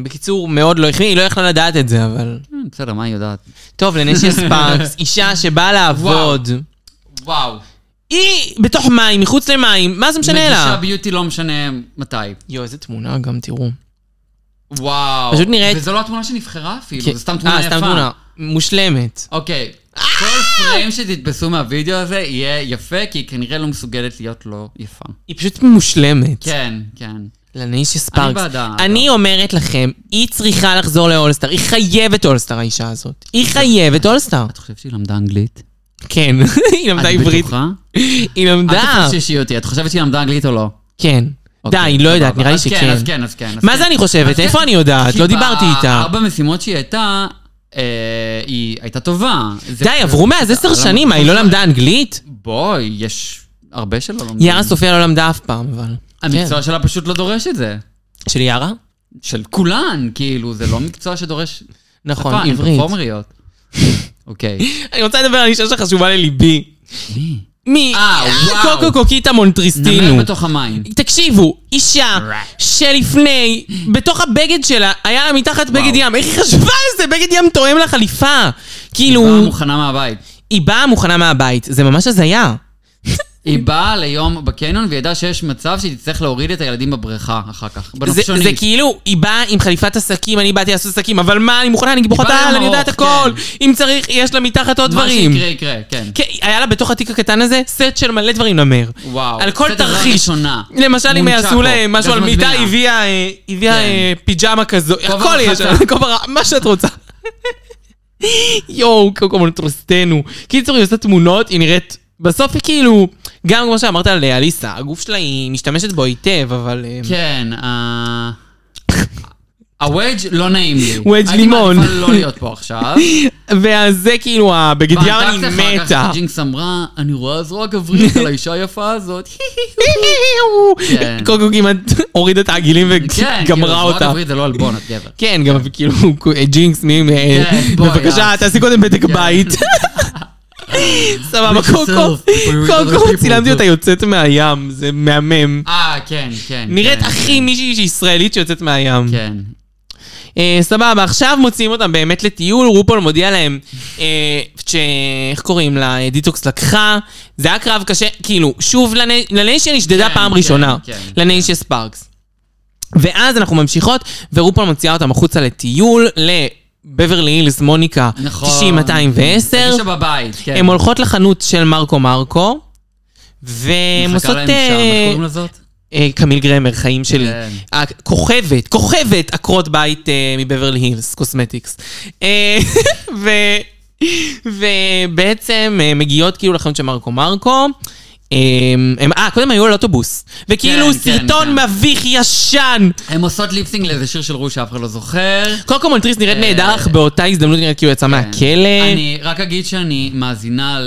[SPEAKER 2] בקיצור, מאוד לא החמיא, היא לא יכלה לדעת את זה, אבל...
[SPEAKER 5] כן, בסדר, מה היא יודעת?
[SPEAKER 2] טוב,
[SPEAKER 5] [LAUGHS]
[SPEAKER 2] לנשיה ספארקס, אישה שבאה לעבוד.
[SPEAKER 5] וואו.
[SPEAKER 2] היא בתוך מים, מחוץ למים, מה זה משנה
[SPEAKER 5] מגישה
[SPEAKER 2] לה?
[SPEAKER 5] ביוטי לא משנה מתי.
[SPEAKER 2] יואו, איזה תמונה גם,
[SPEAKER 5] כאילו,
[SPEAKER 2] תראו.
[SPEAKER 5] וואו.
[SPEAKER 2] פשוט נראית-
[SPEAKER 5] וזו לא התמונה שנבחרה אפילו,
[SPEAKER 2] כן.
[SPEAKER 5] זו סתם תמונה
[SPEAKER 2] אה,
[SPEAKER 5] יפה.
[SPEAKER 2] סתם תמונה. מושלמת.
[SPEAKER 5] אוקיי,
[SPEAKER 2] אה!
[SPEAKER 5] כל פריים שתתפסו מהווידאו הזה יהיה יפה, כי היא כנראה לא מסוגלת להיות לא יפה.
[SPEAKER 2] היא פשוט מושלמת.
[SPEAKER 5] כן, כן.
[SPEAKER 2] לנישה ספארקס.
[SPEAKER 5] אני לא. בעדה,
[SPEAKER 2] אני אומרת לכם, היא צריכה לחזור לאולסטאר. היא חייבת אולסטאר, האישה הזאת. היא חייבת אולסטאר.
[SPEAKER 5] את חושבת שהיא למדה אנגלית?
[SPEAKER 2] כן, [LAUGHS] היא למדה
[SPEAKER 5] את
[SPEAKER 2] עברית.
[SPEAKER 5] בטוחה?
[SPEAKER 2] היא
[SPEAKER 5] אל
[SPEAKER 2] למדה.
[SPEAKER 5] תפששי אותי, את חושבת שהיא למדה אנגלית או לא?
[SPEAKER 2] כן. די,
[SPEAKER 5] אוקיי,
[SPEAKER 2] לא יודעת,
[SPEAKER 5] סבבה.
[SPEAKER 2] נראה לי
[SPEAKER 5] אז כן,
[SPEAKER 2] שכן.
[SPEAKER 5] אז כן, אז כן. אז
[SPEAKER 2] מה
[SPEAKER 5] כן.
[SPEAKER 2] זה אני חושבת?
[SPEAKER 5] אז כן.
[SPEAKER 2] איפה אני יודעת?
[SPEAKER 5] כי
[SPEAKER 2] לא דיברתי איתה.
[SPEAKER 5] בארבע משימות שהיא הייתה, אה, היא הייתה טובה. זה-
[SPEAKER 2] די, עברו מאז עשר
[SPEAKER 5] למה-
[SPEAKER 2] שנים, מה, היא לא למדה אנגלית?
[SPEAKER 5] בואי, יש הרבה שלא לומדים.
[SPEAKER 2] יערה סופיה לא למדה אף פעם, אבל.
[SPEAKER 5] המקצוע שלה פשוט לא דורש את זה.
[SPEAKER 2] כן. של יערה?
[SPEAKER 5] של כולן, כאילו, זה לא מקצוע שדורש...
[SPEAKER 2] נכון,
[SPEAKER 5] שפה, הן
[SPEAKER 2] עברית.
[SPEAKER 5] פרפורמריות.
[SPEAKER 2] [LAUGHS]
[SPEAKER 5] אוקיי.
[SPEAKER 2] אני רוצה לדבר על אישה שחשובה לליבי.
[SPEAKER 5] מי?
[SPEAKER 2] מי?
[SPEAKER 5] אה, וואו.
[SPEAKER 2] קוקו קוקיטה מונטריסטינו.
[SPEAKER 5] נמר בתוך המים.
[SPEAKER 2] תקשיבו, אישה שלפני, בתוך הבגד שלה, היה לה מתחת בגד ים. איך היא חשבה על זה? בגד ים תואם לחליפה. כאילו,
[SPEAKER 5] היא באה מוכנה מהבית.
[SPEAKER 2] היא באה מוכנה מהבית. זה ממש הזיה.
[SPEAKER 5] היא באה ליום בקניון והיא ידעה שיש מצב שהיא תצטרך להוריד את הילדים בבריכה אחר כך.
[SPEAKER 2] זה,
[SPEAKER 5] בנופשונית.
[SPEAKER 2] זה כאילו, היא באה עם חליפת עסקים, אני באתי לעשות עסקים, אבל מה, אני מוכנה, אני גיבורת
[SPEAKER 5] באה
[SPEAKER 2] על,
[SPEAKER 5] עם
[SPEAKER 2] אני יודעת
[SPEAKER 5] ארוך,
[SPEAKER 2] הכל. אם צריך, יש לה מתחת עוד דברים.
[SPEAKER 5] מה שיקרה יקרה, כן.
[SPEAKER 2] כן, היה לה בתוך התיק הקטן הזה סט של מלא דברים נמר.
[SPEAKER 5] וואו.
[SPEAKER 2] על כל
[SPEAKER 5] בסדר, זה
[SPEAKER 2] תרחיש.
[SPEAKER 5] ראשונה.
[SPEAKER 2] למשל, אם
[SPEAKER 5] מונצ'קו,
[SPEAKER 2] יעשו להם משהו
[SPEAKER 5] גז
[SPEAKER 2] על מיטה,
[SPEAKER 5] מדמיע.
[SPEAKER 2] היא הביאה, אה, היא הביאה
[SPEAKER 5] כן.
[SPEAKER 2] אה, פיג'מה כזו,
[SPEAKER 5] כובע
[SPEAKER 2] הכל יש לה,
[SPEAKER 5] רחצה.
[SPEAKER 2] כובע רע, מה שאת רוצה. יואו, קוקו מונטרוסטנו. קיצור, היא עושה תמונות, היא נראית... בסוף היא כאילו, גם כמו שאמרת על אה, אליסה, הגוף שלה היא משתמשת בו היטב, אבל... אה,
[SPEAKER 5] כן, ה... הוודג' לא נעים לי.
[SPEAKER 2] וודג' לימון.
[SPEAKER 5] הייתי מעדיפה לא להיות
[SPEAKER 2] [LAUGHS]
[SPEAKER 5] פה עכשיו.
[SPEAKER 2] ואז זה כאילו, הבגד ים אני
[SPEAKER 5] ואחר כך
[SPEAKER 2] [LAUGHS] מתה.
[SPEAKER 5] ג'ינקס אמרה, אני רואה זרוע גברית על האישה
[SPEAKER 2] [LAUGHS]
[SPEAKER 5] היפה הזאת. כן.
[SPEAKER 2] קוקו כמעט הורידה כאילו את העגילים
[SPEAKER 5] כן, כאילו,
[SPEAKER 2] וגמרה
[SPEAKER 5] זרוע
[SPEAKER 2] אותה.
[SPEAKER 5] גברית זה לא עלבון, את גבר.
[SPEAKER 2] כן, גם כאילו ג'ינקס, מי... אה,
[SPEAKER 5] כן, בואי,
[SPEAKER 2] בבקשה,
[SPEAKER 5] אז.
[SPEAKER 2] תעשי קודם בדק
[SPEAKER 5] כן.
[SPEAKER 2] בית.
[SPEAKER 5] [LAUGHS]
[SPEAKER 2] סבבה, קוקו,
[SPEAKER 5] yourself before you meet other
[SPEAKER 2] קוקו,
[SPEAKER 5] people.
[SPEAKER 2] צילמתי אותה יוצאת מהים, זה מהמם.
[SPEAKER 5] אה, כן, כן.
[SPEAKER 2] נראית
[SPEAKER 5] כן,
[SPEAKER 2] הכי מישהי שישראלית שיוצאת מהים.
[SPEAKER 5] כן.
[SPEAKER 2] אה, סבבה, עכשיו מוציאים אותם באמת לטיול, רופול מודיע להם, אה, ש... איך קוראים לה? אה, דיטוקס לקחה, זה היה קרב קשה, כאילו, שוב, לני- לניישן נשדדה
[SPEAKER 5] כן,
[SPEAKER 2] פעם
[SPEAKER 5] כן,
[SPEAKER 2] ראשונה,
[SPEAKER 5] כן,
[SPEAKER 2] לניישן ספארקס. ואז אנחנו ממשיכות, ורופול מוציאה אותם החוצה לטיול, לבברלי הילס, מוניקה,
[SPEAKER 5] נכון.
[SPEAKER 2] 90-210.
[SPEAKER 5] האישה בבית, כן.
[SPEAKER 2] הן הולכות לחנות של מרקו מרקו, והן
[SPEAKER 5] מחכה
[SPEAKER 2] עושות...
[SPEAKER 5] להם שם,
[SPEAKER 2] אה,
[SPEAKER 5] איך קוראים לזאת?
[SPEAKER 2] אה, קמיל גרמר, חיים שלי.
[SPEAKER 5] כן.
[SPEAKER 2] הכוכבת, כוכבת עקרות בית אה, מבברלי הילס, קוסמטיקס. אה, [LAUGHS] ו- ובעצם אה, מגיעות כאילו לחנות של מרקו מרקו. הם, הם- אה, קודם היו על אוטובוס. וכאילו
[SPEAKER 5] כן, כן,
[SPEAKER 2] סרטון
[SPEAKER 5] כן.
[SPEAKER 2] מביך ישן.
[SPEAKER 5] הם עושות ליפסינג לאיזה שיר של רוש שאף אחד לא זוכר.
[SPEAKER 2] קודם כל מונטריס נראית
[SPEAKER 5] אה, כן.
[SPEAKER 2] נהדר, אך באותה הזדמנות נראית כאילו יצאה מהכלא.
[SPEAKER 5] אני רק אגיד שאני מאזינה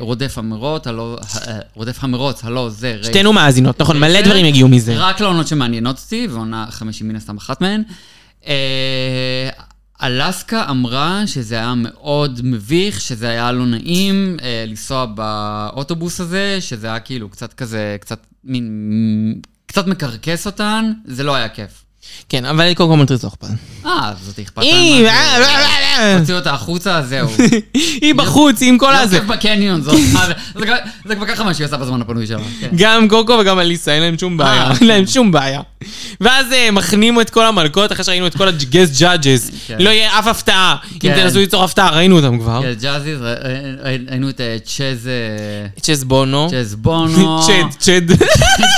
[SPEAKER 5] לרודף המרוץ, הלא... אה, רודף המרוץ, הלא זה רייס.
[SPEAKER 2] שתינו מאזינות, נכון, מלא
[SPEAKER 5] זה.
[SPEAKER 2] דברים הגיעו מזה.
[SPEAKER 5] כן. רק לעונות שמעניינות אותי, ועונה חמישי מן הסתם אחת מהן. אה, אלסקה אמרה שזה היה מאוד מביך, שזה היה לא נעים אה, לנסוע באוטובוס הזה, שזה היה כאילו קצת כזה, קצת מין... קצת מקרקס אותן, זה לא היה כיף.
[SPEAKER 2] כן, אבל קודם כל מונטריס לא אכפת.
[SPEAKER 5] אה, זאת אכפת
[SPEAKER 2] היא,
[SPEAKER 5] להם.
[SPEAKER 2] אה, אה, אה,
[SPEAKER 5] [LAUGHS]
[SPEAKER 2] אה.
[SPEAKER 5] הוציאו אותה
[SPEAKER 2] [LAUGHS]
[SPEAKER 5] החוצה, זהו.
[SPEAKER 2] היא בחוץ, היא עם כל
[SPEAKER 5] לא
[SPEAKER 2] הזה.
[SPEAKER 5] כיף בקניון, זאת- זה כבר- זה כבר ככה מה שהיא עושה בזמן הפנוי שלה. כן.
[SPEAKER 2] גם קוקו וגם אליסה, אין להם שום בעיה.
[SPEAKER 5] אה,
[SPEAKER 2] אין להם שום בעיה. ואז אה, מחנימו את כל המלכות, אחרי שראינו את כל הג'ס ג'אג'ס.
[SPEAKER 5] כן.
[SPEAKER 2] לא יהיה אף הפתעה. אם
[SPEAKER 5] כן.
[SPEAKER 2] תנסו ליצור הפתעה, ראינו אותם כבר.
[SPEAKER 5] כן, ג'אזיז, ר- ר- ראינו את אה, צ'אז... אה,
[SPEAKER 2] צ'ס בונו.
[SPEAKER 5] צ'אז בונו.
[SPEAKER 2] [LAUGHS] צ'ד, צ'ד.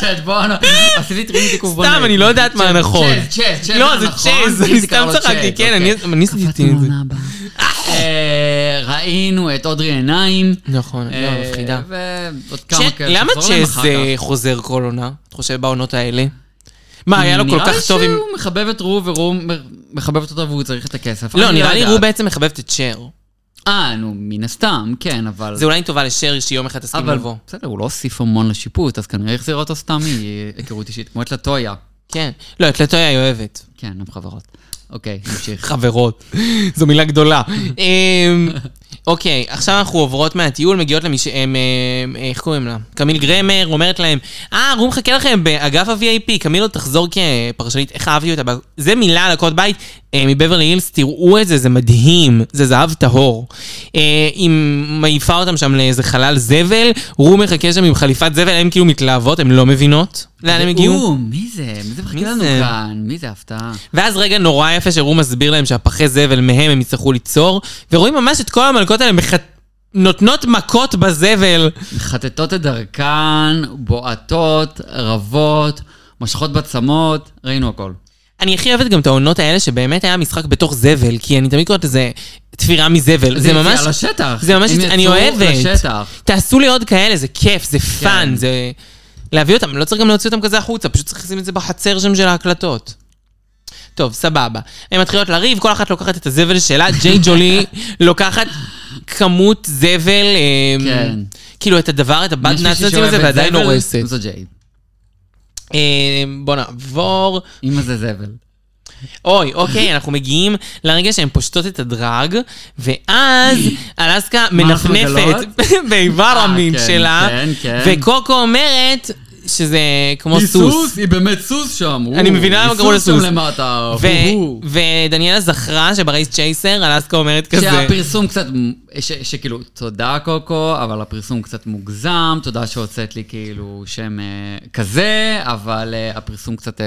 [SPEAKER 5] צ'אז בונו. עשיתי טריקים תיקוף בונו.
[SPEAKER 2] סתם, אני לא יודעת מה
[SPEAKER 5] צ'אז,
[SPEAKER 2] נכון.
[SPEAKER 5] צ'אז, צ'אז, צ'אז,
[SPEAKER 2] לא, זה
[SPEAKER 5] נכון?
[SPEAKER 2] צ'ז,
[SPEAKER 5] אם
[SPEAKER 2] אני
[SPEAKER 5] זה
[SPEAKER 2] סתם
[SPEAKER 5] קרא לו
[SPEAKER 2] צחקתי,
[SPEAKER 5] צ'אז,
[SPEAKER 2] כן,
[SPEAKER 5] אוקיי.
[SPEAKER 2] אני- אני עשיתי את זה.
[SPEAKER 5] לעונה הבאה. אה, ראינו את אודרי עיניים.
[SPEAKER 2] נכון, לא,
[SPEAKER 5] אה,
[SPEAKER 2] מפחידה.
[SPEAKER 5] ועוד
[SPEAKER 2] צ'ה-
[SPEAKER 5] כמה כאלה.
[SPEAKER 2] למה
[SPEAKER 5] שנחזור אליהם
[SPEAKER 2] צ'ז
[SPEAKER 5] אחר
[SPEAKER 2] אה, חוזר כל עונה? את חושבת בעונות האלה? מה, היה לו כל כך טוב עם...
[SPEAKER 5] נראה לי שהוא מחבב את רו, ורו מ- מחבבת אותו והוא צריך את הכסף.
[SPEAKER 2] לא,
[SPEAKER 5] אני
[SPEAKER 2] נראה לי
[SPEAKER 5] יודעת.
[SPEAKER 2] הוא בעצם מחבבת את שר.
[SPEAKER 5] אה, נו, מן הסתם, כן, אבל...
[SPEAKER 2] זה אולי טובה לשר שיום אחד תסכים
[SPEAKER 5] אבל
[SPEAKER 2] לבוא.
[SPEAKER 5] בסדר, הוא לא הוסיף המון לשיפוט, אז כנראה החזירה אותו סתם מהיכרות אישית, כמו את לטויה.
[SPEAKER 2] כן. לא, את לטויה היא אוהבת.
[SPEAKER 5] כן, הם חברות. אוקיי, נמשיך.
[SPEAKER 2] חברות. זו מילה גדולה. אמ, אוקיי, עכשיו אנחנו עוברות מהטיול, מגיעות למי שהם... אמ, איך קוראים לה? קמיל גרמר אומרת להם, אה, רום מחכה לכם באגף ה-VIP, קמיל עוד תחזור כפרשנית, איך אהבתי אותה? ב- זה מילה על עקות בית אה, מבברלי הילס, תראו את זה, זה מדהים, זה זהב טהור. אה, היא מעיפה אותם שם לאיזה חלל זבל, רום מחכה שם עם חליפת זבל, הן כאילו מתלהבות, הן לא מבינות [LAUGHS] לאן הם הגיעו.
[SPEAKER 5] או, מי זה? מי זה מחכה
[SPEAKER 2] מי
[SPEAKER 5] לנו
[SPEAKER 2] זה?
[SPEAKER 5] כאן? מי זה הפתעה?
[SPEAKER 2] ואז רגע נורא יפה שרום מסביר להם שהפחי זבל מהם הם יצטרכו ליצור, ורואים ממש את כל המלכות האלה מח... נותנות מכות בזבל.
[SPEAKER 5] מחטטות את דרכן, בועטות, רבות, מושכות בצמות, ראינו הכל.
[SPEAKER 2] אני הכי אוהבת גם את העונות האלה שבאמת היה משחק בתוך זבל, כי אני תמיד קוראת לזה תפירה מזבל. זה ממש...
[SPEAKER 5] יציאה לשטח.
[SPEAKER 2] זה ממש...
[SPEAKER 5] הם
[SPEAKER 2] אני
[SPEAKER 5] יצאו
[SPEAKER 2] אוהבת.
[SPEAKER 5] לשטח.
[SPEAKER 2] תעשו לי עוד כאלה, זה כיף, זה
[SPEAKER 5] כן.
[SPEAKER 2] פאן, זה... להביא אותם, לא צריך גם להוציא אותם כזה החוצה, פשוט צריך לשים את זה בחצר שם של ההקלטות. טוב, סבבה. הן מתחילות לריב, כל אחת לוקחת את הזבל שלה,
[SPEAKER 5] [LAUGHS]
[SPEAKER 2] ג'יי ג'ולי לוקחת כמות זבל, אמ,
[SPEAKER 5] כן.
[SPEAKER 2] כאילו את הדבר, את הבד
[SPEAKER 5] יש מישהי
[SPEAKER 2] נאצנצים הזה,
[SPEAKER 5] שאוהבת
[SPEAKER 2] ועדיין
[SPEAKER 5] זבל?
[SPEAKER 2] הורסת.
[SPEAKER 5] זו ג'יי.
[SPEAKER 2] אמ, בוא נעבור.
[SPEAKER 5] אמא זה זבל.
[SPEAKER 2] אוי,
[SPEAKER 5] [LAUGHS]
[SPEAKER 2] אוקיי, אנחנו מגיעים לרגע שהן פושטות את הדרג,
[SPEAKER 5] [LAUGHS]
[SPEAKER 2] ואז אלסקה
[SPEAKER 5] אנחנו
[SPEAKER 2] מנפנפת [LAUGHS] באיבר
[SPEAKER 5] אה,
[SPEAKER 2] המין
[SPEAKER 5] כן,
[SPEAKER 2] שלה,
[SPEAKER 5] כן, כן.
[SPEAKER 2] וקוקו אומרת שזה כמו
[SPEAKER 5] היא
[SPEAKER 2] סוס.
[SPEAKER 5] סוס, היא באמת סוס שם.
[SPEAKER 2] אני
[SPEAKER 5] או,
[SPEAKER 2] מבינה
[SPEAKER 5] היא
[SPEAKER 2] למה קראו לסוס.
[SPEAKER 5] שם למטה.
[SPEAKER 2] ו-
[SPEAKER 5] הו, הו.
[SPEAKER 2] ודניאלה זכרה שברייס צ'ייסר, אלסקה אומרת כזה,
[SPEAKER 5] שהפרסום קצת, ש- שכאילו, תודה קוקו, אבל הפרסום קצת מוגזם, תודה שהוצאת לי כאילו שם אה, כזה, אבל אה, הפרסום קצת אה,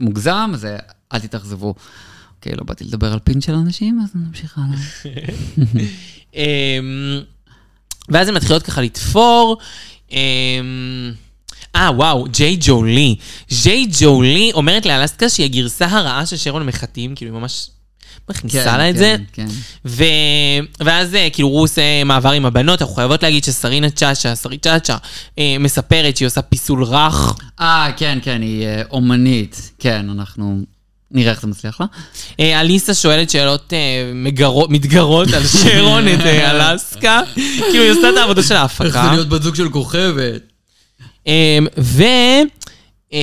[SPEAKER 5] מוגזם, אז אה, אל תתאכזבו. אוקיי, לא באתי לדבר על פין של אנשים, אז נמשיך הלאה.
[SPEAKER 2] אמ, ואז הן מתחילות ככה לתפור. אמ, אה, וואו, ג'יי ג'ולי. ג'יי ג'ולי אומרת לאלסקה שהיא הגרסה הרעה של שרון מחטים, כאילו היא ממש מכניסה
[SPEAKER 5] [LAUGHS] כן,
[SPEAKER 2] לה את
[SPEAKER 5] כן,
[SPEAKER 2] זה.
[SPEAKER 5] כן.
[SPEAKER 2] ו... ואז אה, כאילו הוא עושה מעבר עם הבנות, אנחנו חייבות להגיד שסרינה צ'אצ'ה, שרית צ'אצ'ה, אה, מספרת שהיא עושה פיסול רך.
[SPEAKER 5] אה, כן, כן, היא אה, אומנית. כן, אנחנו נראה איך זה מצליח לא? לה.
[SPEAKER 2] אה, אליסה שואלת שאלות אה, מגרות, מתגרות על שרון את אה, אלסקה. כאילו היא עושה את העבודה של ההפקה.
[SPEAKER 5] בת זוג של כוכבת?
[SPEAKER 2] אמ, ו... אה,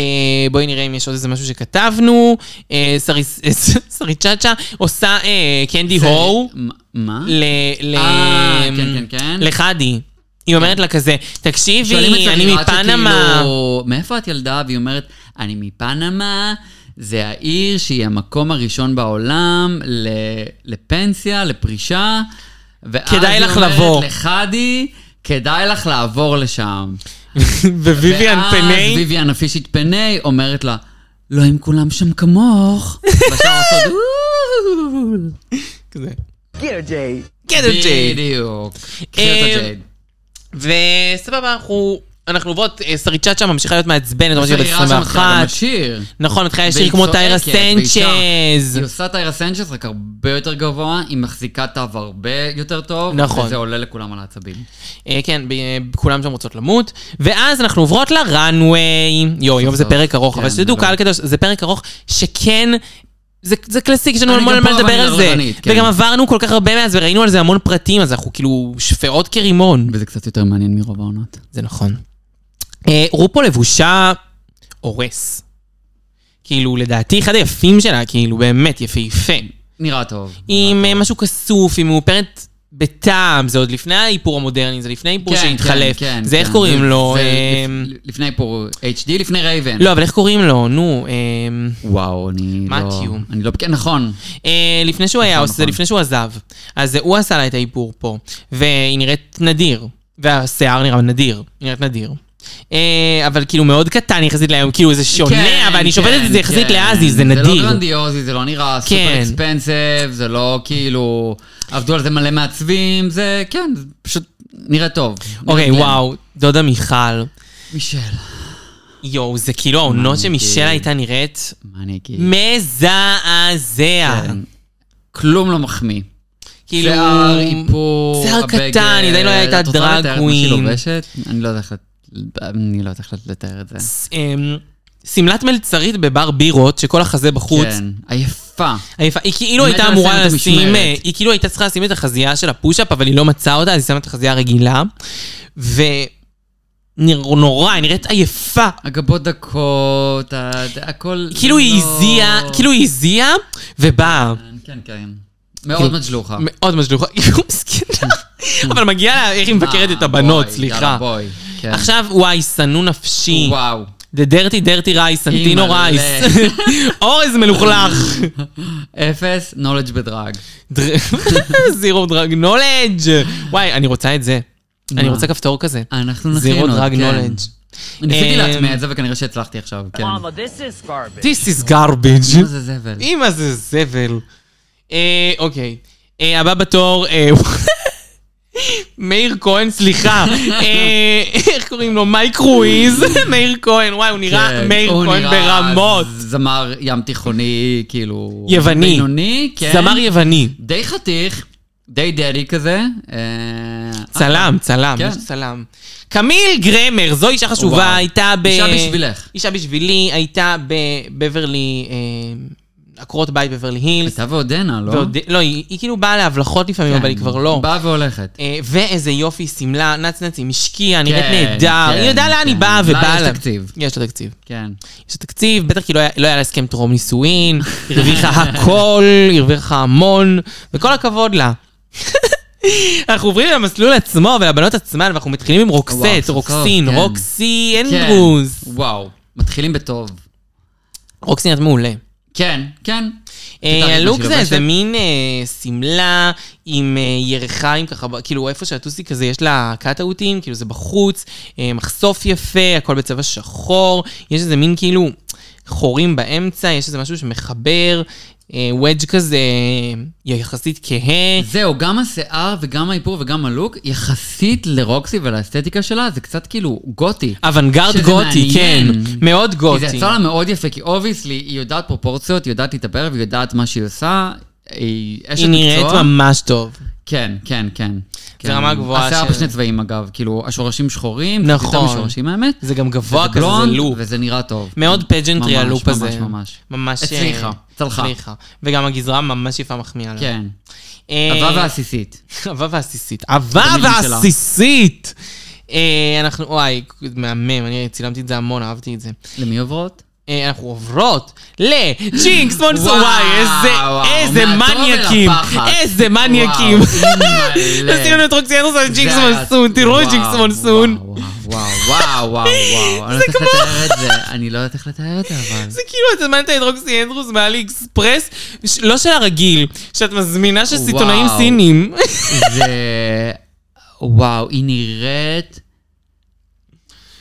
[SPEAKER 2] בואי נראה אם יש עוד איזה משהו שכתבנו. אה, סריס- אה, ס- סריצ'אצ'ה עושה אה, קנדי הו
[SPEAKER 5] מה?
[SPEAKER 2] ל... ל- אמ,
[SPEAKER 5] אה, כן, כן, כן.
[SPEAKER 2] לחדי. היא אומרת לה כזה,
[SPEAKER 5] שואלים את
[SPEAKER 2] תקשיבי, אני
[SPEAKER 5] זכירה
[SPEAKER 2] מפנמה.
[SPEAKER 5] שכאילו, מאיפה את ילדה? והיא אומרת, אני מפנמה, זה העיר שהיא המקום הראשון בעולם ל- לפנסיה, לפרישה. ואז
[SPEAKER 2] כדאי
[SPEAKER 5] היא
[SPEAKER 2] לך
[SPEAKER 5] אומרת
[SPEAKER 2] לבוא."
[SPEAKER 5] לחדי, כדאי לך לעבור לשם. כאילו-
[SPEAKER 2] [LAUGHS] וויביאן
[SPEAKER 5] ואז
[SPEAKER 2] פני.
[SPEAKER 5] ויויאן הפישית פני אומרת לה, לא אם כולם שם
[SPEAKER 2] [LAUGHS]
[SPEAKER 5] כמוך. בשאר עושות,
[SPEAKER 2] כזה.
[SPEAKER 6] Get a Jade.
[SPEAKER 2] "Get a Jade."
[SPEAKER 5] בדיוק. קחי אותה,
[SPEAKER 2] אה,
[SPEAKER 5] ג'ייד.
[SPEAKER 2] וסבבה, אנחנו... אנחנו עוברות, אה, סריצ'אצ'ה ממשיכה להיות מעצבנת, ממש בת
[SPEAKER 5] ונראה שם מתחילה גם
[SPEAKER 2] 21.
[SPEAKER 5] לשיר.
[SPEAKER 2] נכון, מתחילה לשיר
[SPEAKER 5] והיא
[SPEAKER 2] כמו טיירה
[SPEAKER 5] צועקת, והיא שרה.
[SPEAKER 2] סנצ'ז.
[SPEAKER 5] היא עושה טיירה סנצ'ז רק הרבה יותר גבוה, היא מחזיקה תו הרבה יותר טוב,
[SPEAKER 2] נכון.
[SPEAKER 5] וזה עולה לכולם על העצבים.
[SPEAKER 2] אה, כן, ב- אה, כולם שם רוצות למות. ואז אנחנו עוברות לראנוויי. יואו, יום זה
[SPEAKER 5] סוף.
[SPEAKER 2] פרק ארוך, אבל
[SPEAKER 5] כן,
[SPEAKER 2] שתדעו,
[SPEAKER 5] זה לא-
[SPEAKER 2] קהל קדוש, זה פרק ארוך שכן... זה, זה קלאסיק, יש לנו
[SPEAKER 5] אני
[SPEAKER 2] המון על
[SPEAKER 5] גם
[SPEAKER 2] מה
[SPEAKER 5] פה,
[SPEAKER 2] לדבר
[SPEAKER 5] אבל
[SPEAKER 2] על
[SPEAKER 5] אני
[SPEAKER 2] זה.
[SPEAKER 5] ערנית, כן.
[SPEAKER 2] וגם עברנו כל כך הרבה מאז, וראינו על זה המון פרטים, אז אנחנו כאילו שפעות כרימון.
[SPEAKER 5] וזה קצת יותר מעניין מרוב העונות.
[SPEAKER 2] זה נכון. אה, רופו לבושה הורס. כאילו, לדעתי, אחד היפים שלה, כאילו, באמת יפהפה.
[SPEAKER 5] נראה טוב.
[SPEAKER 2] עם אה, משהו כסוף, היא מאופרת בטעם, זה עוד לפני האיפור המודרני, זה לפני
[SPEAKER 5] כן,
[SPEAKER 2] האיפור שהתחלף. זה איך קוראים לו?
[SPEAKER 5] זה
[SPEAKER 2] אה,
[SPEAKER 5] לפ- לפני פה, HD לפני רייבן.
[SPEAKER 2] לא, אבל איך קוראים לו? נו, אה,
[SPEAKER 5] וואו, אני לא...
[SPEAKER 2] מתיו.
[SPEAKER 5] אני לא... כן, נכון.
[SPEAKER 2] אה, לפני שהוא היה,
[SPEAKER 5] נכון,
[SPEAKER 2] עושה- זה
[SPEAKER 5] נכון.
[SPEAKER 2] לפני שהוא עזב. אז אה, הוא עשה לה את האיפור פה, והיא נראית נדיר. והשיער נראה נדיר, היא נראית נדיר. אה, אבל כאילו מאוד קטן יחסית להיום, כאילו זה שונה,
[SPEAKER 5] כן,
[SPEAKER 2] אבל אני שופטת את
[SPEAKER 5] כן,
[SPEAKER 2] זה יחסית
[SPEAKER 5] כן.
[SPEAKER 2] לאזי, זה
[SPEAKER 5] זה לא
[SPEAKER 2] נדיר.
[SPEAKER 5] גרנדיוזי, זה לא נראה
[SPEAKER 2] כן.
[SPEAKER 5] סופר אקספנסיב, זה לא כאילו... עבדו על זה מלא מעצבים, זה... כן, זה פשוט נראה טוב.
[SPEAKER 2] אוקיי,
[SPEAKER 5] נראה
[SPEAKER 2] וואו, דודה מיכל.
[SPEAKER 5] בלי. מישל,
[SPEAKER 2] יואו, זה כאילו העונות שמישל הייתה נראית
[SPEAKER 5] מה אני אגיד?
[SPEAKER 2] מזעזע.
[SPEAKER 5] כן. כלום לא מחמיא.
[SPEAKER 2] כאילו...
[SPEAKER 5] שיער, איפור,
[SPEAKER 2] שיער
[SPEAKER 5] הבגד.
[SPEAKER 2] קטן, היא עדיין לא הייתה
[SPEAKER 5] את רוצה
[SPEAKER 2] דרג
[SPEAKER 5] לתאר את מה שהיא
[SPEAKER 2] קווין.
[SPEAKER 5] לובשת? אני לא יודע איך... לת- אני לא יודעת איך לתאר את זה.
[SPEAKER 2] ס- אמ, שמלת מלצרית בבר בירות, שכל החזה בחוץ.
[SPEAKER 5] כן, עייפה.
[SPEAKER 2] היפה, היא כאילו
[SPEAKER 5] מתה
[SPEAKER 2] הייתה
[SPEAKER 5] לשים
[SPEAKER 2] אמורה
[SPEAKER 5] את
[SPEAKER 2] לשים,
[SPEAKER 5] המשמרת.
[SPEAKER 2] אה, היא כאילו הייתה צריכה לשים את החזייה של הפוש-אפ, אבל היא לא מצאה אותה, אז היא שמה את החזייה הרגילה. ונורא, היא נראית עייפה.
[SPEAKER 5] הגבות דקות, ה- הכל...
[SPEAKER 2] כאילו היא
[SPEAKER 5] לא-
[SPEAKER 2] הזיעה, כאילו היא הזיעה, ובאה.
[SPEAKER 5] כן, כן, כן.
[SPEAKER 2] כאילו-
[SPEAKER 5] מאוד מג'לוחה. אה,
[SPEAKER 2] מאוד משלוחה, היא כאילו
[SPEAKER 5] [LAUGHS]
[SPEAKER 2] מסכנה. אבל מגיע לה, איך היא מבקרת את
[SPEAKER 5] אה,
[SPEAKER 2] הבנות,
[SPEAKER 5] בואי,
[SPEAKER 2] סליחה.
[SPEAKER 5] יאללה, בואי. כן.
[SPEAKER 2] עכשיו, וואי, שנוא נפשי.
[SPEAKER 5] וואו.
[SPEAKER 2] The dirty dirty rice, סנטינו
[SPEAKER 5] אימא'לה.
[SPEAKER 2] רייס. [LAUGHS] אורז מלוכלך.
[SPEAKER 5] [LAUGHS] אפס knowledge בדרג.
[SPEAKER 2] זירו דרג נולדג'. וואי, אני רוצה את זה. אני רוצה כפתור כזה.
[SPEAKER 5] אנחנו נכין
[SPEAKER 2] זירו
[SPEAKER 5] עוד,
[SPEAKER 2] דרג
[SPEAKER 5] כן.
[SPEAKER 2] נולדג'.
[SPEAKER 5] ניסיתי
[SPEAKER 2] אמ,
[SPEAKER 5] להטמיע את זה וכנראה שהצלחתי עכשיו, כן.
[SPEAKER 2] This is garbage.
[SPEAKER 5] מה זה זבל?
[SPEAKER 2] אמא זה זבל. אה, אוקיי. אה, הבא בתור, אה, [LAUGHS] מאיר כהן, סליחה. אה, איך קוראים לו? מייק רויז. [LAUGHS] מאיר כהן, וואי, הוא נראה
[SPEAKER 5] כן,
[SPEAKER 2] מאיר
[SPEAKER 5] הוא
[SPEAKER 2] כהן
[SPEAKER 5] נראה
[SPEAKER 2] ברמות.
[SPEAKER 5] זמר ים תיכוני, כאילו...
[SPEAKER 2] יווני.
[SPEAKER 5] בינוני, כן.
[SPEAKER 2] זמר יווני.
[SPEAKER 5] די חתיך, די דדי כזה. אה,
[SPEAKER 2] צלם, צלם,
[SPEAKER 5] כן.
[SPEAKER 2] יש צלם. קמיל גרמר, זו אישה חשובה,
[SPEAKER 5] וואו.
[SPEAKER 2] הייתה ב...
[SPEAKER 5] אישה בשבילך.
[SPEAKER 2] אישה בשבילי, הייתה בבברלי, אה, עקרות בית בברלי הילס.
[SPEAKER 5] הייתה ועודנה, לא?
[SPEAKER 2] ועוד- לא, היא היא כאילו באה להבלחות לפעמים,
[SPEAKER 5] כן.
[SPEAKER 2] אבל היא כבר לא.
[SPEAKER 5] באה והולכת.
[SPEAKER 2] אה, ואיזה יופי, שמלה, נצנצים, השקיעה, נראית
[SPEAKER 5] כן,
[SPEAKER 2] נהדר.
[SPEAKER 5] כן,
[SPEAKER 2] היא יודעה לאן היא
[SPEAKER 5] כן.
[SPEAKER 2] באה
[SPEAKER 5] לה
[SPEAKER 2] ובאה
[SPEAKER 5] יש
[SPEAKER 2] לה.
[SPEAKER 5] תקציב.
[SPEAKER 2] יש לה תקציב.
[SPEAKER 5] כן.
[SPEAKER 2] יש לה תקציב, בטח כי לא היה- לא היה לה הסכם טרום
[SPEAKER 5] [LAUGHS]
[SPEAKER 2] נישואין, הרוויחה הכל, הרוויחה המון, וכל הכבוד לה. אנחנו עוברים למסלול עצמו ולבנות עצמן, ואנחנו מתחילים עם
[SPEAKER 5] וואו,
[SPEAKER 2] רוקסט,
[SPEAKER 5] סוף סוף,
[SPEAKER 2] רוקסין,
[SPEAKER 5] כן.
[SPEAKER 2] רוקסי
[SPEAKER 5] כן.
[SPEAKER 2] אנדרוס.
[SPEAKER 5] וואו, מתחילים בטוב.
[SPEAKER 2] רוקסי נראית מעולה.
[SPEAKER 5] כן, כן.
[SPEAKER 2] אה,
[SPEAKER 5] תדע,
[SPEAKER 2] הלוק
[SPEAKER 5] מה
[SPEAKER 2] זה
[SPEAKER 5] שהיא
[SPEAKER 2] איזה
[SPEAKER 5] לובשת.
[SPEAKER 2] מין אה, שמלה עם אה, ירחיים ככה, ב- כאילו איפה שהטוסי כזה יש לה קאטאוטים, כאילו זה בחוץ, אה, מחשוף יפה, הכל בצבע שחור, יש איזה מין כאילו חורים באמצע, יש איזה משהו שמחבר, אה, וודג' כזה אה, יחסית כהה.
[SPEAKER 5] זהו, גם השיער וגם האיפור וגם הלוק, יחסית לרוקסי ולאסתטיקה שלה, זה קצת כאילו גותי.
[SPEAKER 2] אוונגרד
[SPEAKER 5] שזה
[SPEAKER 2] גותי, כן,
[SPEAKER 5] מעניין.
[SPEAKER 2] מאוד
[SPEAKER 5] כי זה
[SPEAKER 2] גותי.
[SPEAKER 5] יצא לה מאוד יפה, כי אובייסלי, היא יודעת פרופורציות, היא יודעת להתאפר והיא יודעת מה שהיא עושה. היא אשת
[SPEAKER 2] היא
[SPEAKER 5] מקצוע.
[SPEAKER 2] נראית ממש טוב.
[SPEAKER 5] כן, כן, כן. כן.
[SPEAKER 2] רמה גבוהה
[SPEAKER 5] השיער
[SPEAKER 2] של-
[SPEAKER 5] בשני צבעים אגב, כאילו, השורשים שחורים,
[SPEAKER 2] נכון.
[SPEAKER 5] נכון. יותר משורשים האמת.
[SPEAKER 2] זה גם גבוה
[SPEAKER 5] וזה
[SPEAKER 2] כזה, זה
[SPEAKER 5] בלונד,
[SPEAKER 2] לופ.
[SPEAKER 5] וזה נראה טוב.
[SPEAKER 2] מאוד פג'נטרי
[SPEAKER 5] ממש,
[SPEAKER 2] הלופ
[SPEAKER 5] ממש,
[SPEAKER 2] הזה.
[SPEAKER 5] ממש.
[SPEAKER 2] ממש... אה,
[SPEAKER 5] הצליחה, צלחה.
[SPEAKER 2] הצליחה. וגם הגזרה ממש יפה מחמיאה לה.
[SPEAKER 5] כן.
[SPEAKER 2] אה,
[SPEAKER 5] עבה והעסיסית.
[SPEAKER 2] עבה ועסיסית. עבה
[SPEAKER 5] במילים שלה.
[SPEAKER 2] ועסיסית! אה, אנחנו, וואי, מהמם, אני צילמתי את זה המון, אהבתי את זה.
[SPEAKER 5] למי עוברות?
[SPEAKER 2] אה, אנחנו עוברות לג'ינקס מונסו,
[SPEAKER 5] וואו,
[SPEAKER 2] וואי, איזה,
[SPEAKER 5] וואו,
[SPEAKER 2] איזה
[SPEAKER 5] מהטוב
[SPEAKER 2] מניאקים,
[SPEAKER 5] ולפחד.
[SPEAKER 2] איזה מניאקים. [LAUGHS]
[SPEAKER 5] אימא'לה.
[SPEAKER 2] עשינו את רוקסי אנדרסון על ג'ינקס
[SPEAKER 5] זה היה-
[SPEAKER 2] מונסון, תראו את
[SPEAKER 5] וואו,
[SPEAKER 2] ג'ינקס מונסון.
[SPEAKER 5] וואו, וואו, וואו,
[SPEAKER 2] [LAUGHS]
[SPEAKER 5] וואו, וואו. אני לא יודעת איך לתאר את זה, אני לא יודעת איך לתאר את זה, אבל...
[SPEAKER 2] זה כאילו, את הזמנת את רוקסי אנדרוס מעלי אקספרס, ש- לא של הרגיל, שאת מזמינה של סיטונאים
[SPEAKER 5] וואו.
[SPEAKER 2] סינים.
[SPEAKER 5] זה... וואו, היא נראית...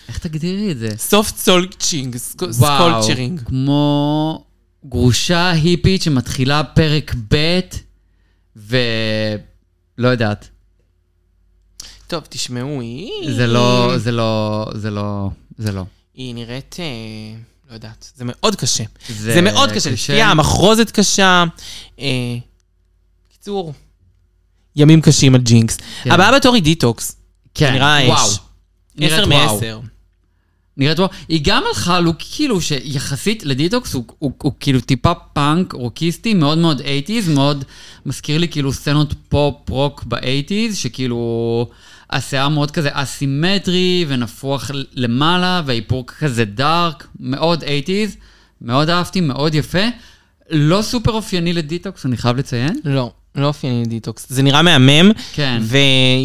[SPEAKER 5] איך תגדירי את זה?
[SPEAKER 2] [LAUGHS] סוף צול צ'ינגס,
[SPEAKER 5] וואו,
[SPEAKER 2] סקולצ'רינג.
[SPEAKER 5] כמו גרושה היפית שמתחילה פרק ב' ו... לא יודעת.
[SPEAKER 2] טוב, תשמעו, היא...
[SPEAKER 4] זה לא, זה לא, זה לא, זה לא.
[SPEAKER 2] היא נראית... אה, לא יודעת. זה מאוד קשה.
[SPEAKER 4] זה
[SPEAKER 2] זה מאוד קשה. לשתייה, המחרוזת קשה. אה, קיצור, ימים קשים על ג'ינקס.
[SPEAKER 4] כן.
[SPEAKER 2] הבאה בתור היא דיטוקס.
[SPEAKER 4] כן,
[SPEAKER 2] נראה
[SPEAKER 5] וואו.
[SPEAKER 2] אש.
[SPEAKER 4] נראית
[SPEAKER 2] עשר
[SPEAKER 4] וואו.
[SPEAKER 2] מעשר.
[SPEAKER 4] נראית וואו.
[SPEAKER 5] היא גם הלכה לוק כאילו שיחסית לדיטוקס הוא, הוא, הוא כאילו טיפה פאנק רוקיסטי, מאוד מאוד 80's, מאוד מזכיר לי כאילו סצנות פופ רוק ב-80's, שכאילו השיער מאוד כזה אסימטרי ונפוח למעלה והאיפור כזה דארק, מאוד 80's, מאוד אהבתי, מאוד יפה. לא סופר אופייני לדיטוקס, אני חייב לציין.
[SPEAKER 2] לא, לא אופייני לדיטוקס. זה נראה מהמם,
[SPEAKER 5] כן.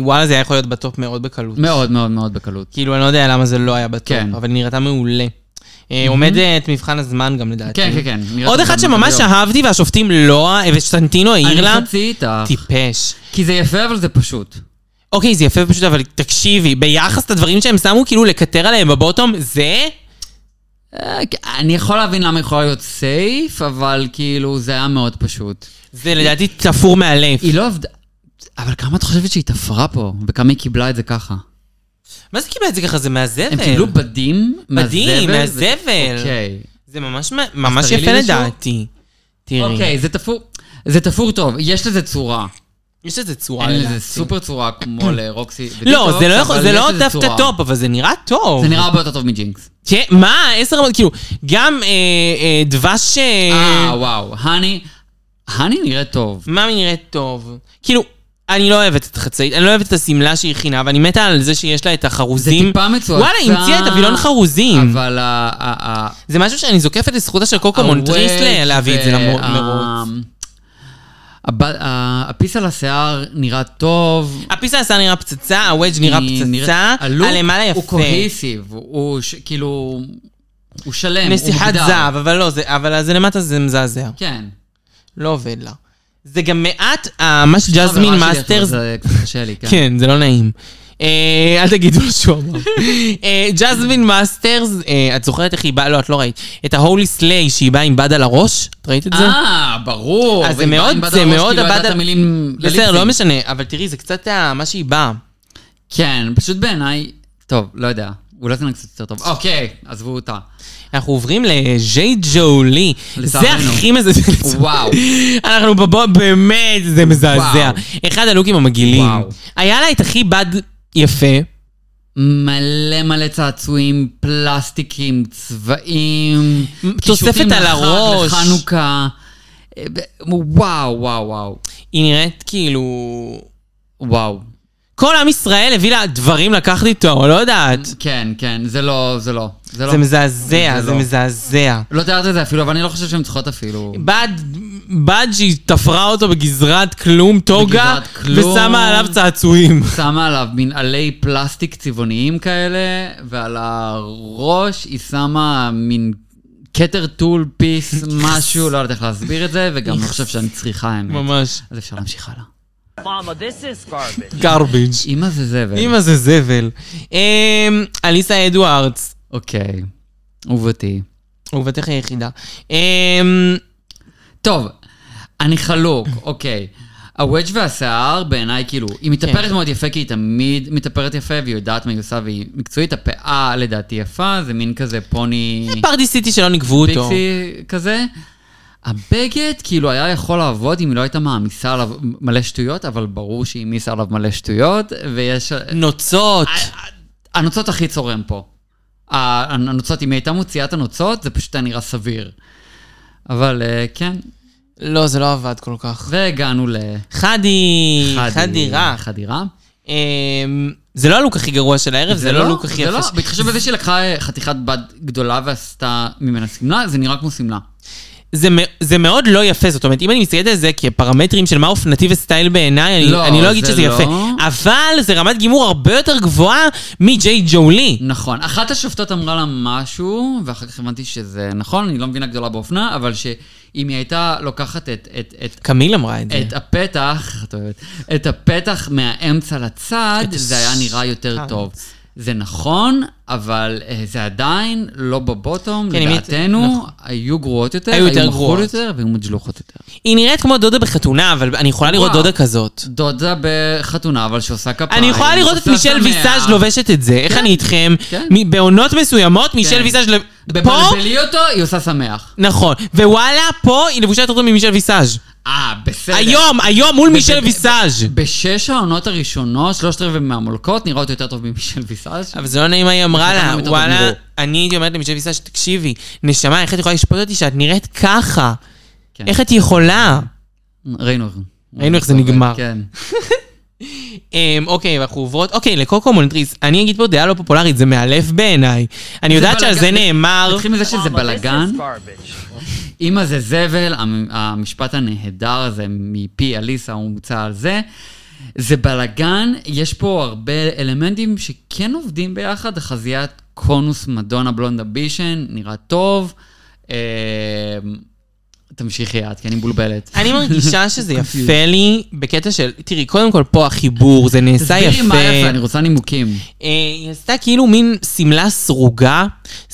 [SPEAKER 2] ווואלה, זה היה יכול להיות בטופ מאוד בקלות.
[SPEAKER 5] מאוד מאוד מאוד בקלות.
[SPEAKER 2] כאילו, אני לא יודע למה זה לא היה בטופ,
[SPEAKER 5] כן.
[SPEAKER 2] אבל היא נראתה מעולה. אה, עומדת מבחן הזמן גם לדעתי.
[SPEAKER 5] כן, כן, כן. נראית
[SPEAKER 2] עוד אחד
[SPEAKER 5] גם
[SPEAKER 2] שממש
[SPEAKER 5] מדהים.
[SPEAKER 2] אהבתי והשופטים לא, אה, ושטנטינו העיר לה,
[SPEAKER 5] אני חצי איתך.
[SPEAKER 2] טיפש.
[SPEAKER 5] כי זה יפה, אבל זה פשוט.
[SPEAKER 2] אוקיי, זה יפה פשוט, אבל תקשיבי, ביחס לדברים שהם שמו, כאילו לקטר עליהם בבוטום, זה...
[SPEAKER 5] אה, אני יכול להבין למה היא יכולה להיות סייף, אבל כאילו זה היה מאוד פשוט.
[SPEAKER 2] זה לדעתי תפור מהלב.
[SPEAKER 5] היא לא עבדה... אבל כמה את חושבת שהיא תפרה פה? וכמה היא קיבלה את זה ככה?
[SPEAKER 2] מה זה קיבלה את זה ככה? זה מהזבל.
[SPEAKER 5] הם קיבלו בדים
[SPEAKER 2] בדים,
[SPEAKER 5] מהזבל?
[SPEAKER 2] מהזבל.
[SPEAKER 5] אוקיי.
[SPEAKER 2] זה ממש מה- ממש
[SPEAKER 5] תראי
[SPEAKER 2] יפה
[SPEAKER 5] לי מישהו.
[SPEAKER 2] לדעתי. תראי,
[SPEAKER 5] אוקיי, זה תפור... זה תפור טוב, יש לזה צורה.
[SPEAKER 2] יש לזה צורה
[SPEAKER 5] אין לזה
[SPEAKER 2] לדעתי.
[SPEAKER 5] סופר צורה כמו לרוקסי.
[SPEAKER 2] לא,
[SPEAKER 5] ודיטוקס,
[SPEAKER 2] זה לא יכול-
[SPEAKER 5] אבל
[SPEAKER 2] זה
[SPEAKER 5] יש
[SPEAKER 2] לא
[SPEAKER 5] לזה
[SPEAKER 2] דווקא
[SPEAKER 5] צורה.
[SPEAKER 2] טופ, אבל זה נראה טוב.
[SPEAKER 5] זה נראה הרבה יותר טוב מג'ינקס.
[SPEAKER 2] כן, מה? עשר... כאילו, גם אה, אה, דבש... אה,
[SPEAKER 5] אה, וואו, האני... האני נראה טוב.
[SPEAKER 2] מאמי נראית טוב. כאילו, אני לא אוהבת את החצאית, אני לא אוהבת את השמלה שהיא הכינה, ואני מתה על זה שיש לה את
[SPEAKER 5] זה
[SPEAKER 2] החרוזים.
[SPEAKER 5] טיפה מצועצע.
[SPEAKER 2] וואלה, היא המציאה את הווילון חרוזים.
[SPEAKER 5] אבל ה- ה- ה-
[SPEAKER 2] זה משהו שאני זוקפת לזכותה של קוקו מונטריס ל-
[SPEAKER 5] הוודג'
[SPEAKER 2] להביא את זה
[SPEAKER 5] וה-
[SPEAKER 2] למרוץ.
[SPEAKER 5] אה, הב- ה- הפיס על השיער נראה טוב.
[SPEAKER 2] הפיסה עשה נראה פצצה, הוודג' נראה
[SPEAKER 5] היא
[SPEAKER 2] פצצה,
[SPEAKER 5] נראית- הלוק
[SPEAKER 2] הלמעלה
[SPEAKER 5] הוא
[SPEAKER 2] יפה.
[SPEAKER 5] קוהיסיב, הוא ש- כאילו... הוא שלם, הוא מוגדר.
[SPEAKER 2] נסיכת זהב, אבל לא, זה- אבל זה למטה זה מזעזע.
[SPEAKER 5] כן.
[SPEAKER 2] לא עובד לה. זה גם מעט, אה, מה שג'זמין
[SPEAKER 5] חברה שלי,
[SPEAKER 2] מאסטרס
[SPEAKER 5] אבל זה קצת קשה לי, כן.
[SPEAKER 2] כן, זה לא נעים. אה, אל תגידו מה שהוא
[SPEAKER 5] [LAUGHS]
[SPEAKER 2] אמר. אה, ג'זמין מאסטרס, אה, את זוכרת איך היא באה? לא, את לא ראית. את ההולי סליי שהיא באה עם בד על הראש? את ראית את זה?
[SPEAKER 5] אה, ברור.
[SPEAKER 2] אז זה
[SPEAKER 5] והיא באה
[SPEAKER 2] מאוד-
[SPEAKER 5] עם בד
[SPEAKER 2] זה
[SPEAKER 5] על הראש,
[SPEAKER 2] מאוד
[SPEAKER 5] כאילו,
[SPEAKER 2] הבד
[SPEAKER 5] ידעת
[SPEAKER 2] על-
[SPEAKER 5] מילים
[SPEAKER 2] בסדר,
[SPEAKER 5] לליפסינג.
[SPEAKER 2] לא משנה, אבל תראי, זה קצת אה, מה שהיא באה.
[SPEAKER 5] כן, פשוט בעיניי... טוב, לא יודע. אולי זה נראה קצת יותר טוב. אוקיי, עזבו אותה.
[SPEAKER 2] אנחנו עוברים לז'יי ג'ולי. זה
[SPEAKER 5] לצערנו.
[SPEAKER 2] הכי מזעזע.
[SPEAKER 5] וואו.
[SPEAKER 2] [LAUGHS] אנחנו בבוא, באמת, זה מזעזע.
[SPEAKER 5] וואו.
[SPEAKER 2] אחד הלוקים המגעילים.
[SPEAKER 5] וואו.
[SPEAKER 2] היה לה את הכי בד יפה.
[SPEAKER 5] מלא מלא צעצועים, פלסטיקים, צבעים,
[SPEAKER 2] תוספת
[SPEAKER 5] קישוטים
[SPEAKER 2] על
[SPEAKER 5] לחג,
[SPEAKER 2] הראש.
[SPEAKER 5] לחנוכה. אה, ב- וואו, וואו, וואו.
[SPEAKER 2] היא נראית כאילו...
[SPEAKER 5] וואו.
[SPEAKER 2] כל עם ישראל הביא לה דברים לקחת איתו, לא יודעת.
[SPEAKER 5] כן, כן, זה לא, זה לא. זה לא.
[SPEAKER 2] זה מזעזע,
[SPEAKER 5] זה
[SPEAKER 2] זה
[SPEAKER 5] לא.
[SPEAKER 2] מזעזע.
[SPEAKER 5] לא תיארת את זה אפילו, אבל אני לא חושב שהן צריכות אפילו.
[SPEAKER 2] בד, בד שהיא תפרה אותו בגזרת כלום, טוגה,
[SPEAKER 5] בגזרת כלום.
[SPEAKER 2] ושמה עליו צעצועים.
[SPEAKER 5] שמה עליו מנעלי פלסטיק צבעוניים כאלה, ועל הראש היא שמה מין כתר טול [LAUGHS] פיס, משהו, לא יודעת איך להסביר את זה, וגם לא חושב שאני צריכה, האמת.
[SPEAKER 2] [LAUGHS] ממש.
[SPEAKER 5] אז אפשר להמשיך הלאה.
[SPEAKER 2] גרביג'.
[SPEAKER 5] אימא זה זבל.
[SPEAKER 2] אמא זה זבל. אמ, אליסה אדוארדס,
[SPEAKER 5] אוקיי, עובדתי.
[SPEAKER 2] אהובתך היחידה. אמ,
[SPEAKER 5] טוב, אני חלוק, [LAUGHS] אוקיי. הוודג' והשיער בעיניי כאילו, היא מתאפרת מאוד יפה כי היא תמיד מתאפרת יפה והיא יודעת מה היא עושה והיא מקצועית, הפאה לדעתי יפה, זה מין כזה פוני
[SPEAKER 2] פרדי סיטי שלא נגבו אותו.
[SPEAKER 5] פיקסי כזה. הבגד כאילו היה יכול לעבוד אם היא לא הייתה מעמיסה עליו מלא שטויות, אבל ברור שהיא העמיסה עליו מלא שטויות, ויש...
[SPEAKER 2] נוצות.
[SPEAKER 5] הנוצות הכי צורם פה. ה- הנוצות, אם היא הייתה מוציאה את הנוצות, זה פשוט היה נראה סביר. אבל אה, כן,
[SPEAKER 2] לא, זה לא עבד כל כך.
[SPEAKER 5] והגענו ל...
[SPEAKER 2] חדי, חדירה.
[SPEAKER 5] חדירה.
[SPEAKER 2] זה לא הלוק הכי גרוע של הערב, זה לא הלוק הכי
[SPEAKER 5] זה לא,
[SPEAKER 2] יפה. ש-
[SPEAKER 5] בהתחשב בזה שהיא לקחה אה, חתיכת בד גדולה ועשתה ממנה שמלה, זה נראה כמו שמלה.
[SPEAKER 2] זה, מ- זה מאוד לא יפה, זאת אומרת, אם אני מסתכלת על זה כפרמטרים של מה אופנתי וסטייל בעיניי, אני,
[SPEAKER 5] לא,
[SPEAKER 2] אני לא
[SPEAKER 5] זה
[SPEAKER 2] אגיד שזה
[SPEAKER 5] לא.
[SPEAKER 2] יפה. אבל זה רמת גימור הרבה יותר גבוהה מג'יי ג'ולי.
[SPEAKER 5] נכון. אחת השופטות אמרה לה משהו, ואחר כך הבנתי שזה נכון, אני לא מבינה גדולה באופנה, אבל שאם היא הייתה לוקחת את, את, את
[SPEAKER 2] קמיל אמרה את זה.
[SPEAKER 5] את הפתח, את אוהבת, את הפתח מהאמצע לצד,
[SPEAKER 2] את
[SPEAKER 5] זה היה
[SPEAKER 2] הש-
[SPEAKER 5] נראה יותר
[SPEAKER 2] אה.
[SPEAKER 5] טוב. זה נכון, אבל אה, זה עדיין לא בבוטום.
[SPEAKER 2] כן, אם היית-
[SPEAKER 5] לדעתנו, נכון. היו גרועות יותר,
[SPEAKER 2] היו יותר
[SPEAKER 5] מחול
[SPEAKER 2] גרועות.
[SPEAKER 5] יותר והיו מג'לוחות יותר.
[SPEAKER 2] היא נראית כמו דודה בחתונה, אבל אני יכולה לראות
[SPEAKER 5] וואו.
[SPEAKER 2] דודה כזאת.
[SPEAKER 5] דודה בחתונה, אבל שעושה כפיים.
[SPEAKER 2] אני יכולה לראות את
[SPEAKER 5] עושה
[SPEAKER 2] מישל
[SPEAKER 5] שמח.
[SPEAKER 2] ויסאז' לובשת את זה, איך אני איתכם?
[SPEAKER 5] כן.
[SPEAKER 2] מ- בעונות מסוימות, מישל
[SPEAKER 5] כן.
[SPEAKER 2] ויסאז'... לב- פה?
[SPEAKER 5] בבלבלי אותו, היא עושה שמח.
[SPEAKER 2] נכון. ווואלה, פה היא לבושה יותר טוב ממישל ויסאז'.
[SPEAKER 5] אה, בסדר.
[SPEAKER 2] היום, היום מול
[SPEAKER 5] ב-
[SPEAKER 2] מישל
[SPEAKER 5] ב-
[SPEAKER 2] ויסאז'.
[SPEAKER 5] בשש העונות הראשונות, שלושת רבעי מהמולקות, נראות יותר טוב ממישל ויסאז'.
[SPEAKER 2] אבל זה לא נעים מה היא אמרה
[SPEAKER 5] בכלל
[SPEAKER 2] לה,
[SPEAKER 5] לא מתוך
[SPEAKER 2] וואלה,
[SPEAKER 5] הדיבור.
[SPEAKER 2] אני הייתי אומרת למישל ויסאז', תקשיבי, נשמה, איך את יכולה לשפוט אותי שאת נראית ככה?
[SPEAKER 5] כן.
[SPEAKER 2] איך את יכולה?
[SPEAKER 5] ראינו.
[SPEAKER 2] ראינו איך זה נגמר.
[SPEAKER 5] כן.
[SPEAKER 2] אמ, אוקיי, ואנחנו עוברות, אוקיי, לקוקו מונטריס, אני אגיד פה דעה לא פופולרית, זה מאלף בעיניי. אני יודעת שעל
[SPEAKER 5] בלגן.
[SPEAKER 2] זה נאמר...
[SPEAKER 5] לא נתחיל מזה שזה בלאגן. אימא זה זבל, המ- המשפט הנהדר הזה מפי אליסה הומצא על זה. זה בלאגן, יש פה הרבה אלמנטים שכן עובדים ביחד, חזיית קונוס מדונה בלונדה בישן, נראה טוב. אה, תמשיכי את, כי אני מבולבלת.
[SPEAKER 2] אני מרגישה
[SPEAKER 5] [LAUGHS]
[SPEAKER 2] שזה יפה לי בקטע של, תראי, קודם כל פה החיבור, זה נעשה יפה.
[SPEAKER 5] תסבירי מה יפה, אני רוצה נימוקים.
[SPEAKER 2] אה, היא עשתה כאילו מין שמלה סרוגה,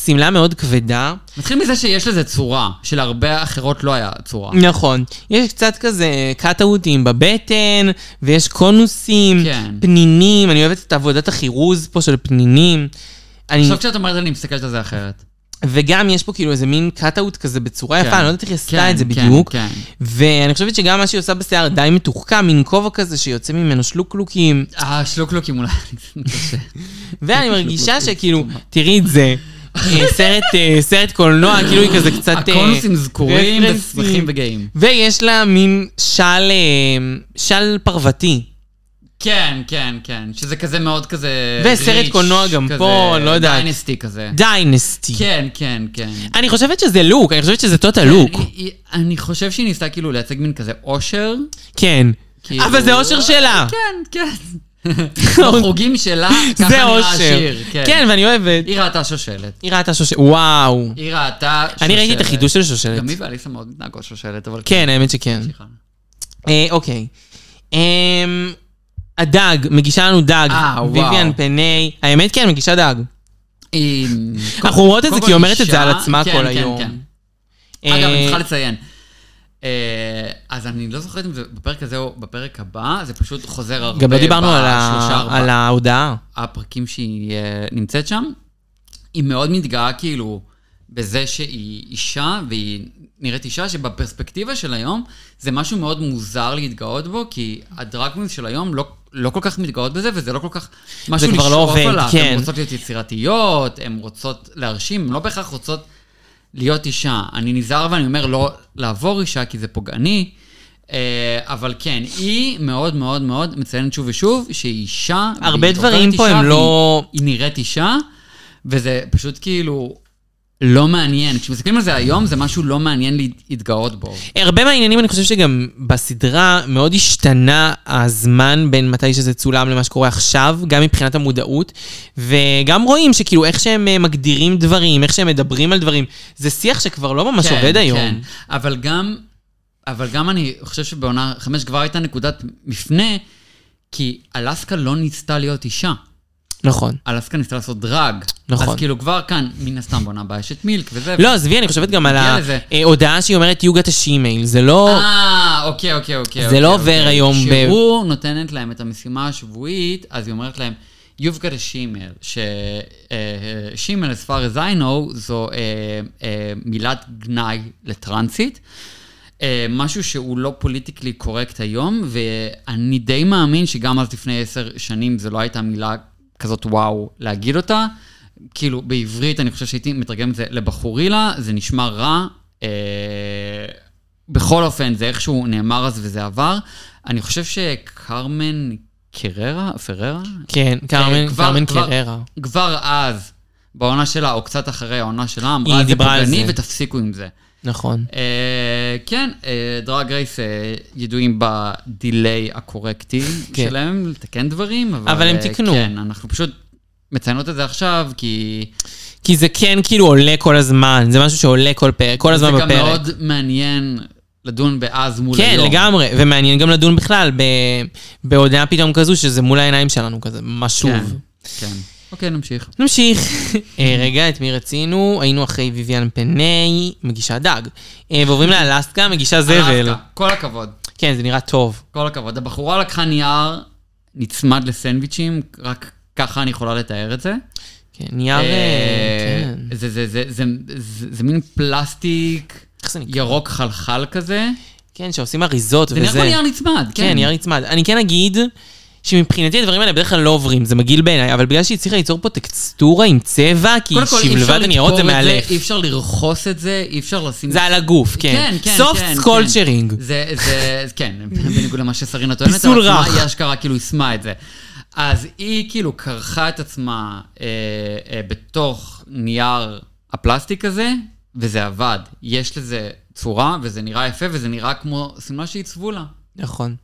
[SPEAKER 2] שמלה מאוד כבדה.
[SPEAKER 5] נתחיל מזה שיש לזה צורה, שלהרבה אחרות לא היה צורה.
[SPEAKER 2] נכון. יש קצת כזה קאטאוטים בבטן, ויש קונוסים,
[SPEAKER 5] כן.
[SPEAKER 2] פנינים, אני אוהבת את עבודת החירוז פה של פנינים. אני,
[SPEAKER 5] עכשיו כשאת אומרת, אני מסתכלת על זה אחרת.
[SPEAKER 2] וגם יש פה כאילו איזה מין קאטאוט כזה בצורה יפה,
[SPEAKER 5] כן.
[SPEAKER 2] אני לא יודעת איך היא עשתה
[SPEAKER 5] כן,
[SPEAKER 2] את זה
[SPEAKER 5] כן,
[SPEAKER 2] בדיוק.
[SPEAKER 5] כן.
[SPEAKER 2] ואני חושבת שגם מה שהיא עושה בשיער די מתוחכם, מין כובע כזה שיוצא ממנו שלוקלוקים.
[SPEAKER 5] השלוקלוקים [LAUGHS] אולי קשה.
[SPEAKER 2] ואני מרגישה
[SPEAKER 5] [LAUGHS]
[SPEAKER 2] שכאילו, תראי את זה. אה, סרט, אה, סרט קולנוע, כאילו היא כזה קצת... אה,
[SPEAKER 5] הקונוסים זכורים
[SPEAKER 2] רפרנסים.
[SPEAKER 5] ושמחים וגאים.
[SPEAKER 2] ויש לה מין של, אה, של פרוותי.
[SPEAKER 5] כן, כן, כן. שזה כזה מאוד כזה...
[SPEAKER 2] וסרט
[SPEAKER 5] ריץ',
[SPEAKER 2] קולנוע גם
[SPEAKER 5] כזה
[SPEAKER 2] פה, אני לא יודעת.
[SPEAKER 5] דיינסטי כזה.
[SPEAKER 2] דיינסטי.
[SPEAKER 5] כן, כן, כן.
[SPEAKER 2] אני חושבת שזה לוק, אני חושבת שזה טוטה לוק.
[SPEAKER 5] היא- היא- אני חושב שהיא ניסתה כאילו לייצג מין כזה אושר.
[SPEAKER 2] כן.
[SPEAKER 5] כאילו-
[SPEAKER 2] אבל זה אושר שלה.
[SPEAKER 5] כן, כן.
[SPEAKER 2] [LAUGHS]
[SPEAKER 5] בחוגים שלה, ככה
[SPEAKER 2] לא. זה
[SPEAKER 5] נראה
[SPEAKER 2] אושר.
[SPEAKER 5] השיר.
[SPEAKER 2] כן, ואני אוהבת.
[SPEAKER 5] היא ראתה שושלת.
[SPEAKER 2] היא ראתה שושלת. וואו.
[SPEAKER 5] היא ראתה שושלת.
[SPEAKER 2] אני ראיתי את החידוש של שושלת.
[SPEAKER 5] גם היא ואליסה מאוד מתנהגות שושלת, אבל...
[SPEAKER 2] כן, האמת שכן.
[SPEAKER 5] סליחה.
[SPEAKER 2] אה, אוקיי. אמ, הדג, מגישה לנו דג.
[SPEAKER 5] אה, וואו.
[SPEAKER 2] ויויאן פני. האמת כן, מגישה דג.
[SPEAKER 5] היא-
[SPEAKER 2] אנחנו רואות את זה
[SPEAKER 5] קודם
[SPEAKER 2] כי היא
[SPEAKER 5] כל
[SPEAKER 2] אומרת את זה
[SPEAKER 5] אישה-
[SPEAKER 2] על עצמה
[SPEAKER 5] כן,
[SPEAKER 2] כל
[SPEAKER 5] כן,
[SPEAKER 2] היום.
[SPEAKER 5] כן.
[SPEAKER 2] אה,
[SPEAKER 5] אגב, אני צריכה לציין. אה, אז אני לא זוכרת אם זה בפרק הזה או בפרק הבא, זה פשוט חוזר הרבה
[SPEAKER 2] גם לא דיברנו על ה-
[SPEAKER 5] אה, בשלושה, ארבעה
[SPEAKER 2] על ההודעה.
[SPEAKER 5] הפרקים שהיא אה, נמצאת שם. היא מאוד מתגאה כאילו בזה שהיא אישה, והיא נראית אישה שבפרספקטיבה של היום זה משהו מאוד מוזר להתגאות בו, כי הדרגמונס של היום לא... לא כל כך מתגאות בזה, וזה לא כל כך משהו
[SPEAKER 2] כבר לא עובד,
[SPEAKER 5] עליו.
[SPEAKER 2] כן.
[SPEAKER 5] הן רוצות להיות יצירתיות, הן רוצות להרשים, הן לא בהכרח רוצות להיות אישה. אני נזהר ואני אומר לא לעבור אישה, כי זה פוגעני, אה, אבל כן, היא מאוד מאוד מאוד מציינת שוב ושוב שהיא אישה.
[SPEAKER 2] הרבה
[SPEAKER 5] והיא
[SPEAKER 2] דברים
[SPEAKER 5] עוברת
[SPEAKER 2] פה
[SPEAKER 5] אישה,
[SPEAKER 2] הם
[SPEAKER 5] והיא-
[SPEAKER 2] לא-
[SPEAKER 5] היא נראית אישה, וזה פשוט כאילו לא מעניין. כשמסתכלים על זה היום, זה משהו לא מעניין להתגאות בו.
[SPEAKER 2] הרבה מהעניינים, אני חושב שגם בסדרה מאוד השתנה הזמן בין מתי שזה צולם למה שקורה עכשיו, גם מבחינת המודעות, וגם רואים שכאילו איך שהם אה, מגדירים דברים, איך שהם מדברים על דברים, זה שיח שכבר לא ממש עובד היום.
[SPEAKER 5] כן, אבל גם, אבל גם אני חושב שבעונה חמש כבר הייתה נקודת מפנה, כי אלסקה לא ניסתה להיות אישה.
[SPEAKER 2] נכון.
[SPEAKER 5] אלסקה ניסתה לעשות דרג.
[SPEAKER 2] נכון.
[SPEAKER 5] אז כאילו כבר כאן, מן הסתם בעונה הבאה יש את מילק וזה.
[SPEAKER 2] לא, עזבי, אני חושבת גם על
[SPEAKER 5] נגיע לזה.
[SPEAKER 2] ההודעה שהיא אומרת you got a shemale, זה לא...
[SPEAKER 5] אה, אוקיי, אוקיי, אוקיי.
[SPEAKER 2] זה
[SPEAKER 5] אוקיי,
[SPEAKER 2] לא עובר
[SPEAKER 5] אוקיי.
[SPEAKER 2] היום ב-
[SPEAKER 5] כשהוא נותנת להם את המשימה השבועית, אז היא אומרת להם, You've got a שימל, ששימל, אה, as far as I know, זו אה, אה, מילת גנאי לטרנסית. אה, משהו שהוא לא פוליטיקלי קורקט היום, ואני די מאמין שגם אז לפני עשר שנים זו לא הייתה מילה כזאת וואו להגיד אותה. כאילו, בעברית אני חושב שהייתי מתרגם את זה לבחורילה, זה נשמע רע. אה, בכל אופן, זה איכשהו נאמר אז וזה עבר. אני חושב שקרמן קררה, פררה?
[SPEAKER 2] כן, קרמן-
[SPEAKER 5] אה, כבר-
[SPEAKER 2] קרמן
[SPEAKER 5] כבר-
[SPEAKER 2] קררה.
[SPEAKER 5] כבר אז, בעונה שלה, או קצת אחרי העונה שלה,
[SPEAKER 2] היא
[SPEAKER 5] אמרה, זה
[SPEAKER 2] דיברה על
[SPEAKER 5] פוגעני
[SPEAKER 2] זה."
[SPEAKER 5] ותפסיקו עם זה.
[SPEAKER 2] נכון.
[SPEAKER 5] אה, כן, אה, דרג רייס אה, ידועים בדיליי הקורקטי
[SPEAKER 2] כן.
[SPEAKER 5] שלהם, לתקן דברים, אבל...
[SPEAKER 2] אבל הם
[SPEAKER 5] אה,
[SPEAKER 2] תיקנו.
[SPEAKER 5] כן, אנחנו פשוט מציינות את זה עכשיו, כי...
[SPEAKER 2] כי זה כן כאילו עולה כל הזמן, זה משהו שעולה כל פרק, כל הזמן
[SPEAKER 5] זה גם
[SPEAKER 2] בפרק.
[SPEAKER 5] מאוד מעניין לדון באז מול
[SPEAKER 2] כן,
[SPEAKER 5] היום.
[SPEAKER 2] לגמרי, ומעניין גם לדון בכלל ב- בהודעה פתאום כזו, שזה מול העיניים שלנו כזה, ממש שוב.
[SPEAKER 5] כן. אוקיי, נמשיך. [LAUGHS]
[SPEAKER 2] נמשיך. אה, רגע, את מי רצינו? היינו אחרי ויויאן פני, מגישה דג. אה, ועוברים לאלסקה, מגישה זבל.
[SPEAKER 5] אלסקה, כל הכבוד.
[SPEAKER 2] כן, זה נראה טוב.
[SPEAKER 5] כל הכבוד. הבחורה לקחה נייר, נצמד לסנדוויצ'ים, רק ככה אני יכולה לתאר את זה.
[SPEAKER 2] כן, נייר... אה,
[SPEAKER 5] אה,
[SPEAKER 2] כן.
[SPEAKER 5] זה- זה- זה- זה- זה זה מין פלסטיק
[SPEAKER 2] איך זה נקרא?
[SPEAKER 5] ירוק חלחל כזה.
[SPEAKER 2] כן, שעושים אריזות
[SPEAKER 5] זה נראה כמו
[SPEAKER 2] וזה.
[SPEAKER 5] נייר נצמד,
[SPEAKER 2] כן, נייר נצמד. אני כן אגיד שמבחינתי הדברים האלה בדרך כלל לא עוברים, זה מגעיל בעיניי, אבל בגלל שהיא הצליחה ליצור פה טקסטורה עם צבע, כי
[SPEAKER 5] קודם כל, אי אפשר
[SPEAKER 2] שלבלבד הניירות
[SPEAKER 5] לתפור
[SPEAKER 2] זה
[SPEAKER 5] את
[SPEAKER 2] מאלף.
[SPEAKER 5] אי אפשר לרכוס את זה, אי אפשר לשים...
[SPEAKER 2] זה על הגוף, כן. סופט סקולצ'רינג.
[SPEAKER 5] כן. זה, זה, כן, בניגוד למה שסרינה טוענת,
[SPEAKER 2] פיסול
[SPEAKER 5] אבל עצמה,
[SPEAKER 2] רך.
[SPEAKER 5] היא אשכרה כאילו יישמה את זה. אז היא כאילו כרכה את עצמה אה, אה, בתוך נייר הפלסטיק הזה, וזה עבד. יש לזה צורה, וזה נראה יפה, וזה נראה כמו שמלה שעיצבו לה.
[SPEAKER 2] נכון.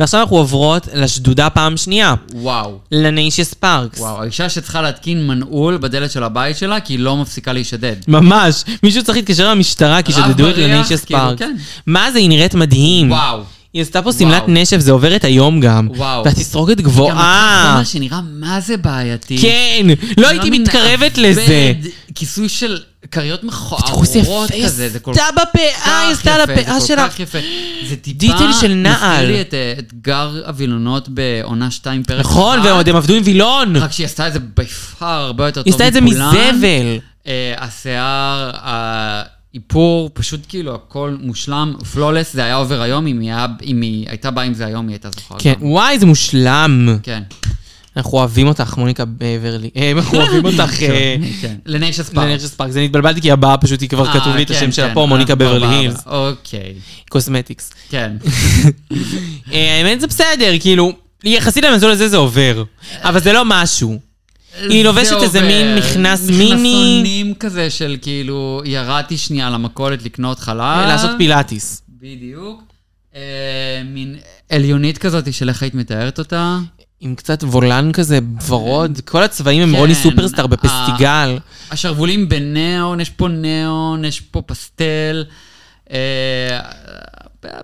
[SPEAKER 2] ועכשיו אנחנו עוברות לשדודה פעם שנייה,
[SPEAKER 5] וואו.
[SPEAKER 2] לניישס פארקס.
[SPEAKER 5] וואו, האישה שצריכה להתקין מנעול בדלת של הבית שלה, כי היא לא מפסיקה להישדד.
[SPEAKER 2] ממש, מישהו צריך להתקשר למשטרה כי
[SPEAKER 5] רב
[SPEAKER 2] שדדו את
[SPEAKER 5] בריח,
[SPEAKER 2] לניישס
[SPEAKER 5] כאילו,
[SPEAKER 2] פארקס.
[SPEAKER 5] כן.
[SPEAKER 2] מה זה, היא נראית מדהים.
[SPEAKER 5] וואו.
[SPEAKER 2] היא עשתה פה שמלת
[SPEAKER 5] וואו.
[SPEAKER 2] נשף, זה עובר את היום גם.
[SPEAKER 5] וואו.
[SPEAKER 2] והתסרוקת
[SPEAKER 5] גם כאילו,
[SPEAKER 2] גבוהה.
[SPEAKER 5] החומר שנראה מה זה בעייתי.
[SPEAKER 2] כן, לא הייתי
[SPEAKER 5] מין
[SPEAKER 2] מתקרבת
[SPEAKER 5] מעבד,
[SPEAKER 2] לזה.
[SPEAKER 5] כיסוי של כריות
[SPEAKER 2] תראו
[SPEAKER 5] מכוערות כזה, זה כל כך
[SPEAKER 2] עשתה בפאה, היא עשתה על
[SPEAKER 5] יפה,
[SPEAKER 2] הפאה
[SPEAKER 5] זה כל
[SPEAKER 2] שלה.
[SPEAKER 5] כך יפה. זה טיפה...
[SPEAKER 2] דיטל של נעל.
[SPEAKER 5] מזכיר לי את אה, אתגר הווילונות בעונה 2 פרק
[SPEAKER 2] נכון,
[SPEAKER 5] אחד,
[SPEAKER 2] ועוד הם עבדו עם וילון.
[SPEAKER 5] רק שהיא עשתה את זה בפאר הרבה יותר טוב
[SPEAKER 2] היא עשתה את זה
[SPEAKER 5] מכולן.
[SPEAKER 2] מזבל.
[SPEAKER 5] אה, השיער, האיפור, פשוט כאילו הכל מושלם, פלולס, זה היה עובר היום, אם היא היה- אם היא הייתה באה עם זה היום, היא הייתה זוכרת.
[SPEAKER 2] כן,
[SPEAKER 5] גם.
[SPEAKER 2] וואי, זה מושלם.
[SPEAKER 5] כן.
[SPEAKER 2] אנחנו אוהבים אותך, מוניקה בברלי. אה, אנחנו
[SPEAKER 5] [LAUGHS]
[SPEAKER 2] אוהבים אותך. אה,
[SPEAKER 5] כן. אה, לניישס פארק.
[SPEAKER 2] לנרשס פארק, זה נתבלבלתי כי הבאה פשוט היא כבר כתוב
[SPEAKER 5] כן,
[SPEAKER 2] לי את השם שלה פה,
[SPEAKER 5] אה,
[SPEAKER 2] מוניקה בברלי הילס,
[SPEAKER 5] אוקיי,
[SPEAKER 2] קוסמטיקס.
[SPEAKER 5] כן.
[SPEAKER 2] אה, האמת זה בסדר, כאילו, יחסית למזול הזה זה עובר, אבל זה לא
[SPEAKER 5] אה?
[SPEAKER 2] משהו. היא
[SPEAKER 5] זה
[SPEAKER 2] לובשת איזה
[SPEAKER 5] עובר.
[SPEAKER 2] מין מכנס מיני,
[SPEAKER 5] מכנסונים כזה של כאילו, ירדתי שנייה למכולת לקנות חלב.
[SPEAKER 2] אה, לעשות פילאטיס.
[SPEAKER 5] בדיוק. אה, מין עליונית כזאת של איך היית מתארת אותה.
[SPEAKER 2] עם קצת וולן כזה ורוד, כל הצבעים הם
[SPEAKER 5] כן, אה.
[SPEAKER 2] רוני סופרסטאר
[SPEAKER 5] ה-
[SPEAKER 2] בפסטיגל.
[SPEAKER 5] השרוולים בניאון, יש פה ניאון, יש פה פסטל. אה, הפאה-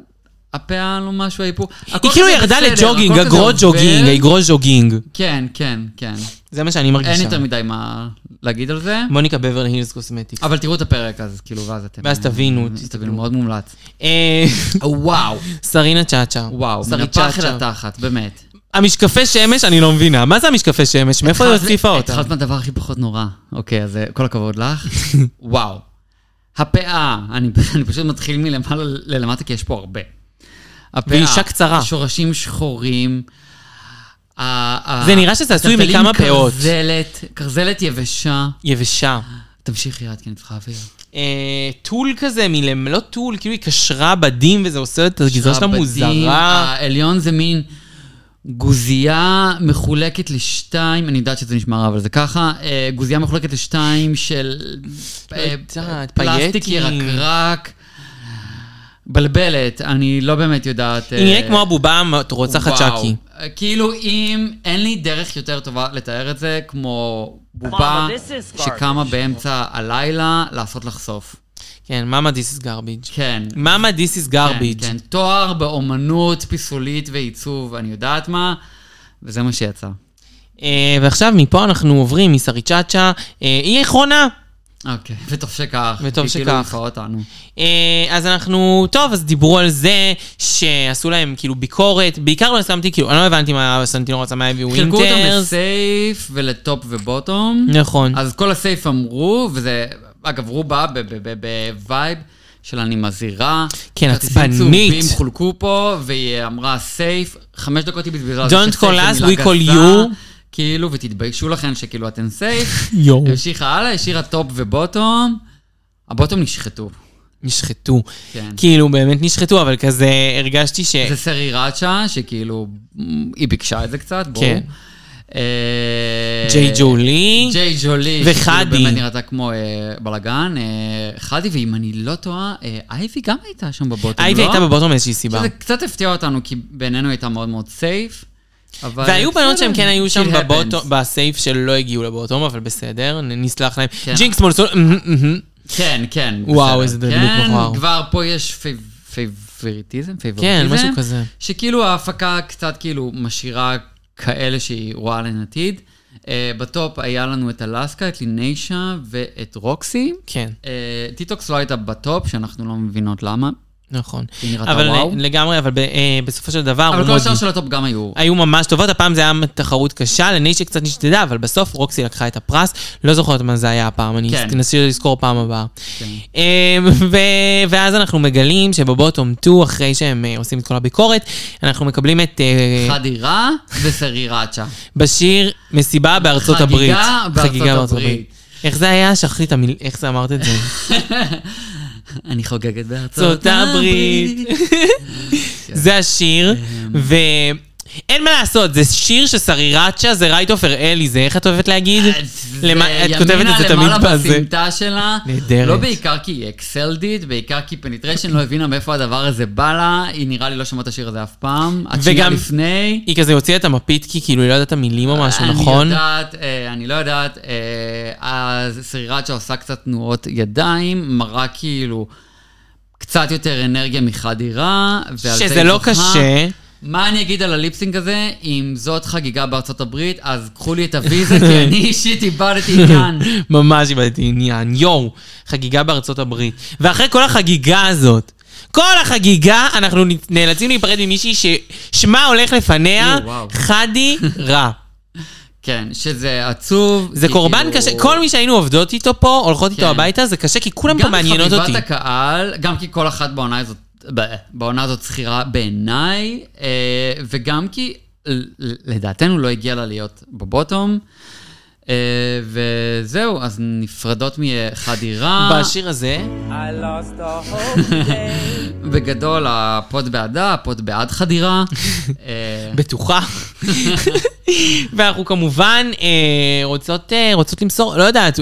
[SPEAKER 5] הפאה לא משהו, האיפור.
[SPEAKER 2] היא כאילו ירדה לג'וגינג, אגרות ג'וגינג, אגרות ג'וגינג.
[SPEAKER 5] כן, כן, כן.
[SPEAKER 2] זה מה שאני
[SPEAKER 5] אין
[SPEAKER 2] מרגישה.
[SPEAKER 5] יותר מדי מה להגיד על זה.
[SPEAKER 2] מוניקה בברלי הילס קוסמטיקס.
[SPEAKER 5] אבל תראו את הפרק אז, כאילו, ואז אתם...
[SPEAKER 2] ואז תבינו,
[SPEAKER 5] אה, תבינו, מאוד מומלץ.
[SPEAKER 2] אה, [LAUGHS]
[SPEAKER 5] וואו,
[SPEAKER 2] שרינה צ'אצ'ה.
[SPEAKER 5] וואו, מן
[SPEAKER 2] שרית
[SPEAKER 5] הפח אל
[SPEAKER 2] צ'אצ'ה.
[SPEAKER 5] התחת, באמת.
[SPEAKER 2] המשקפי שמש, אני לא מבינה. מה זה המשקפי שמש? מאיפה היא הוסיפה אותם?
[SPEAKER 5] התחלת מהדבר הכי פחות נורא. אוקיי, אז אה, כל הכבוד
[SPEAKER 2] [LAUGHS]
[SPEAKER 5] לך. וואו. הפאה, אני אני פשוט מתחיל מלמעלה ללמטה, כי יש פה הרבה. הפאה.
[SPEAKER 2] והיא אישה קצרה.
[SPEAKER 5] שורשים שחורים. ה- ה-
[SPEAKER 2] זה נראה שזה עשוי
[SPEAKER 5] טלטלים
[SPEAKER 2] מכמה פאות.
[SPEAKER 5] כרזלת, כרזלת יבשה.
[SPEAKER 2] יבשה.
[SPEAKER 5] תמשיכי את, כי אני צריכה אוויר.
[SPEAKER 2] אה, טול כזה, מלמ... לא טול, כאילו היא קשרה בדים וזה עושה את הגזרה שלה
[SPEAKER 5] הבדים,
[SPEAKER 2] מוזרה.
[SPEAKER 5] העליון זה מין גוזייה מחולקת לשתיים, אני יודעת שזה נשמע רע, אבל זה ככה, אה, גוזייה מחולקת לשתיים של אה,
[SPEAKER 2] לא יודעת,
[SPEAKER 5] פלסטיק
[SPEAKER 2] פייטים.
[SPEAKER 5] ירקרק. בלבלת, אני לא באמת יודעת...
[SPEAKER 2] היא נראית
[SPEAKER 5] אה,
[SPEAKER 2] כמו הבובה רוצחת
[SPEAKER 5] וואו.
[SPEAKER 2] צ'אקי.
[SPEAKER 5] אה, כאילו אם אין לי דרך יותר טובה לתאר את זה, כמו בובה שקמה באמצע הלילה לעשות לך סוף.
[SPEAKER 2] כן, מאמה this is garbage.
[SPEAKER 5] כן.
[SPEAKER 2] מאמה this is garbage.
[SPEAKER 5] כן, כן, תואר באומנות פיסולית ועיצוב, אני יודעת מה, וזה מה שיצא.
[SPEAKER 2] אה, ועכשיו מפה אנחנו עוברים מסריצ'אצ'ה. אה, היא אחרונה.
[SPEAKER 5] אוקיי, וטוב שכך.
[SPEAKER 2] וטוב
[SPEAKER 5] כי כאילו
[SPEAKER 2] שכך.
[SPEAKER 5] הנחה אותנו.
[SPEAKER 2] אה, אז אנחנו, טוב, אז דיברו על זה שעשו להם כאילו ביקורת, בעיקר לא שמתי, כאילו, אני לא הבנתי מה סנטינו רצה מה הביאו
[SPEAKER 5] חילקו אותם
[SPEAKER 2] אינטרס.
[SPEAKER 5] לסייף ולטופ ובוטום.
[SPEAKER 2] נכון.
[SPEAKER 5] אז כל הסייף אמרו, וזה, אגב, רו בא ב- ב- ב- בווייב של אני מזהירה.
[SPEAKER 2] כן,
[SPEAKER 5] כרטיסים
[SPEAKER 2] עצבנית.
[SPEAKER 5] צהובים חולקו פה, והיא אמרה סייף, חמש דקות היא בזבזה. על זה
[SPEAKER 2] Don't
[SPEAKER 5] שסייף זה
[SPEAKER 2] call us,
[SPEAKER 5] מילה
[SPEAKER 2] we call
[SPEAKER 5] גסה,
[SPEAKER 2] you.
[SPEAKER 5] כאילו, ותתביישו לכן שכאילו אתן סייף.
[SPEAKER 2] יואו.
[SPEAKER 5] המשיכה הלאה, השאירה טופ ובוטום. הבוטום נשחטו.
[SPEAKER 2] נשחטו.
[SPEAKER 5] כן.
[SPEAKER 2] כאילו, באמת נשחטו, אבל כזה הרגשתי ש...
[SPEAKER 5] זה סרי ראצ'ה, שכאילו, מ, היא ביקשה את זה קצת, בואו.
[SPEAKER 2] כן.
[SPEAKER 5] אה,
[SPEAKER 2] ג'יי ג'ולי.
[SPEAKER 5] ג'יי ג'ולי.
[SPEAKER 2] וחדי.
[SPEAKER 5] שכאילו באמת נראתה כמו אה, בלאגן. אה, חדי, ואם אני לא טועה, אה, אייבי גם הייתה שם בבוטום, לא?
[SPEAKER 2] הייתי הייתה בבוטום מאיזושהי סיבה.
[SPEAKER 5] שזה קצת הפתיע אותנו, כי בעינינו הייתה מאוד מאוד סייף. אבל
[SPEAKER 2] והיו בנות
[SPEAKER 5] בסדר,
[SPEAKER 2] שהם כן היו שם
[SPEAKER 5] shit אה, happens.
[SPEAKER 2] בבוטום, בסייף שלא הגיעו לבוטום, אבל בסדר, נ- נסלח להם.
[SPEAKER 5] כן.
[SPEAKER 2] ג'ינקס מולסון, אמ, אמ, אמ.
[SPEAKER 5] כן, כן.
[SPEAKER 2] וואו,
[SPEAKER 5] בסדר.
[SPEAKER 2] איזה דדלוק
[SPEAKER 5] כן,
[SPEAKER 2] מכוער.
[SPEAKER 5] כבר פה יש פייב- פייבוריטיזם,
[SPEAKER 2] כן,
[SPEAKER 5] פייבוריטיזם.
[SPEAKER 2] משהו כזה.
[SPEAKER 5] שכאילו ההפקה קצת כאילו משאירה כאלה שהיא רואה להן עתיד. אה, בטופ היה לנו את אלסקה, את ליניישה ואת רוקסי.
[SPEAKER 2] כן,
[SPEAKER 5] אה, טיטוקס לא הייתה בטופ, שאנחנו לא מבינות למה.
[SPEAKER 2] נכון.
[SPEAKER 5] היא נראתה
[SPEAKER 2] אבל
[SPEAKER 5] וואו.
[SPEAKER 2] לגמרי, אבל ב- אה, בסופו של דבר,
[SPEAKER 5] אבל כל
[SPEAKER 2] מודי
[SPEAKER 5] השאר של הטופ גם היו.
[SPEAKER 2] היו ממש טובות, הפעם זה היה תחרות קשה, לניישה קצת נשדדה, אבל בסוף רוקסי לקחה את הפרס, לא זוכרת מה זה היה הפעם, אני
[SPEAKER 5] כן.
[SPEAKER 2] אנסה לזכור פעם הבאה. אה, ו- ואז אנחנו מגלים שבבוטום 2, אחרי שהם אה, עושים את כל הביקורת, אנחנו מקבלים את אה,
[SPEAKER 5] חדירה
[SPEAKER 2] [LAUGHS]
[SPEAKER 5] וסרירצ'ה.
[SPEAKER 2] בשיר מסיבה בארצות
[SPEAKER 5] חגיגה
[SPEAKER 2] הברית.
[SPEAKER 5] בארצות הברית.
[SPEAKER 2] איך זה היה? שכחתי את המיל... איך זה אמרת את
[SPEAKER 5] [LAUGHS]
[SPEAKER 2] זה?
[SPEAKER 5] אני חוגגת בארצות
[SPEAKER 2] ארצות הברית.
[SPEAKER 5] הברית. כן.
[SPEAKER 2] זה השיר,
[SPEAKER 5] אמ.
[SPEAKER 2] ו... אין מה לעשות, זה שיר שסרירצ'ה זה רייט אופר אלי, זה איך את אוהבת להגיד?
[SPEAKER 5] אה, זה
[SPEAKER 2] למה- את כותבת את זה תמיד
[SPEAKER 5] ימינה למעלה
[SPEAKER 2] בזה.
[SPEAKER 5] בסמטה שלה.
[SPEAKER 2] נהדרת.
[SPEAKER 5] לא בעיקר כי היא אקסלדית, בעיקר כי פניטרשן לא הבינה מאיפה הדבר הזה בא לה. היא נראה לי לא שמעה את השיר הזה אף פעם. עד שנייה
[SPEAKER 2] וגם-
[SPEAKER 5] לפני.
[SPEAKER 2] היא כזה הוציאה את המפית כי כאילו היא לא יודעת את המילים או משהו, נכון?
[SPEAKER 5] אני יודעת, אה, אני לא יודעת. אה, אז סרירצ'ה עושה קצת תנועות ידיים, מראה כאילו קצת יותר אנרגיה מחדירה. ועל זה
[SPEAKER 2] שזה
[SPEAKER 5] היא
[SPEAKER 2] לא
[SPEAKER 5] זוכה.
[SPEAKER 2] קשה.
[SPEAKER 5] מה אני אגיד על הליפסינג הזה? אם זאת חגיגה בארצות הברית, אז קחו לי את הוויזה, כי אני אישית איבדתי עניין.
[SPEAKER 2] [LAUGHS] ממש איבדתי עניין. יואו, חגיגה בארצות הברית. ואחרי כל החגיגה הזאת, כל החגיגה, אנחנו נ- נאלצים להיפרד ממישהי ששמה הולך לפניה,
[SPEAKER 5] יואו, וואו.
[SPEAKER 2] חדי רע.
[SPEAKER 5] כן, שזה עצוב.
[SPEAKER 2] זה
[SPEAKER 5] כי
[SPEAKER 2] קורבן
[SPEAKER 5] כאילו-
[SPEAKER 2] קשה, כל מי שהיינו עובדות איתו פה, הולכות איתו
[SPEAKER 5] כן.
[SPEAKER 2] הביתה, זה קשה, כי כולם פה מעניינות
[SPEAKER 5] גם
[SPEAKER 2] אותי.
[SPEAKER 5] חביבת הקהל, גם כי כל אחת בעונה הזאת, ב- בעונה הזאת שכירה בעיניי, אה, וגם כי ל- לדעתנו לא הגיע לה להיות בבוטום. אה, וזהו, אז נפרדות מחדירה.
[SPEAKER 2] בשיר הזה,
[SPEAKER 5] בגדול, הפוד בעדה, הפוד בעד חדירה.
[SPEAKER 2] [LAUGHS]
[SPEAKER 5] אה,
[SPEAKER 2] בטוחה. ואנחנו כמובן אה, רוצות, אה, רוצות למסור, לא יודעת,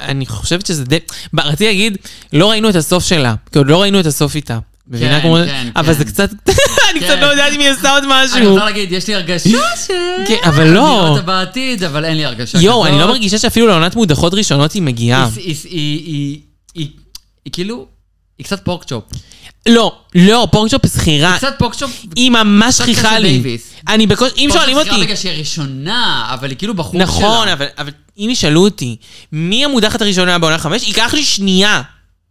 [SPEAKER 2] אני חושבת שזה די... ב- רציתי להגיד, לא ראינו את הסוף שלה, כי עוד לא ראינו את הסוף איתה. מבינה
[SPEAKER 5] כן,
[SPEAKER 2] כמו...
[SPEAKER 5] כן,
[SPEAKER 2] אבל
[SPEAKER 5] כן.
[SPEAKER 2] זה קצת... [LAUGHS] אני קצת
[SPEAKER 5] כן.
[SPEAKER 2] לא יודעת אם היא עשה עוד
[SPEAKER 5] אני
[SPEAKER 2] משהו.
[SPEAKER 5] רוצה להגיד, יש לי הרגשה ש...
[SPEAKER 2] [LAUGHS] כן, אבל לא.
[SPEAKER 5] נראה אותה בעתיד, אבל אין לי הרגשה
[SPEAKER 2] יואו, אני לא
[SPEAKER 5] כזאת.
[SPEAKER 2] מרגישה שאפילו לעונת מודחות ראשונות היא מגיעה.
[SPEAKER 5] היא- היא- היא- היא- היא- היא כאילו, היא קצת פורקצ'ופ.
[SPEAKER 2] לא, לא, פורקשופ שכירה.
[SPEAKER 5] קצת פורקצ'ופ.
[SPEAKER 2] היא ממש
[SPEAKER 5] קצת
[SPEAKER 2] שכיחה
[SPEAKER 5] קשה
[SPEAKER 2] לי.
[SPEAKER 5] דייוויס.
[SPEAKER 2] אני בקושי... אם שואלים אותי...
[SPEAKER 5] בגלל שהיא ראשונה, אבל היא כאילו בחור שלה.
[SPEAKER 2] נכון, אבל, אבל אם ישאלו אותי, מי המודחת הראשונה בעונה חמש, ייקח לי שנייה.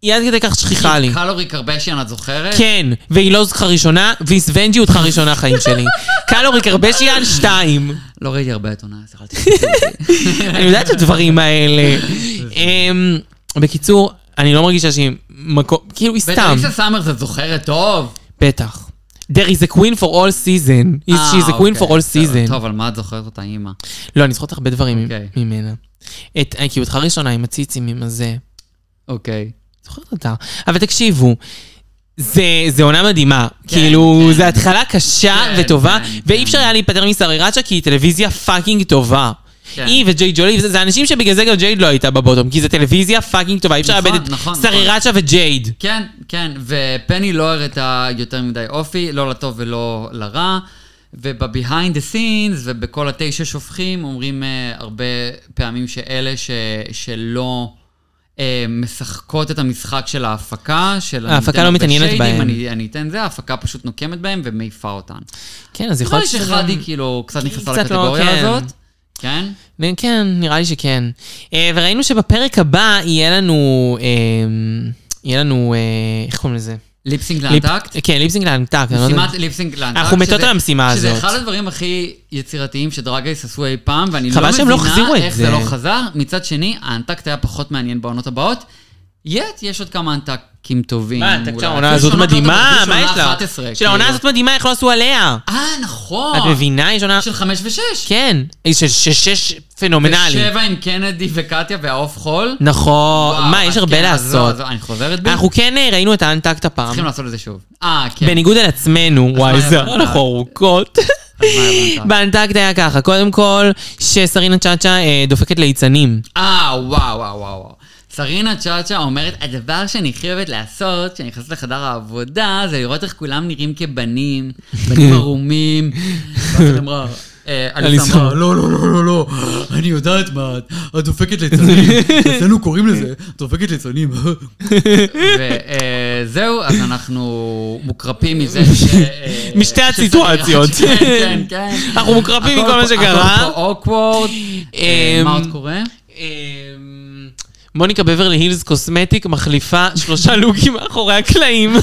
[SPEAKER 2] היא עד כדי כך שכיחה לי.
[SPEAKER 5] קלורי קרבשיאן, את זוכרת?
[SPEAKER 2] כן, והיא לא זכה ראשונה, והיא סוונג'י אותך ראשונה חיים
[SPEAKER 5] [LAUGHS]
[SPEAKER 2] שלי. קלורי קרבשיאן שתיים.
[SPEAKER 5] לא ראיתי הרבה את עונה, סליחה. אל תשמעי.
[SPEAKER 2] אני יודעת את הדברים האלה. אמ, בקיצור, אני לא מרגישה שהיא מקום, כאילו היא
[SPEAKER 5] ואת
[SPEAKER 2] [LAUGHS] סתם.
[SPEAKER 5] אליסה סאמרס את זוכרת טוב.
[SPEAKER 2] בטח. There is a queen for all season. Is she is a
[SPEAKER 5] אה,
[SPEAKER 2] queen for
[SPEAKER 5] אוקיי,
[SPEAKER 2] all season.
[SPEAKER 5] טוב, אבל מה את זוכרת אותה, אימא?
[SPEAKER 2] לא, אני זוכרת הרבה דברים
[SPEAKER 5] אוקיי.
[SPEAKER 2] ממנה. את, כי אותך ראשונה עם הציצים, עם הזה.
[SPEAKER 5] אוקיי.
[SPEAKER 2] זוכרת אותה. אבל תקשיבו, זה, זה עונה מדהימה. כן,
[SPEAKER 5] כן,
[SPEAKER 2] כאילו, כן.
[SPEAKER 5] כן.
[SPEAKER 2] זו התחלה קשה
[SPEAKER 5] כן,
[SPEAKER 2] כן, וטובה, כן,
[SPEAKER 5] כן,
[SPEAKER 2] ואי
[SPEAKER 5] כן.
[SPEAKER 2] אפשר היה להיפטר מסרירצ'ה, כי היא טלוויזיה פאקינג טובה. כן.
[SPEAKER 5] כן.
[SPEAKER 2] היא וג'יי ג'ולי, זה, זה אנשים שבגלל זה גם ג'ייד לא הייתה בבוטום, כי זו טלוויזיה פאקינג טובה, אי אפשר
[SPEAKER 5] נכון,
[SPEAKER 2] לאבד את
[SPEAKER 5] נכון,
[SPEAKER 2] סרירצ'ה וג'ייד.
[SPEAKER 5] כן, כן, ופני לא הראתה יותר מדי אופי, לא לטוב ולא לרע, וב-Behind the Scenes ובכל התשע שופכים אומרים אה, הרבה פעמים שאלה ש, שלא אה, משחקות את המשחק של ההפקה, של... אני
[SPEAKER 2] ההפקה
[SPEAKER 5] אתן
[SPEAKER 2] לא
[SPEAKER 5] הרבה
[SPEAKER 2] מתעניינת
[SPEAKER 5] שיידים,
[SPEAKER 2] בהם.
[SPEAKER 5] אני, אני אתן זה, ההפקה פשוט נוקמת בהם ומעיפה אותן.
[SPEAKER 2] כן, אז יכול
[SPEAKER 5] יכול
[SPEAKER 2] להיות
[SPEAKER 5] להיות
[SPEAKER 2] שזה...
[SPEAKER 5] שחדי כאילו קצת נכנסה
[SPEAKER 2] קצת לא,
[SPEAKER 5] לקטגוריה
[SPEAKER 2] כן.
[SPEAKER 5] הזאת, כן?
[SPEAKER 2] כן, כן, נראה לי שכן. אה, וראינו שבפרק הבא יהיה לנו... אה, יהיה לנו... אה, איך קוראים לזה?
[SPEAKER 5] ליפסינג לאנטקט?
[SPEAKER 2] ליפ- כן, ליפסינג לאנטקט. אני לא יודעת.
[SPEAKER 5] משימת ליפסינג לאנטרק.
[SPEAKER 2] אנחנו מתות
[SPEAKER 5] שזה-
[SPEAKER 2] על המשימה
[SPEAKER 5] שזה
[SPEAKER 2] הזאת.
[SPEAKER 5] אחד הדברים הכי יצירתיים שדרגייס עשו אי פעם, ואני לא
[SPEAKER 2] חבל שהם לא החזירו את
[SPEAKER 5] מבינה איך
[SPEAKER 2] זה.
[SPEAKER 5] זה לא חזר. מצד שני, האנטקט היה פחות מעניין בעונות הבאות. יט, יש עוד כמה אנטקים טובים.
[SPEAKER 2] מה, תקשיב,
[SPEAKER 5] אולי.
[SPEAKER 2] העונה
[SPEAKER 5] אפילו
[SPEAKER 2] הזאת
[SPEAKER 5] שעונת
[SPEAKER 2] מדהימה,
[SPEAKER 5] הזאת,
[SPEAKER 2] מה יש
[SPEAKER 5] שעונה
[SPEAKER 2] לה?
[SPEAKER 5] 11,
[SPEAKER 2] של העונה
[SPEAKER 5] כאילו.
[SPEAKER 2] הזאת מדהימה, איך לא עשו עליה?
[SPEAKER 5] אה, נכון.
[SPEAKER 2] את מבינה? יש עונה...
[SPEAKER 5] של חמש ושש.
[SPEAKER 2] כן, היא של שש שש פנומנלי.
[SPEAKER 5] שבע עם קנדי וקטיה והעוף חול.
[SPEAKER 2] נכון,
[SPEAKER 5] וואו,
[SPEAKER 2] מה, יש
[SPEAKER 5] אז
[SPEAKER 2] הרבה
[SPEAKER 5] כן, אז לא,
[SPEAKER 2] לעשות.
[SPEAKER 5] אז אני חוזרת בי.
[SPEAKER 2] אנחנו כן אה, ראינו את האנטקט הפעם.
[SPEAKER 5] צריכים לעשות את זה שוב. אה, כן.
[SPEAKER 2] בניגוד על עצמנו, וואי,
[SPEAKER 5] מה
[SPEAKER 2] זה
[SPEAKER 5] היה באנטקט?
[SPEAKER 2] אנחנו ארוכות.
[SPEAKER 5] אז מה
[SPEAKER 2] [LAUGHS]
[SPEAKER 5] הבנת?
[SPEAKER 2] באנטקט היה ככה, קודם כל, שסרינה צ'אצ'ה אה, דופקת ליצנים.
[SPEAKER 5] אה, וואו, וואו, וואו. וואו. סרינה צ'אצ'ה אומרת, הדבר שאני הכי אוהבת לעשות כשאני נכנסת לחדר העבודה, זה לראות איך כולם נראים כבנים,
[SPEAKER 2] [LAUGHS]
[SPEAKER 5] בנים ערומים. ואז היא אמרה, אה, אליסה אמרה, לא, לא, לא, לא, לא, אני יודעת מה, את-
[SPEAKER 2] [LAUGHS]
[SPEAKER 5] את דופקת ליצנים, אצלנו קוראים לזה, דופקת ליצנים. ו- אה, אה, זהו, אז אנחנו מוקרפים מזה ש... אה,
[SPEAKER 2] משתי
[SPEAKER 5] שצריך-
[SPEAKER 2] הסיטואציות.
[SPEAKER 5] [LAUGHS] כן, כן, כן.
[SPEAKER 2] אנחנו מוקרפים מכל מה שקרה.
[SPEAKER 5] הכל פה אוקוורד.
[SPEAKER 2] אמ,
[SPEAKER 5] מה עוד קורה?
[SPEAKER 2] אמ, מוניקה בברלי הילס קוסמטיק מחליפה שלושה לוקים מאחורי הקלעים.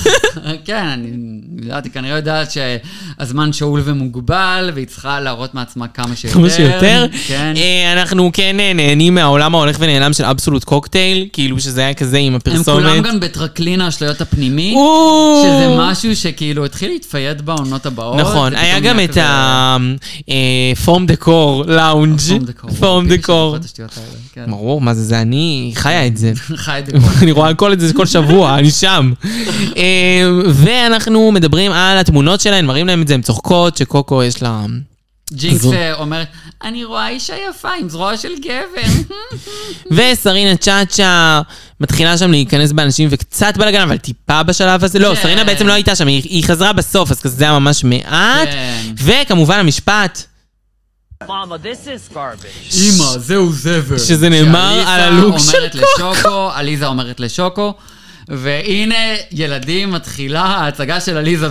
[SPEAKER 5] כן, אני יודעת, היא כנראה יודעת שהזמן שאול ומוגבל, והיא צריכה להראות מעצמה כמה שיותר.
[SPEAKER 2] כמה שיותר.
[SPEAKER 5] כן.
[SPEAKER 2] אה, אנחנו כן אה, נהנים מהעולם ההולך ונעלם של אבסולוט קוקטייל, כאילו שזה היה כזה עם
[SPEAKER 5] הם כולם
[SPEAKER 2] הפרסומת.
[SPEAKER 5] גם בטרקלין האשליות הפנימי,
[SPEAKER 2] או!
[SPEAKER 5] שזה משהו שכאילו התחיל להתפייד בעונות הבאות.
[SPEAKER 2] נכון,
[SPEAKER 5] זה
[SPEAKER 2] היה
[SPEAKER 5] פתאום
[SPEAKER 2] גם
[SPEAKER 5] נהיה
[SPEAKER 2] את
[SPEAKER 5] כזה-
[SPEAKER 2] ה... אה, פורם דקור לאונג'.
[SPEAKER 5] פורם
[SPEAKER 2] [LAUGHS]
[SPEAKER 5] דקור.
[SPEAKER 2] פורם
[SPEAKER 5] מי שזוכר
[SPEAKER 2] דקור.
[SPEAKER 5] את השטויות האלה, כן.
[SPEAKER 2] ברור, מה זה, זה אני חיה את זה. [LAUGHS]
[SPEAKER 5] חי את דקור.
[SPEAKER 2] אני רואה כל את זה כל שבוע, אני שם. אה, ואנחנו מדברים על התמונות שלהן, מראים להן את זה, הן צוחקות, שקוקו יש לה...
[SPEAKER 5] ג'ינקס
[SPEAKER 2] זו.
[SPEAKER 5] אה, אומרת, אני רואה אישה יפה עם זרוע של גבר.
[SPEAKER 2] וסרינה צ'אצ'ה מתחילה שם להיכנס באנשים וקצת בלאגן, אבל טיפה בשלב הזה. לא,
[SPEAKER 5] כן.
[SPEAKER 2] סרינה בעצם לא הייתה שם, היא היא חזרה בסוף, אז כזה זה היה ממש מעט.
[SPEAKER 5] כן.
[SPEAKER 2] וכמובן המשפט,
[SPEAKER 5] אמא, זהו זבל.
[SPEAKER 2] שזה נאמר על הלוק של
[SPEAKER 5] שאליסה אומרת לשוקו, עליזה אומרת לשוקו, והנה, ילדים, מתחילה ההצגה של עליזה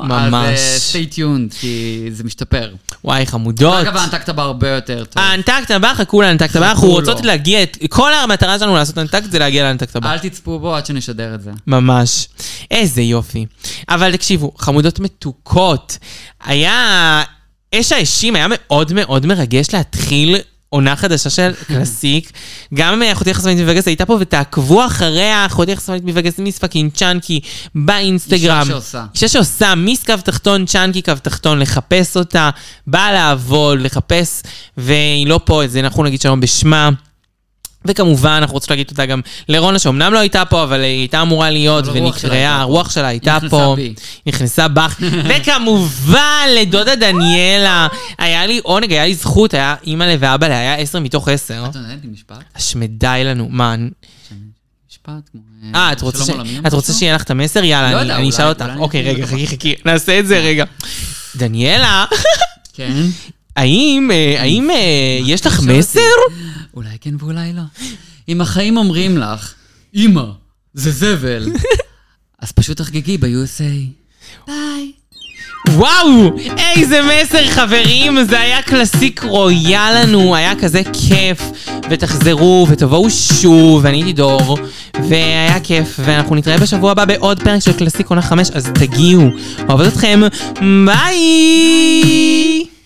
[SPEAKER 2] [LAUGHS] ממש.
[SPEAKER 5] אז אה, stay tuned, כי זה משתפר.
[SPEAKER 2] וואי, חמודות.
[SPEAKER 5] אגב, האנטקת בה הרבה יותר טוב.
[SPEAKER 2] האנטקט הבא, חכו לאנטקט הבא, אנחנו
[SPEAKER 5] חכו
[SPEAKER 2] רוצות
[SPEAKER 5] לו.
[SPEAKER 2] להגיע את... כל המטרה שלנו לעשות אנטקט זה להגיע לאנטקט הבא.
[SPEAKER 5] אל תצפו בו עד שנשדר את זה.
[SPEAKER 2] ממש. איזה יופי. אבל תקשיבו, חמודות מתוקות. היה... אש האשים היה מאוד מאוד מרגש להתחיל עונה חדשה
[SPEAKER 5] [LAUGHS]
[SPEAKER 2] של קלאסיק. גם אה, אחותי החסמנית מווגאס הייתה פה, ותעקבו אחריה, אחותי החסמנית מווגאס, מיס פאקינג צ'אנקי, באינסטגרם.
[SPEAKER 5] אישה שעושה.
[SPEAKER 2] אישה שעושה מיס קו תחתון, צ'אנקי קו תחתון, לחפש אותה, באה לעבוד, לחפש, והיא לא פה, אז אנחנו נגיד שלום בשמה. וכמובן, אנחנו רוצים להגיד תודה גם לרונה, שאומנם לא הייתה פה, אבל היא הייתה אמורה להיות
[SPEAKER 5] אבל הרוח שלה
[SPEAKER 2] ונקראה,
[SPEAKER 5] הייתה
[SPEAKER 2] הרוח שלה הייתה
[SPEAKER 5] נכנסה
[SPEAKER 2] פה.
[SPEAKER 5] בי.
[SPEAKER 2] נכנסה
[SPEAKER 5] [LAUGHS]
[SPEAKER 2] בך. וכמובן, לדודה דניאלה. היה לי עונג, היה לי זכות, היה אימא'לה ואבא'לה, היה עשר מתוך עשר.
[SPEAKER 5] את עוננת לי משפט?
[SPEAKER 2] השמדי לנו, מה... אני-
[SPEAKER 5] משפט כמו...
[SPEAKER 2] אה, את רוצה
[SPEAKER 5] שלום
[SPEAKER 2] ש-
[SPEAKER 5] עולמי או
[SPEAKER 2] את רוצה
[SPEAKER 5] משהו?
[SPEAKER 2] שיהיה לך את המסר?
[SPEAKER 5] לא
[SPEAKER 2] יאללה, אני-
[SPEAKER 5] יודע,
[SPEAKER 2] אני
[SPEAKER 5] אולי-
[SPEAKER 2] אשאל אותך.
[SPEAKER 5] אולי אני
[SPEAKER 2] אוקיי,
[SPEAKER 5] אשאל
[SPEAKER 2] רגע,
[SPEAKER 5] אותך.
[SPEAKER 2] חכי, חכי, נעשה את זה רגע. דניאלה,
[SPEAKER 5] כן.
[SPEAKER 2] האם אה, האם, אה, יש לך
[SPEAKER 5] שאלתי.
[SPEAKER 2] מסר?
[SPEAKER 5] אולי כן ואולי לא. אם החיים אומרים לך, אמא, זה
[SPEAKER 2] [LAUGHS]
[SPEAKER 5] זבל, אז פשוט תחגגי ב-USA. ביי.
[SPEAKER 2] וואו, איזה מסר חברים, זה היה קלאסיק רויה לנו, היה כזה כיף, ותחזרו ותבואו שוב, אני הייתי דור, והיה כיף, ואנחנו נתראה בשבוע הבא בעוד פרק של קלאסיק עונה 5, אז תגיעו, אוהבת אתכם, ביי!